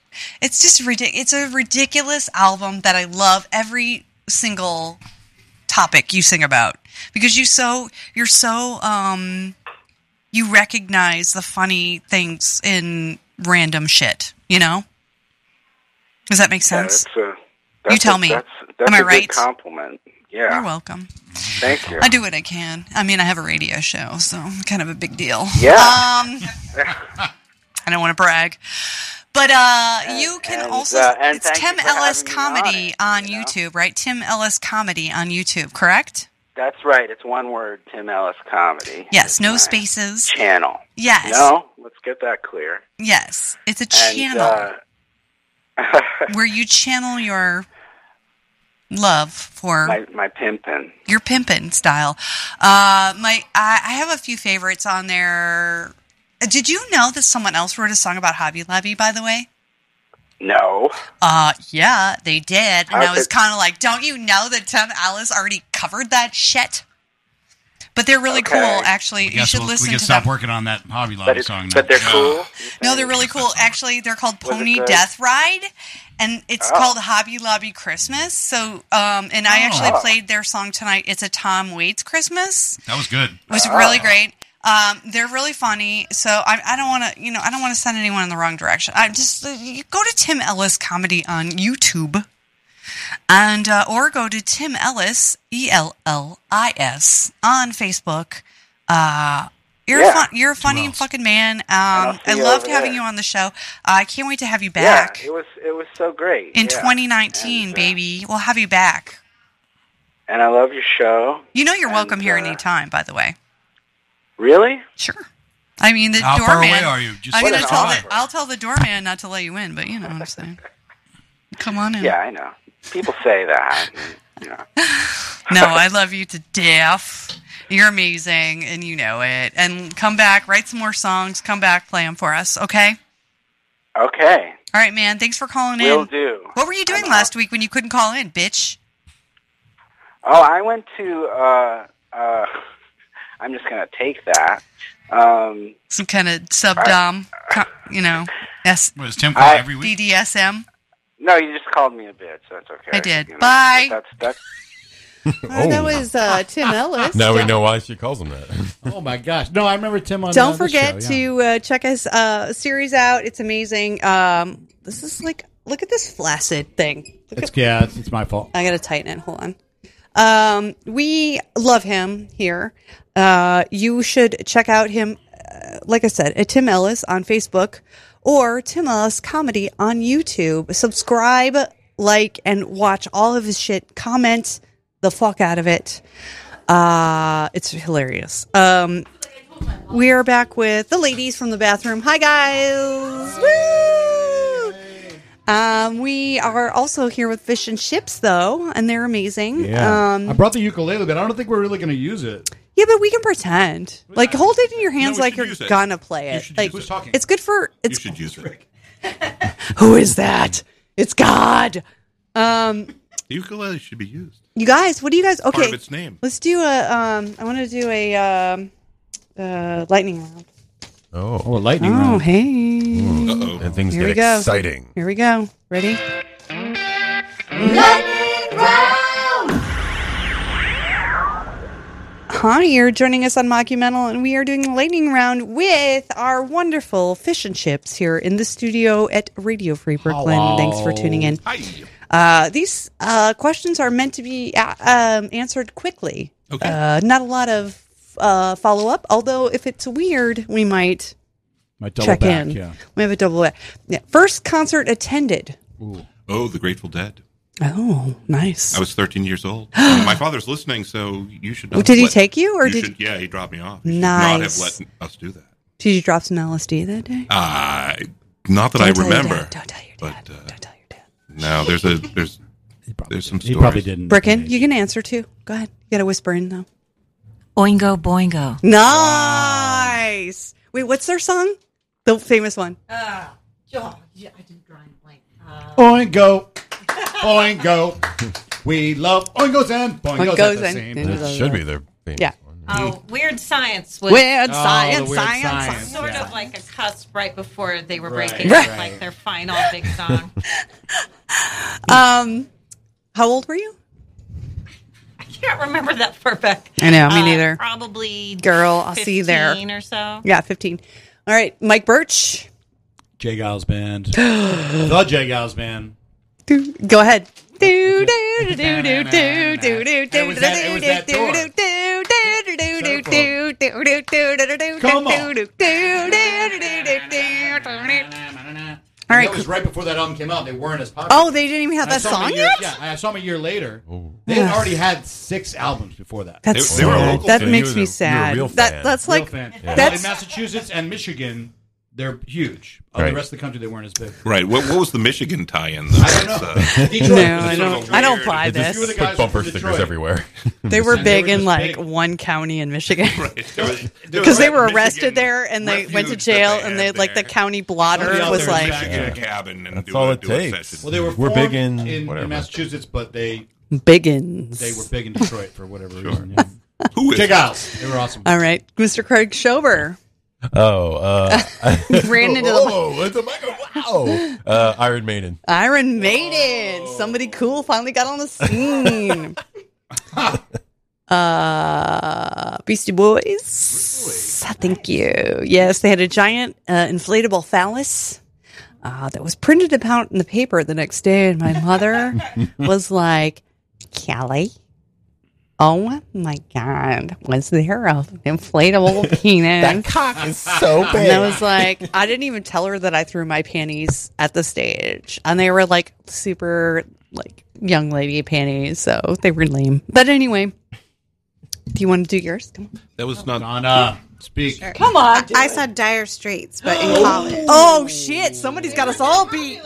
S6: It's just ridiculous. It's a ridiculous album that I love. Every single topic you sing about because you so you're so um you recognize the funny things in random shit. You know. Does that make sense?
S12: Yeah, that's uh, a, that's
S6: You tell
S12: a-
S6: me.
S12: That's, that's
S6: Am I
S12: a good
S6: right?
S12: compliment. Yeah.
S6: You're welcome.
S12: Thank you.
S6: I do what I can. I mean, I have a radio show, so kind of a big deal.
S12: Yeah.
S6: Um, I don't want to brag, but uh, you can
S12: and,
S6: also.
S12: uh, and
S6: it's
S12: thank
S6: Tim
S12: you for
S6: Ellis
S12: having me on
S6: comedy
S12: it,
S6: on,
S12: you know?
S6: YouTube, right? Tim Ellis comedy on YouTube, correct?
S12: That's right. It's one word, Tim Ellis Comedy.
S6: Yes. No
S12: my
S6: spaces.
S12: Channel.
S6: Yes.
S12: No? Let's get that clear.
S6: Yes, it's a
S12: And,
S6: channel
S12: uh,
S6: where you channel your love for
S12: my, my pimpin'.
S6: your pimpin' style. Uh, my, I, I have a few favorites on there. Did you know that someone else wrote a song about Hobby Lobby? By the way,
S12: No.
S6: uh, yeah, they did, and
S12: How's
S6: I was
S12: it-
S6: kind of like, don't you know that Tim Ellis already covered that shit? But they're really
S13: Okay.
S6: cool, actually.
S13: I
S6: You
S13: guess
S6: should
S13: we'll-
S6: listen
S13: we can
S6: to
S13: stop
S6: them.
S13: working on that Hobby Lobby
S12: But, it's,
S13: song now.
S12: but they're cool.
S6: No, they're really cool. Actually, they're called
S12: Was it
S6: Pony
S12: good?
S6: Death Ride, and it's
S12: Oh.
S6: called Hobby Lobby Christmas. So, um, and I actually
S13: Oh.
S6: played their song tonight. It's a Tom Waits Christmas.
S13: That was good.
S6: It
S12: Oh.
S6: was really great. Um, they're really funny. So I, I don't want to, you know, I don't want to send anyone in the wrong direction. I just uh, you go to Tim Ellis comedy on YouTube, and uh, or go to Tim Ellis E L L I S on Facebook.
S25: Ah.
S6: Uh, you're a
S12: Yeah.
S6: fun, you're a funny fucking man. Um,
S12: see
S6: I
S12: you
S6: loved
S12: over
S6: having
S12: there.
S6: you on the show. I can't wait to have you back
S12: Yeah, it was it was so great.
S6: in
S12: yeah. uh,
S6: 2019, baby. We'll have you back.
S12: And I love your show.
S6: You know you're
S12: And,
S6: welcome here
S12: uh,
S6: anytime. By the way,
S12: Really?
S6: Sure. I mean the
S13: How far
S6: doorman.
S13: away are you? Just
S6: I'm
S13: What
S6: gonna
S13: an
S6: tell
S13: offer.
S6: the, I'll tell the doorman not to let you in, but you know what I'm saying. Come on in.
S12: Yeah, I know. People say that. and, you know.
S6: No, I love you to death. You're amazing, and you know it. And come back, write some more songs. Come back, play them for us, okay?
S16: Okay.
S12: All right, man. Thanks for calling in.
S16: Will do.
S12: What were you doing last week when you couldn't call in, bitch?
S16: Oh, I went to. Uh, uh, I'm just gonna take that. Um,
S12: Some kind of subdom, co- you know. S-
S3: Was Tim
S16: call every
S3: week?
S12: BDSM.
S16: no, you just called me a bitch. That's okay.
S12: I did.
S16: You know,
S12: Bye.
S16: That's that's.
S6: Oh, that was uh, Tim Ellis.
S7: Now we
S6: Don't-
S7: know why she calls him that.
S13: Oh my gosh! No, I remember Tim on. uh,
S6: Don't
S13: the
S6: forget
S13: show, yeah.
S6: to uh, check his uh, series out. It's amazing. Um, this is like, look at this flaccid thing. Look
S13: It's, yeah, it's, it's my fault.
S6: I gotta tighten it. Hold on. Um, we love him here. Uh, you should check out him, uh, like I said, at Tim Ellis on Facebook or Tim Ellis Comedy on YouTube. Subscribe, like, and watch all of his shit. Comment the fuck out of it. Uh, it's hilarious. Um, we are back with the ladies from the bathroom. Hi, guys. Woo! Um, we are also here with Fish and Chips, though, and they're amazing.
S13: Yeah,
S6: Um,
S13: I brought the ukulele, but I don't think we're really going to use it.
S6: yeah, but we can pretend. Like, hold it in your hands
S13: we
S6: like
S13: should
S6: you're
S13: use it.
S6: gonna play
S13: You
S6: it.
S13: should
S6: like,
S13: use it. Who's talking?
S6: It's good for. It's
S14: should use it.
S6: who is that? It's God. Um,
S14: The ukulele should be used.
S6: you guys, what do you guys? Okay,
S14: Part of its name.
S6: Let's do a. Um, I want to do a um, uh, lightning round.
S7: Oh,
S13: oh, lightning!
S6: Oh,
S13: round.
S6: hey!
S7: Uh-oh. And things
S6: Here
S7: get
S6: we go.
S7: exciting.
S6: Here we go. Ready?
S11: Lightning round!
S6: Hi, you're joining us on Mockumental, and we are doing the lightning round with our wonderful fish and chips here in the studio at Radio Free Brooklyn.
S4: Hello.
S6: Thanks for tuning in. Uh, these uh, questions are meant to be uh, um, answered quickly.
S4: Okay.
S6: Uh, not a lot of uh, follow up, although if it's weird, we might
S13: Might
S14: double
S6: check
S14: back,
S6: in.
S14: yeah.
S6: We have a double back. Yeah. First concert attended.
S14: Oh, the Grateful Dead.
S6: Oh, nice.
S14: I was 13 years old. And my father's listening, so you should. Not
S6: Did he
S14: let-
S6: take you, or did-
S14: should- yeah, he dropped me off. You should
S6: Nice.
S14: Not have let us do that.
S6: Did you drop some LSD that day?
S14: Uh, not that I
S6: Don't tell your
S14: remember.
S6: dad, don't tell
S14: your dad. But, uh, don't tell your dad. No, there's a there's there's some. Stories.
S13: He probably didn't.
S6: Bricken, you can answer too. Go ahead. You got to whisper in, though.
S25: Oingo boingo.
S6: Nice. Wait, what's their song? The famous one.
S17: Uh, Joel, yeah, I didn't draw any blank.
S13: Oingo, oingo. We love oingos and boingos.
S6: Oingos
S13: at the
S6: and-
S13: same
S6: and-
S13: time.
S6: That should be their
S7: thing.
S6: Yeah.
S17: Oh, weird science was
S6: Weird Hmm. Oh, science, the weird science, science,
S17: was sort of like a cusp right before they were
S6: Right,
S17: breaking
S6: right.
S17: up, like their final big song.
S6: Um, how old were you?
S17: I can't remember that far back.
S6: I know, me
S17: Uh,
S6: neither.
S17: Probably
S6: Girl, I'll see you there.
S17: 15 or so.
S6: Yeah, 15. All right, Mike Birch,
S13: Jay Giles band. the Jay Giles band.
S6: go ahead. Do, do, do, do, do, do, do, do, do,
S13: It was that- it was that
S6: do, do,
S13: door.
S6: do, do, do, do, do, do, do, do, do, do, do,
S13: Come
S6: do,
S13: on.
S6: do, do, do, do, do, do, do. All
S13: All
S6: right,
S13: right. That was right before that album came out. They weren't as popular.
S6: Oh, they didn't even have
S13: And I
S6: that
S13: saw 'em a
S6: song
S13: year-
S6: yet?
S13: Yeah, I saw them a year later.
S14: Oh.
S13: They had
S6: Ugh.
S13: already had six albums before that.
S6: That's They were- they were sad. local That fans. makes You were me the- you were a sad. real That- fan. that's
S13: Real
S6: like-
S13: fan.
S6: Yeah.
S13: Well,
S6: that's-
S13: in Massachusetts and Michigan, they're huge. Of
S14: Right.
S13: Oh, The rest of the country, they weren't as big.
S14: Right. What, what was the Michigan tie-in? uh, Though?
S13: I don't know. Detroit. No, I
S6: don't- I don't buy They just this. put bumper
S14: stickers
S7: everywhere.
S6: They were
S13: And they
S6: big
S13: were
S6: in
S13: just
S6: like one county in Michigan because they were arrested there and they went to jail and they like the county blotter
S13: Somebody out
S6: was
S13: there was
S6: like
S13: back
S14: in a cabin and
S7: That's
S14: do
S7: all
S14: a-
S7: it
S14: do a
S7: takes.
S14: session.
S13: Well, they were
S7: We're big in,
S13: formed in,
S7: whatever.
S13: in Massachusetts, but they
S6: Biggins.
S13: they were big in Detroit for whatever reason. Yeah.
S14: Who
S13: Jay Giles. They were awesome.
S6: All right, Mr. Craig Schober.
S7: Oh, uh,
S6: Ran into the-
S7: oh, it's a micro-
S13: Oh.
S7: Wow, uh, Iron Maiden.
S6: Iron Maiden. Somebody cool finally got on the scene. uh Beastie Boys. Thank you. Yes, they had a giant uh, inflatable phallus. Uh, that was printed about in the paper the next day, and my mother was like, Kelly, oh my God, was there a inflatable penis?
S7: That cock is so
S6: And I
S7: big.
S6: was like, I didn't even tell her that I threw my panties at the stage. And they were like super like young lady panties, so they were lame. But anyway, do you want to do yours? Come on.
S14: That was not
S13: Donna. Speak.
S6: Come on.
S5: I saw Dire Straits, but in
S6: Oh.
S5: college.
S6: Oh shit, somebody's got us all beat.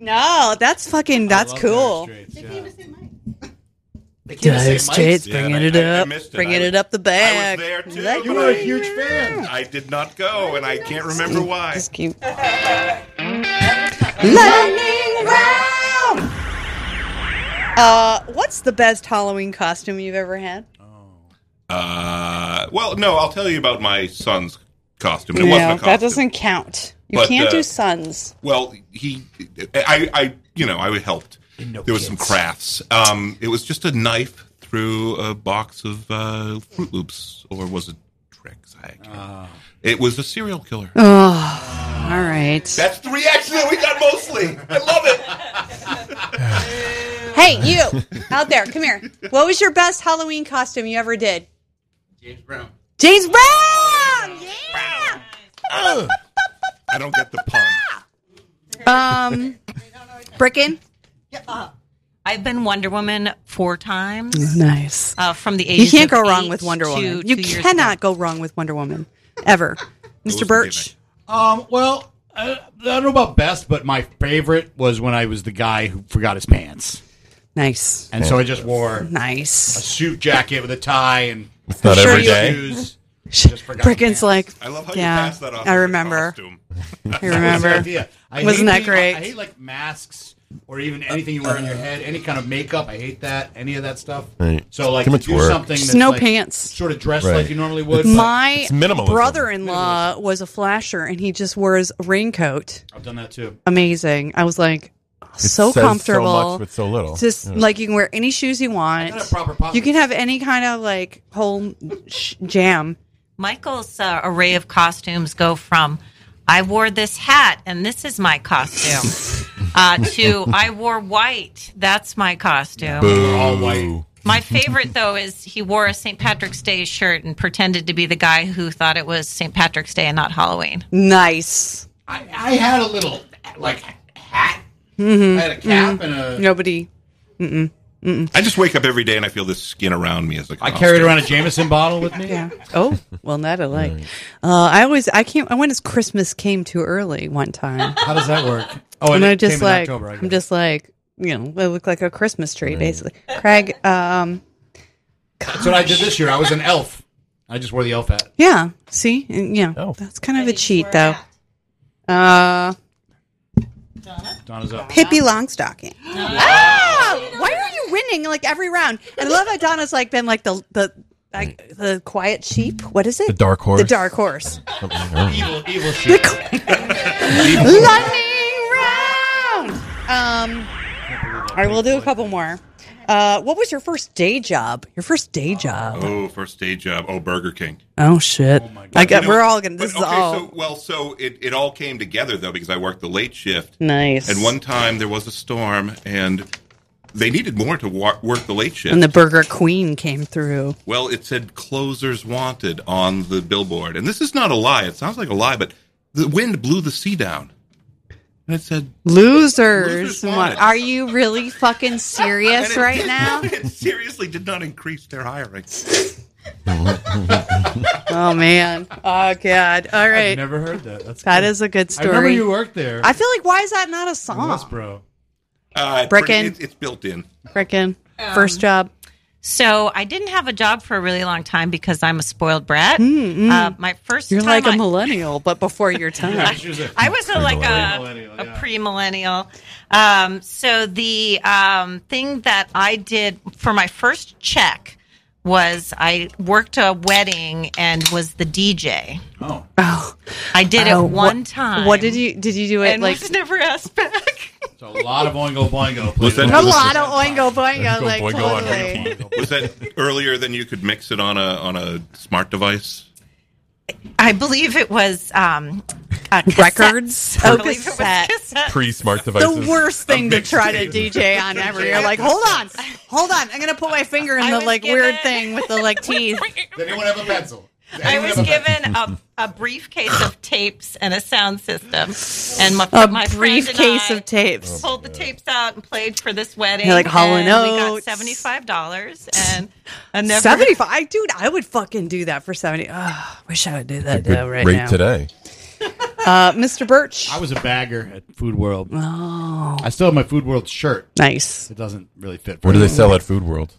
S6: No, that's fucking that's
S5: love
S6: cool.
S23: They can't
S6: Dire
S23: say Mike's.
S6: Straits, Yeah, bringing it I- I up, missed it. bringing I was- it up the back.
S19: I was there too.
S6: Like-
S19: but
S6: You were a
S19: I-
S6: huge
S23: fan.
S19: I did not go, and I can't remember why.
S6: Just keep.
S19: Lightning
S6: round. Uh, what's the best Halloween costume you've ever had?
S14: Uh, well, no, I'll tell you about my son's costume. It wasn't a
S6: no,
S14: costume.
S6: that doesn't count. You
S14: But,
S6: can't
S14: uh,
S6: do sons.
S14: Well, he, I, I, you know, I helped. there was some crafts. Um, it was just a knife through a box of uh, Fruit Loops, or was it Trix? I can't.
S13: Ah.
S14: It was a serial killer.
S6: Oh, all right.
S19: That's the reaction that we got mostly. I love it.
S6: Hey, you out there, come here. What was your best Halloween costume you ever did?
S23: James Brown.
S6: James Brown. Yeah.
S14: I don't get the pun.
S6: Um, Brickin?
S17: uh, I've been Wonder Woman four times.
S6: Nice.
S17: Uh, from the
S6: You
S17: ages
S6: can't
S17: of
S6: go wrong
S17: eight
S6: with Wonder
S17: to
S6: Woman.
S17: two
S6: you
S17: years
S6: cannot go wrong with Wonder Woman ever. Mr. Birch.
S13: Um, well, I, I don't know about best, but my favorite was when I was the guy who forgot his pants.
S6: Nice.
S13: And so I just wore
S6: nice
S13: a suit jacket with a tie and
S6: It's not every
S13: every
S6: day.
S13: day. Just forgot
S6: Brickin's like,
S13: I love how you
S6: yeah,
S13: passed that off
S6: I
S13: as a
S6: remember. I
S13: That was the
S6: remember.
S13: idea. I
S6: Wasn't that
S13: hate being-
S6: great?
S13: I hate like masks or even anything you wear on your head, any kind of makeup. I hate that. Any of that stuff.
S7: Right.
S13: So like
S7: Too much
S13: do
S7: work.
S13: something.
S7: Just
S13: that's,
S6: no
S13: like,
S6: pants.
S13: Sort of dressed
S7: Right.
S13: like you normally would. but-
S6: My brother-in-law was a flasher, and he just wears a raincoat.
S13: I've done that too.
S6: Amazing. I was like, so
S7: says so much
S6: comfortable.
S7: with so little.
S6: Just
S7: Yeah.
S6: like you can wear any shoes you want. You can have any kind of like whole sh- jam.
S17: Michael's uh, array of costumes go from I wore this hat and this is my costume uh, to I wore white. That's my costume.
S13: We're all white.
S17: My favorite though is he wore a St. Patrick's Day shirt and pretended to be the guy who thought it was St. Patrick's Day and not Halloween.
S6: Nice.
S13: I had a little like
S6: Mhm.
S13: I had a cap
S6: Mhm.
S13: and a.
S6: Nobody. Mm-mm. Mm-mm.
S14: I just wake up every day and I feel this skin around me as a.
S13: I carried around a Jameson bottle with me.
S6: Yeah. Oh, well, not I like. Uh, I always, I can't, I went as Christmas came too early one time.
S13: How does that work?
S6: Oh,
S13: Oh,
S6: and
S13: and
S6: I
S13: it
S6: just
S13: came in
S6: like,
S13: October, I
S6: I'm just like, you know, I look like a Christmas tree, basically. Craig, um,
S13: That's what I did this year. I was an elf. I just wore the elf hat.
S6: yeah, see, And, yeah, that's kind of a cheat though. Uh,
S13: Donna's up.
S6: Pippi Longstocking. Oh, why are you winning like every round? And I love how Donna's like been like the the like the quiet sheep. What is it?
S7: The dark horse.
S6: The dark horse.
S13: evil, evil shit.
S6: Lightning round. Um, all right, we'll do a couple more. Uh, what was your first day job? Your first day job?
S14: Oh, first day job. Oh, Burger King.
S6: Oh shit! I
S14: You
S6: got.
S14: know,
S6: we're all gonna. This
S14: but
S6: is
S14: okay,
S6: all
S14: So, well, so it, it all came together though because I worked the late shift.
S6: Nice.
S14: And one time there was a storm, and they needed more to wa- work the late shift.
S6: And the Burger Queen came through.
S14: well, it said "closers wanted" on the billboard, and this is not a lie. It sounds like a lie, but the wind blew the sea down, and it said
S6: Losers, want-
S14: wanted.
S6: are you really fucking serious right now?
S14: it seriously did not increase their hiring.
S6: Oh man! Oh god! All right.
S13: never heard that. That's
S6: That
S13: good.
S6: is a good
S13: I
S6: story.
S13: remember you worked there.
S6: I feel like why is that not a song?
S13: Westboro.
S14: Uh,
S6: Brickin'.
S14: pretty- it's- it's built in.
S6: Frickin' first job.
S17: So I didn't have a job for a really long time because I'm a spoiled brat. Uh, my 1st
S6: You're
S17: time
S6: like
S17: I-
S6: a millennial, but before your time.
S17: I was a, like a, a pre-millennial. Um, so the um, thing that I did for my first check was I worked a wedding and was the DJ.
S13: Oh,
S17: I did it
S6: Oh,
S17: one
S6: what-
S17: time.
S6: What did you did you do it
S17: And
S6: like
S17: was never asked back.
S13: It's a lot of oingo boingo.
S14: Was that-
S6: a lot of oingo boingo? Like totally.
S14: Was that earlier than you could mix it on a on a smart device?
S17: I believe it was um, uh,
S6: Records?
S17: cassettes. I
S6: Oh,
S17: believe it was
S6: cassette.
S17: cassettes.
S7: Pre-smart
S6: The
S7: devices.
S6: worst thing to try to DJ on ever. You're like, hold on, hold on. I'm gonna put my finger in the like weird thing with the like teeth.
S13: Did anyone have a pencil?
S17: I was given a, a briefcase of tapes and a sound system, and my,
S6: A
S17: my
S6: briefcase
S17: friend and I
S6: of tapes.
S13: Oh,
S17: Pulled the tapes out and played for this wedding.
S6: You're like, Hall
S17: and
S6: and
S17: we got
S6: Oates.
S17: seventy five dollars, and I never
S6: Seventy five, dude. I would fucking do that for seventy. Oh, wish I would do that
S7: Good
S6: though, right
S7: rate
S6: now.
S7: today.
S6: Uh, Mr. Birch.
S13: I was a bagger at Food World.
S6: Oh.
S13: I still have my Food World shirt.
S6: Nice.
S13: It doesn't really fit.
S7: What do
S13: very
S7: they
S13: well.
S7: sell at Food World?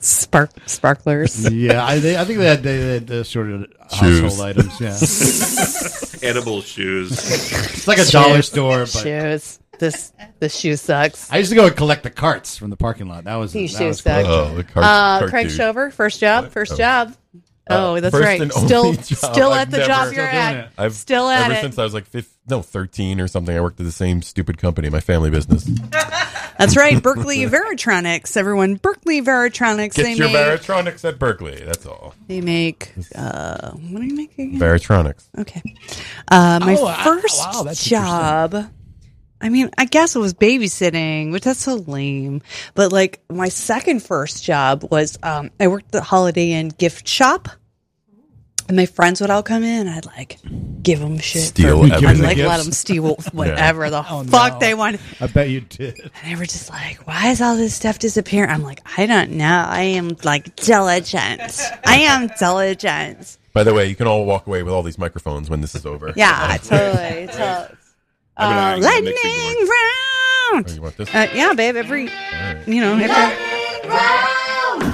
S12: Spark sparklers.
S13: yeah, I, they, I think they had, they had uh, sort of household items. Yeah, it's
S14: Edible shoes.
S13: like a dollar store, but
S4: shoes. This this shoe sucks.
S13: I used to go and collect the carts from the parking lot. That was
S4: These
S13: that
S4: shoes
S13: was
S4: suck.
S13: cool.
S7: Oh,
S4: uh, Craig Shover, first job, first
S13: oh.
S4: job. Oh, that's
S7: Uh, first
S4: right.
S7: and
S4: Still,
S7: only job.
S4: still at
S7: I've
S4: the
S7: never-
S4: job you're at.
S7: I've
S4: still at
S7: ever
S4: it.
S7: since I was like fif- no thirteen or something. I worked at the same stupid company, my family business.
S6: That's right, Berkeley Veritronics. Everyone, Berkeley Veritronics.
S7: Get
S6: they
S7: your
S6: make
S7: Veritronics at Berkeley. That's
S14: Oh.
S7: all.
S6: they make uh, what do you make again?
S7: Veritronics.
S6: Okay. Uh, my
S7: Oh, I-
S6: first
S7: wow, that's
S6: job. I mean, I guess it was babysitting, which that's so lame. But like my second first job was um, I worked at the Holiday Inn gift shop. And my friends would all come in. I'd like give them shit.
S7: Steal
S6: for, I'd
S7: everything.
S6: like let
S7: Gifts.
S6: them steal
S7: Yeah.
S6: whatever the
S13: Oh,
S6: fuck
S13: no.
S6: they wanted.
S13: I bet you did.
S6: And they were just like, why is all this stuff disappearing? I'm like, I don't know. I am like diligent. I am diligent.
S7: By the way, you can all walk away with all these microphones when this is over. Uh,
S6: Yeah, totally. totally.
S7: I've been
S6: Uh,
S7: eyeing that
S6: lightning
S7: mixing
S6: round.
S7: Oh, you want this?
S6: Uh, yeah, babe. Every, you know, every. Uh,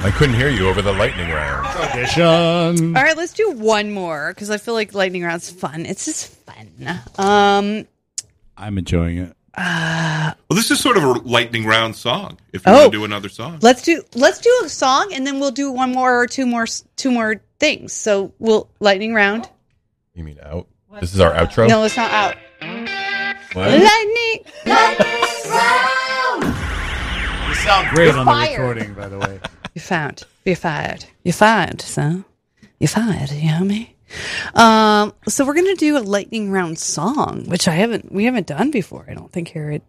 S7: I couldn't hear you over the lightning round.
S6: All right, let's do one more because I feel like lightning round's fun. It's just fun. Um.
S13: I'm enjoying it.
S6: uh,
S14: Well, this is sort of a lightning round song. If you
S6: Oh.
S14: want to do another song,
S6: let's do let's do a song and then we'll do one more or two more two more things. So we'll lightning round.
S7: You mean out? This is our outro.
S6: No, it's not out.
S7: What?
S6: Lightning.
S13: You sound great on the recording, by the way.
S6: You found. You're fired. You're fired, son. You're fired. You know me. Um. So we're gonna do a lightning round song, which I haven't we haven't done before. I don't think here at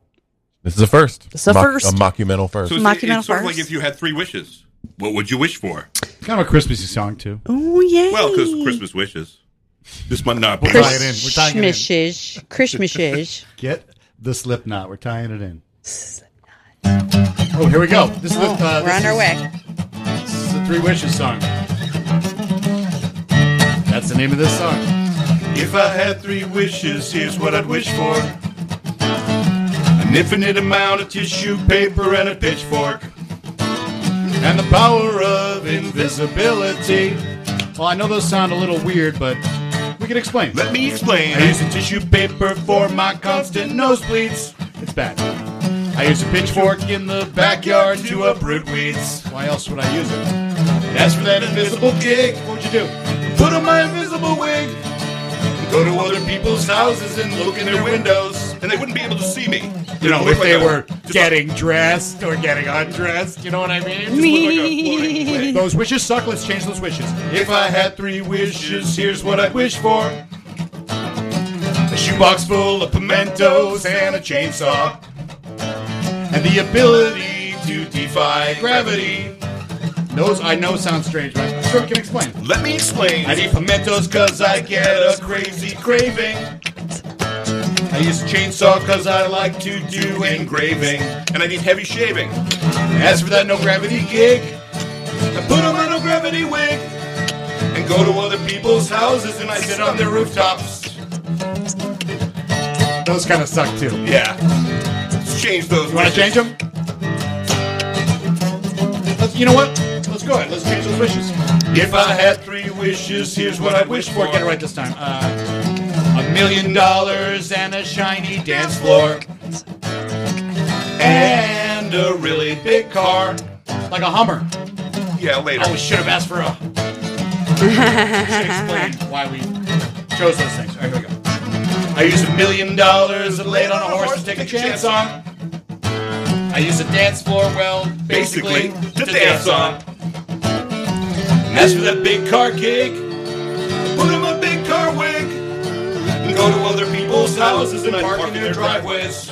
S7: This is a first.
S6: It's a first.
S7: A mockumental first.
S14: so it's,
S6: Mockumental
S14: it's sort of
S6: first.
S14: like if you had three wishes. What would you wish for?
S13: Kind of a Christmassy song too.
S6: Oh yeah.
S14: Well, because Christmas wishes. This might not be.
S13: We're tying it in. We're tying it in.
S6: Christmases. Christmases.
S13: Get the Slipknot. We're tying it in. Oh, here we go. This is the, uh,
S6: we're on
S13: this
S6: our
S13: is-
S6: way.
S13: This is the Three Wishes song. That's the name of this song.
S19: If I had three wishes, here's what I'd wish for an infinite amount of tissue paper and a pitchfork, and the power of invisibility.
S13: Well, I know those sound a little weird, but we can explain.
S19: Let me explain. I use the tissue paper for my constant nosebleeds.
S13: It's bad.
S19: I use a pitchfork in the backyard to uproot weeds.
S13: Why else would I use it?
S19: And as for that invisible gig, what'd you do? Put on my invisible wig. Go to other people's houses and look in their windows, and they wouldn't be able to see me.
S13: You know, if
S19: Look like
S13: they
S19: a-
S13: were getting dressed or getting undressed, you know what I mean?
S19: Me.
S13: Those wishes suck. Let's change those wishes.
S19: If I had three wishes, here's what I'd wish for a shoebox full of pimentos and a chainsaw, and the ability to defy gravity.
S13: Those I know sound strange, but I sure can explain.
S19: Let me explain. I need pimentos cause I get a crazy craving. I use a chainsaw cause I like to do engraving. And I need heavy shaving. As for that no gravity gig, I put on my no gravity wig. And go to other people's houses and I sit on their rooftops.
S13: Those kind of suck too.
S19: Yeah. Let's change those.
S13: You want to change them? Let's, you know what? Let's go ahead. Let's change those wishes.
S19: If I had three wishes, here's what I'd wish for.
S13: Get it right this time. Uh,
S19: A million dollars and a shiny dance floor. And a really big car.
S13: like a Hummer.
S14: Yeah, later.
S13: Oh, we should have asked for a. should explain why we chose those things. All right, here we go.
S19: I use a million dollars and lay it on a horse to take a chance on.
S13: I use a dance floor well,
S19: Basically, to dance on. And as for that big car gig, put on my big car wig. And go to other people's houses and I park in their driveways.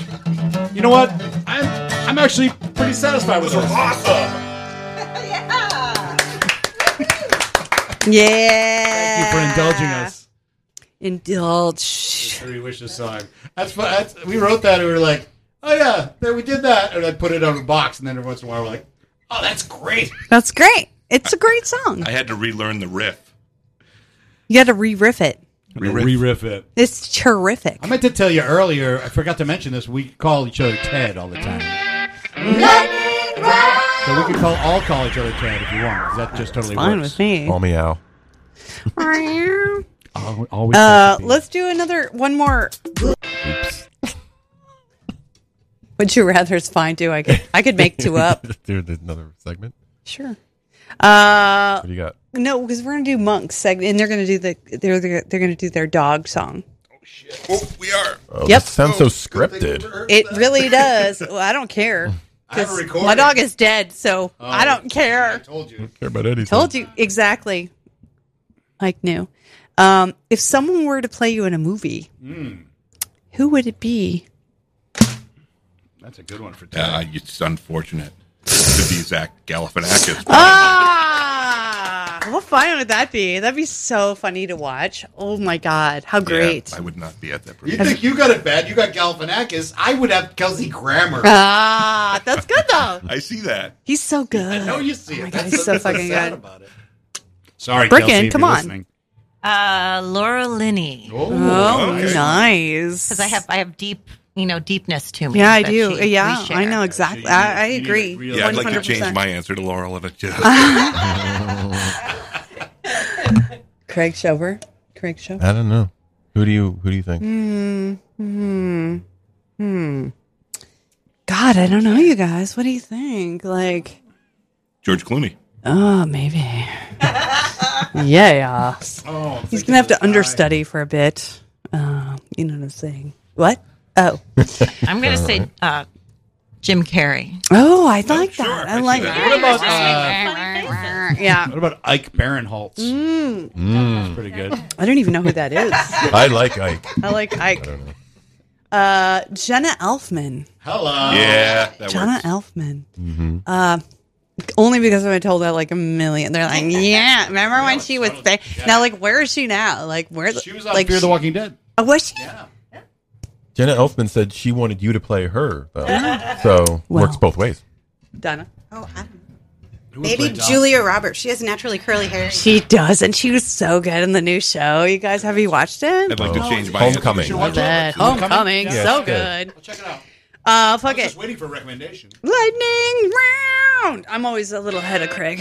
S13: You know what? I'm I'm actually pretty satisfied with
S19: Those are
S13: those.
S19: awesome.
S6: Yeah.
S13: Thank you for indulging us.
S6: Indulge.
S13: Three wishes song. That's fu- that's we wrote that and we were like, oh yeah, there we did that, and I put it on a box, and then every once in a while we're like, oh that's great.
S6: That's great. It's a great song.
S14: I had to relearn the riff.
S6: You got to re-riff it.
S13: Re-riff it.
S6: It's terrific.
S13: I meant to tell you earlier. I forgot to mention this. We call each other Ted all the time.
S10: Lightning round.
S13: So we could call all college other Chad if you want. That just totally
S6: fine
S13: works.
S6: with me.
S7: Call me Al.
S13: Al- always
S6: Uh, let's do another one more. Would you rather is fine too? I could I could make two up.
S7: do another segment.
S6: Sure. Uh,
S7: What do you got?
S6: no, because we're gonna do monks, seg- and they're gonna do the they're they're, they're gonna do their dog song.
S7: Oh,
S6: Yep.
S7: This sounds so scripted.
S6: It really does. Well, I don't care. 'cause
S7: recording.
S6: my dog is dead, so
S7: Oh.
S6: I don't care.
S13: told you.
S7: Don't care about anything.
S6: Told you exactly. Like new. Um, if someone were to play you in a movie,
S13: Hmm,
S6: who would it be?
S13: That's a good one for
S14: Uh, it's unfortunate to be Zach Galifianakis.
S6: Ah, what fun would that be? That'd be so funny to watch. Oh my god, how great!
S14: I would not be at that.
S13: You think you got it bad? You got Galifianakis. I would have Kelsey Grammer.
S6: Ah, that's good though.
S14: I see that.
S6: He's so good. I
S13: know you see
S6: Oh my
S13: it.
S6: god,
S13: That's
S6: he's so
S13: what's so
S6: fucking
S13: sad
S6: good.
S13: Sorry,
S6: Bricken,
S13: Kelsey, if
S6: come
S13: you're
S6: on.
S13: listening.
S17: Uh, Laura Linney.
S13: Oh,
S6: Oh, okay. nice.
S17: Because I have I have deep you know deepness to me.
S6: Yeah, I
S17: that
S6: do.
S17: she-
S6: yeah,
S17: we share.
S6: I know exactly. I, I agree.
S14: Yeah, I'd like to
S6: 100%.
S14: change my answer to Laura Levitt. too.
S6: Craig Shover. Craig Shover.
S7: I don't know. Who do you Who do you
S14: Uh,
S7: think?
S6: Hmm. Hmm. Hmm. God, I don't know, you guys. What do you think? Like,
S14: George Clooney.
S6: oh, maybe. yeah. Oh, He's gonna have to understudy for a bit. Uh, you know what I'm saying? What? Oh.
S17: I'm gonna say uh, Jim Carrey.
S6: Oh, I like that. I like that.
S3: What about,
S13: uh,
S6: yeah.
S3: What about Ike Barinholtz?
S6: Mm.
S3: That's pretty good.
S6: I don't even know who that is.
S7: I like Ike.
S6: I like Ike. Uh, Jenna Elfman.
S13: Hello.
S14: Yeah, that
S6: Jenna Elfman. Uh, only because I told that like a million. They're like, yeah. Remember when she was there? Now, like, where is she now? Like, where? She was
S13: on
S6: like,
S13: Fear the Walking Dead.
S6: Oh, was she?
S7: Jenna Elfman said she wanted you to play her, though. so works both ways.
S6: Donna.
S5: Oh, I don't know.
S6: would
S5: Maybe
S6: play Doc?
S5: Julia Roberts. She has naturally curly hair.
S6: She does, and she was so good in the new show. You guys, have you watched it?
S14: I'd like to change my
S7: Homecoming.
S14: answer.
S6: I bet. Homecoming,
S14: Yeah,
S6: so
S14: it's good.
S6: Oh. good. check it out. Uh,
S13: I
S6: fuck
S13: was
S6: it.
S13: just waiting for a recommendation.
S6: Lightning round. I'm always a little ahead of Craig.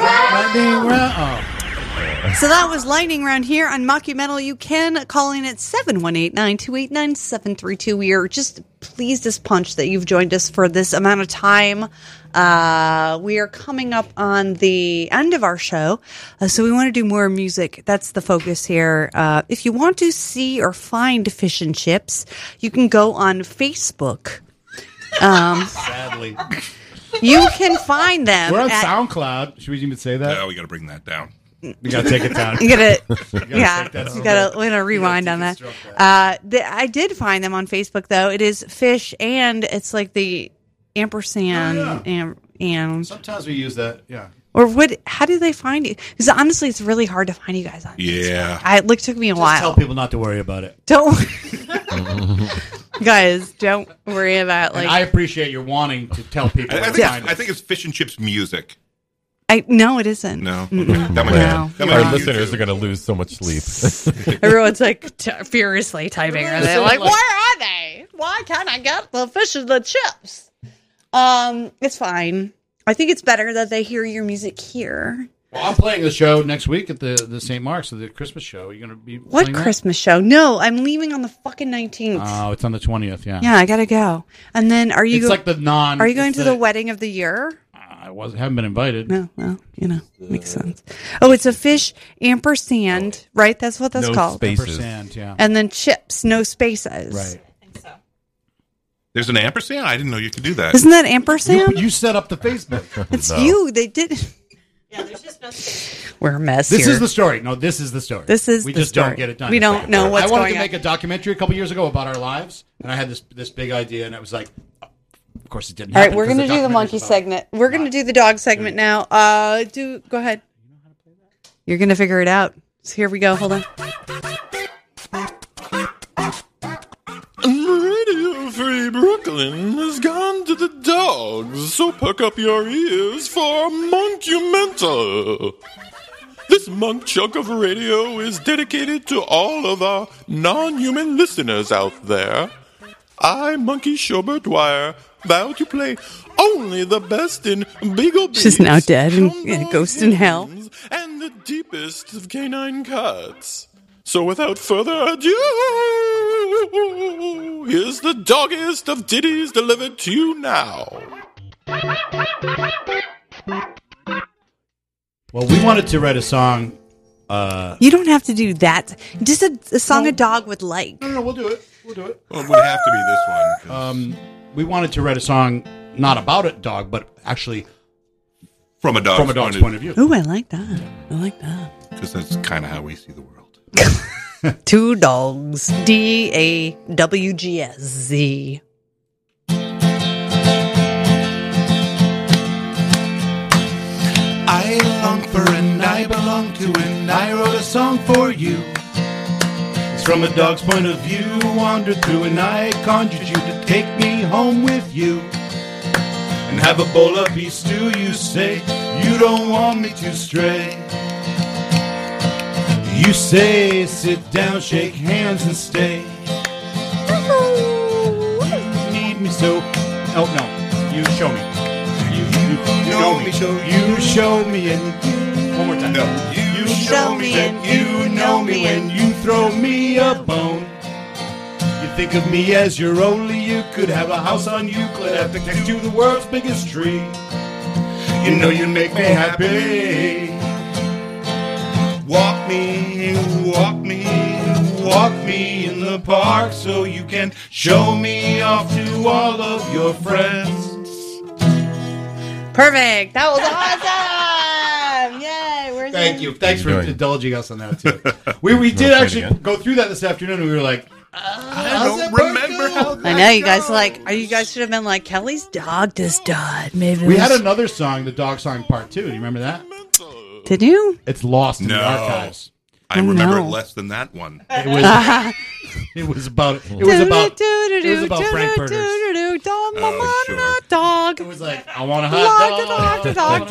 S13: Lightning
S19: Oh.
S13: round.
S6: So that was Lightning Round here on Mocky Metal. You can call in at 718 928 732 We are just pleased as punch that you've joined us for this amount of time. Uh, we are coming up on the end of our show, uh, so we want to do more music. That's the focus here. Uh, if you want to see or find Fish and Chips, you can go on Facebook. Um,
S13: Sadly.
S6: you can find them.
S13: We're on
S6: at-
S13: SoundCloud. Should we even say that?
S14: Oh, we got to bring that down.
S13: We gotta take it down.
S6: You gotta,
S13: You gotta
S6: yeah.
S13: take that
S6: you
S13: out.
S6: gotta, we gotta rewind on that. Uh, the, I did find them on Facebook though. It is fish, and it's like the ampersand,
S13: Oh,
S6: and, and
S13: Sometimes we use that. Yeah.
S6: or what? How do they find you? Because honestly, it's really hard to find you guys on.
S13: Yeah.
S6: I it like, took me a
S13: Just tell
S6: while.
S13: people not to worry about it.
S6: Don't guys, don't worry about
S13: And
S6: like
S13: I appreciate your wanting to tell people.
S14: I, I
S13: where to
S14: think,
S13: find
S14: I think it's fish and chips music.
S6: I no, it isn't.
S14: No.
S6: Mm-mm.
S14: That might-
S6: no.
S14: that might-
S7: Our
S14: Yeah.
S7: listeners are going to lose so much sleep.
S6: Everyone's like t- furiously typing. Are they like,
S10: Like-
S6: where are they? Why can't I get the fish and the chips? Um, it's fine. I think it's better that they hear your music here.
S13: Well, I'm playing the show next week at the, the St. Mark's, the Christmas show. Are you going to be
S6: What
S13: playing that?
S6: Christmas show? No, I'm leaving on the fucking nineteenth.
S13: Oh, it's on the 20th, yeah.
S6: yeah, I gotta go. And then are you?
S13: It's like the non-
S6: Are you going
S13: it's
S6: to
S13: the-
S6: the wedding of the year?
S13: I was, haven't been invited.
S6: No, well, you know, makes sense. Oh, it's a fish ampersand, right? That's what that's
S13: No
S6: called.
S13: spaces. Ampersand, yeah.
S6: And then chips, no spaces.
S13: Right.
S14: There's an ampersand? I didn't know you could do that.
S6: Isn't that ampersand?
S13: You set up the Facebook.
S6: It's you. They did. We're a mess.
S13: This
S6: here.
S13: is the story. No, this is the story.
S6: This is
S13: we
S6: the
S13: just
S6: story.
S13: don't get it done.
S6: We don't know what's
S13: I wanted
S6: going
S13: to
S6: on.
S13: make a documentary a couple years ago about our lives, and I had this this big idea, and it was like, of course, it didn't.
S6: All right,
S13: happen
S6: we're going to
S13: because
S6: do the monkey
S13: documentary's about-
S6: segment. We're going to do the dog segment now. Uh, do go ahead. You're going to figure it out. So here we go. Hold on.
S24: Radio Free Brooklyn has gone to the dogs, so perk up your ears for Monumental. This month chunk of radio is dedicated to all of our non human listeners out there.
S7: I, Monkey Shobert Dwyer, vow to play only the best in Beagle
S6: She's now dead and yeah, ghost in hell.
S7: and the deepest of canine cuts. So without further ado, here's the doggiest of ditties delivered to you now.
S13: Well, we wanted to write a song. Uh,
S29: You don't have to do that. Just a, a song a dog would like.
S12: No, no, we'll do it. We'll do it.
S14: Well, it would have to be this one.
S13: um, we wanted to write a song not about a dog, but actually
S14: From a dog's
S13: from a dog's point,
S14: point
S13: of
S14: of
S13: view.
S6: Ooh, I like that. I like that.
S14: Because that's kind of how we see the world.
S6: Two dogs. D A W G S Z.
S19: I long for and I belong to and I wrote a song for you. It's from a dog's point of view, wandered through and I conjured you to take me home with you. And have a bowl of beef stew, you say, you don't want me to stray. You say, sit down, shake hands and stay.
S13: Need me so? Oh no, you show me. You, you, you
S19: know me.
S13: You show me and one more time.
S19: You show me that you know me when you throw me a bone. You think of me as your only. You could have a house on Euclid, have picnics to the world's biggest tree. You know you make me happy. Walk me, walk me, walk me in the park so you can show me off to all of your friends.
S6: Perfect. That was awesome. Yay. Where's
S13: Thank
S6: it?
S13: you. Thanks for
S12: Enjoying.
S13: indulging us on that too. We we did actually go through that this afternoon, and we were like,
S6: I don't remember how I know you guys like are you guys should have been like Kelly's dog just died. Maybe
S13: we
S6: we
S13: had
S6: should-
S13: another song, the dog song part two. Do you remember that?
S6: Did you?
S13: It's lost in
S14: No.
S13: the archives.
S14: I
S6: Oh,
S14: remember
S6: no.
S14: less than that one.
S13: It was. it was about. It was about. It was about Frank Burgers.
S6: Oh,
S14: sure.
S6: Dog. It
S13: was like I want a
S6: Dog,
S13: hot
S6: dog,
S13: dog.
S6: dog, dog,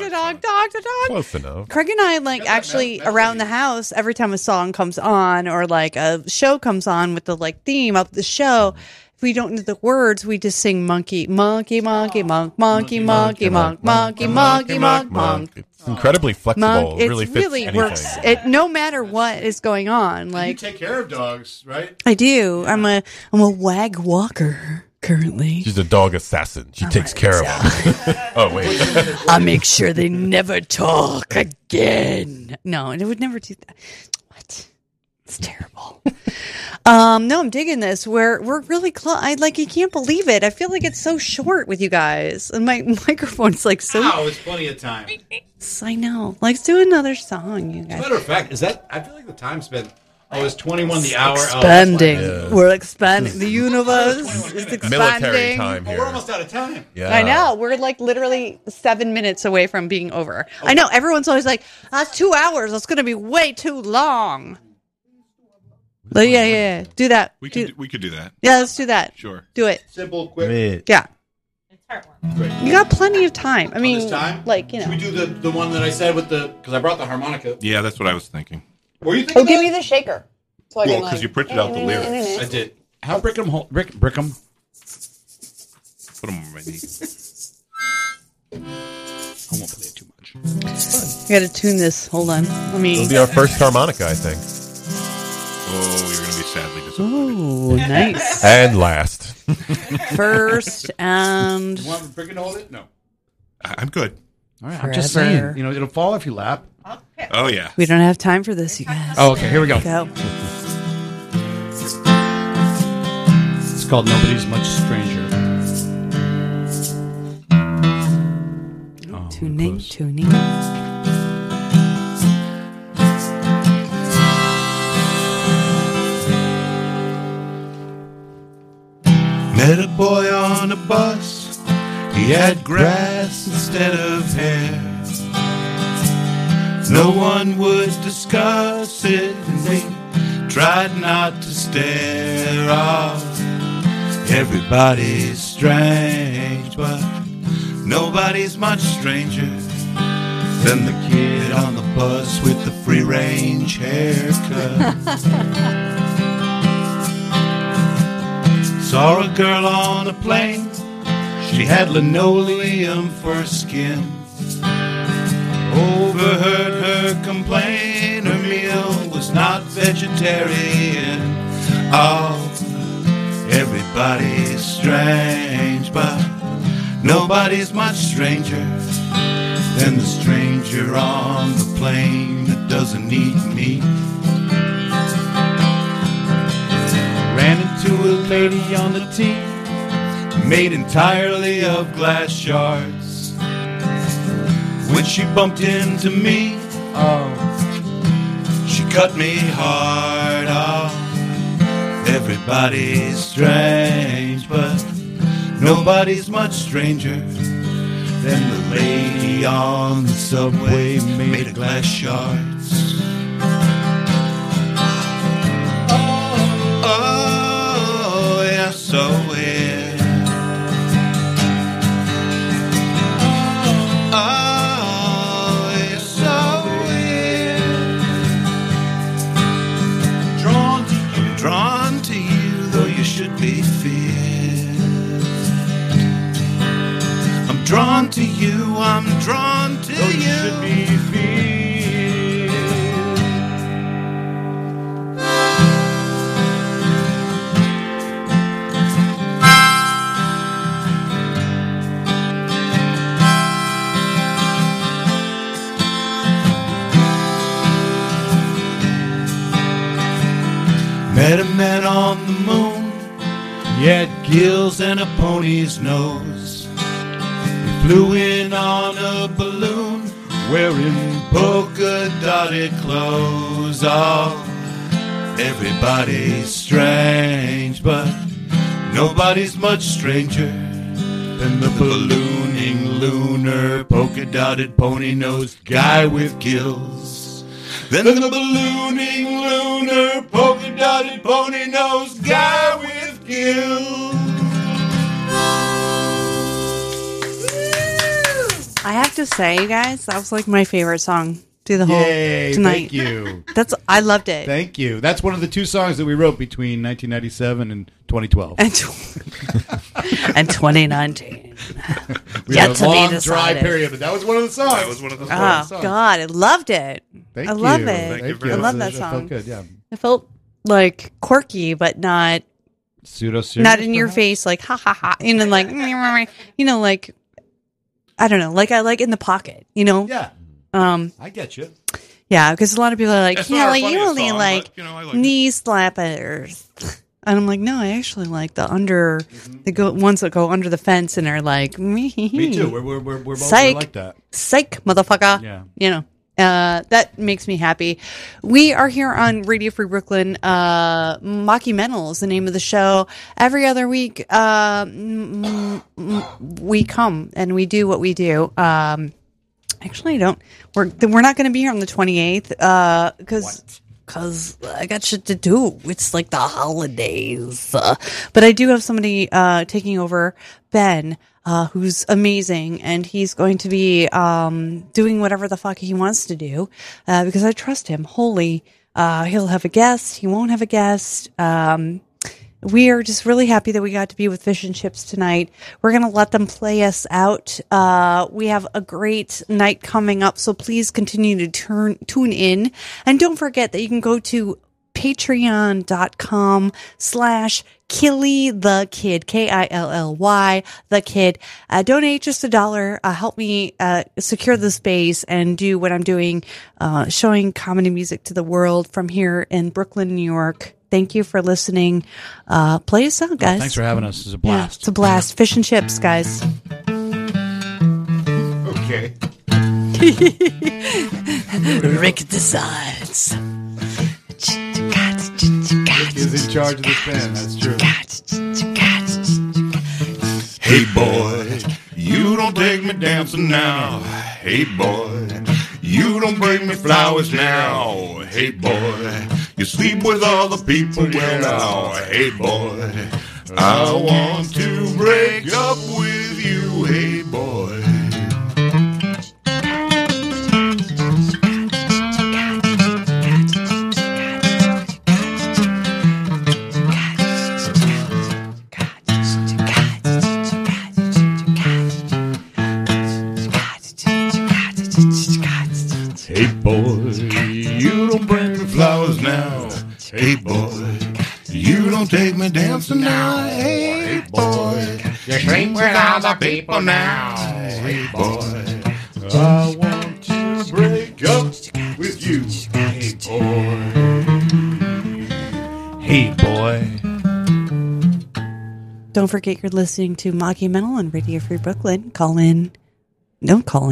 S6: dog, dog, dog, dog.
S30: Close enough.
S6: Craig and I like actually around the house every time a song comes on or like a show comes on with the like theme of the show. If we don't know the words, we just sing monkey, monkey, monkey, monk, monkey, monkey, monk, monkey, monkey, monk, monk.
S30: It's incredibly flexible.
S6: Monk,
S30: it
S6: it
S30: really fits anything.
S6: works. It no matter what is going on,
S13: You
S6: like
S13: take care of dogs, right?
S6: I do. I'm a I'm a wag walker currently.
S30: She's a dog assassin. She takes care of them. oh wait.
S6: I make sure they never talk again. No, and it would never do that. What? It's terrible. um, no, I'm digging this. We're we're really close. I like you can't believe it. I feel like it's so short with you guys, and my microphone's like so.
S13: Wow, it's plenty of time.
S6: I know. Let's do another song, you
S12: As
S6: guys.
S12: a matter of fact, is that? I feel like the time's been. Oh, it's twenty-one the
S6: It's
S12: hour. Oh, that's why.
S6: Expanding. We're expanding. The universe is expanding.
S30: Military time here.
S12: Oh, We're almost out of time.
S30: Yeah.
S6: I know. We're like literally seven minutes away from being over. I know. Everyone's always like, that's two hours. That's going to be way too long. But yeah, yeah, yeah. Do that.
S14: We could, we could do that.
S6: Yeah, let's do that.
S14: Sure.
S6: Do it.
S12: Simple, quick.
S6: Yeah. You got plenty of time. I mean,
S12: time?
S6: like, you
S12: Should
S6: know.
S12: we do the, the one that I said with the because I brought the harmonica.
S14: Yeah, that's what I was thinking.
S12: Were you
S6: Oh,
S12: thinking?
S6: give me the shaker. So I
S14: Well,
S6: can,
S14: 'cause
S6: like-
S14: you printed out the lyrics.
S12: I did.
S13: How Brickham Hol- Brick Brickham?
S14: Put them on my knee.
S6: I got to tune this. Hold on. Let me.
S30: It'll be our first harmonica, I think.
S14: Oh, you're gonna be sadly disappointed.
S6: Ooh, nice.
S30: And last.
S6: First and.
S13: You want Brickham to hold it? No.
S14: I- I'm good.
S13: All right, I'm just
S6: Forever.
S13: saying. You know, it'll fall if you lap.
S14: Oh yeah.
S6: We don't have time for this, you guys.
S13: Oh, okay, here we go.
S6: Go.
S13: It's called Nobody's Much Stranger. Oh,
S6: tuning, tuning.
S19: Met a boy on a bus. He had grass instead of hair. No one would discuss it, and they tried not to stare off. Everybody's strange, but nobody's much stranger than the kid on the bus with the free range haircut. Saw a girl on a plane. She had linoleum for skin. Overheard her complain her meal was not vegetarian. Oh, everybody's strange, but nobody's much stranger than the stranger on the plane that doesn't eat meat. Ran into a lady on the team, made entirely of glass shards. When she bumped into me, oh, she cut me hard off. Everybody's strange, but nobody's much stranger than the lady on the subway made of glass shards. Oh, yes, oh, yeah. Oh, yes, oh, yeah. Drawn to you, drawn to you, though you should be feared. I'm drawn to you, I'm drawn to though you. should be feared. Met a man on the moon. He had gills and a pony's nose. He flew in on a balloon wearing polka dotted clothes. Oh, everybody's strange, but nobody's much stranger than the ballooning lunar polka dotted pony nosed guy with gills. Then the ballooning lunar polka dotted pony nosed guy with gills.
S6: I have to say, you guys, that was like my favorite song through the whole
S3: Yay,
S6: tonight.
S3: thank you.
S6: That's I loved it.
S3: Thank you. That's one of the two songs that we wrote between 1997 and 2012.
S4: And and 2019.
S3: We
S4: Yet
S3: had
S4: to
S3: a
S4: be
S3: long, dry
S4: decided.
S3: period, but that was one of the songs.
S14: That was one of the
S6: Oh God, I loved it.
S3: Thank
S6: I love
S3: you.
S6: it.
S3: Thank you very
S6: I love
S3: much.
S6: that
S3: That
S6: song.
S3: felt good, yeah.
S6: It felt like quirky, but not
S3: Pseudo serious.
S6: not in your face. Like ha ha ha. You know, like you know, like I don't know. Like I like in the pocket. You know.
S3: Yeah.
S6: Um.
S3: I get you.
S6: Yeah, because a lot of people are like,
S3: That's not
S6: yeah,
S3: our
S6: like you
S3: funniest
S6: only
S3: song,
S6: like,
S3: but, you know, I like it."
S6: knee slappers. And I'm like, no, I actually like the under, the go, ones that go under the fence and are like, me.
S3: Mm-hmm. Me too. We're, we're, we're, we're both
S6: Psych.
S3: we're like that.
S6: Psych, motherfucker.
S3: Yeah.
S6: You know, uh, that makes me happy. We are here on Radio Free Brooklyn. Uh, Mockumental is the name of the show. Every other week, uh, mm, mm, we come and we do what we do. Um, actually, I don't. We're we're not going to be here on the 28th. Uh, because. Cause I got shit to do. It's like the holidays, Uh, but I do have somebody uh, taking over Ben, uh, who's amazing, and he's going to be um, doing whatever the fuck he wants to do uh, because I trust him wholly. Uh, he'll have a guest. He won't have a guest. Um, we are just really happy that we got to be with Fish and Chips tonight. We're going to let them play us out. Uh, we have a great night coming up, so please continue to turn tune in. And don't forget that you can go to patreon.com slash killy the kid k-i-l-l-y the kid uh, donate just a dollar uh, help me uh, secure the space and do what i'm doing uh, showing comedy music to the world from here in brooklyn new york thank you for listening uh, play us out guys
S3: Thanks for having us. It was a
S6: Yeah,
S3: blast.
S6: it's a blast fish and chips guys
S3: Okay.
S4: Rick decides.
S3: Is in charge of this band. That's true.
S19: Hey boy, you don't take me dancing now. Hey boy, you don't bring me flowers now. Hey boy, you sleep with other people well now. Hey boy, I want to break up with you. Hey boy. Hey boy, you don't bring me flowers now. Hey boy, you don't take me dancing now. Hey boy, you drink with other people now. Hey boy, I want to break up with you. Hey boy, hey boy.
S6: Don't forget you're listening to Mockumental on Radio Free Brooklyn. Call in. Don't call in.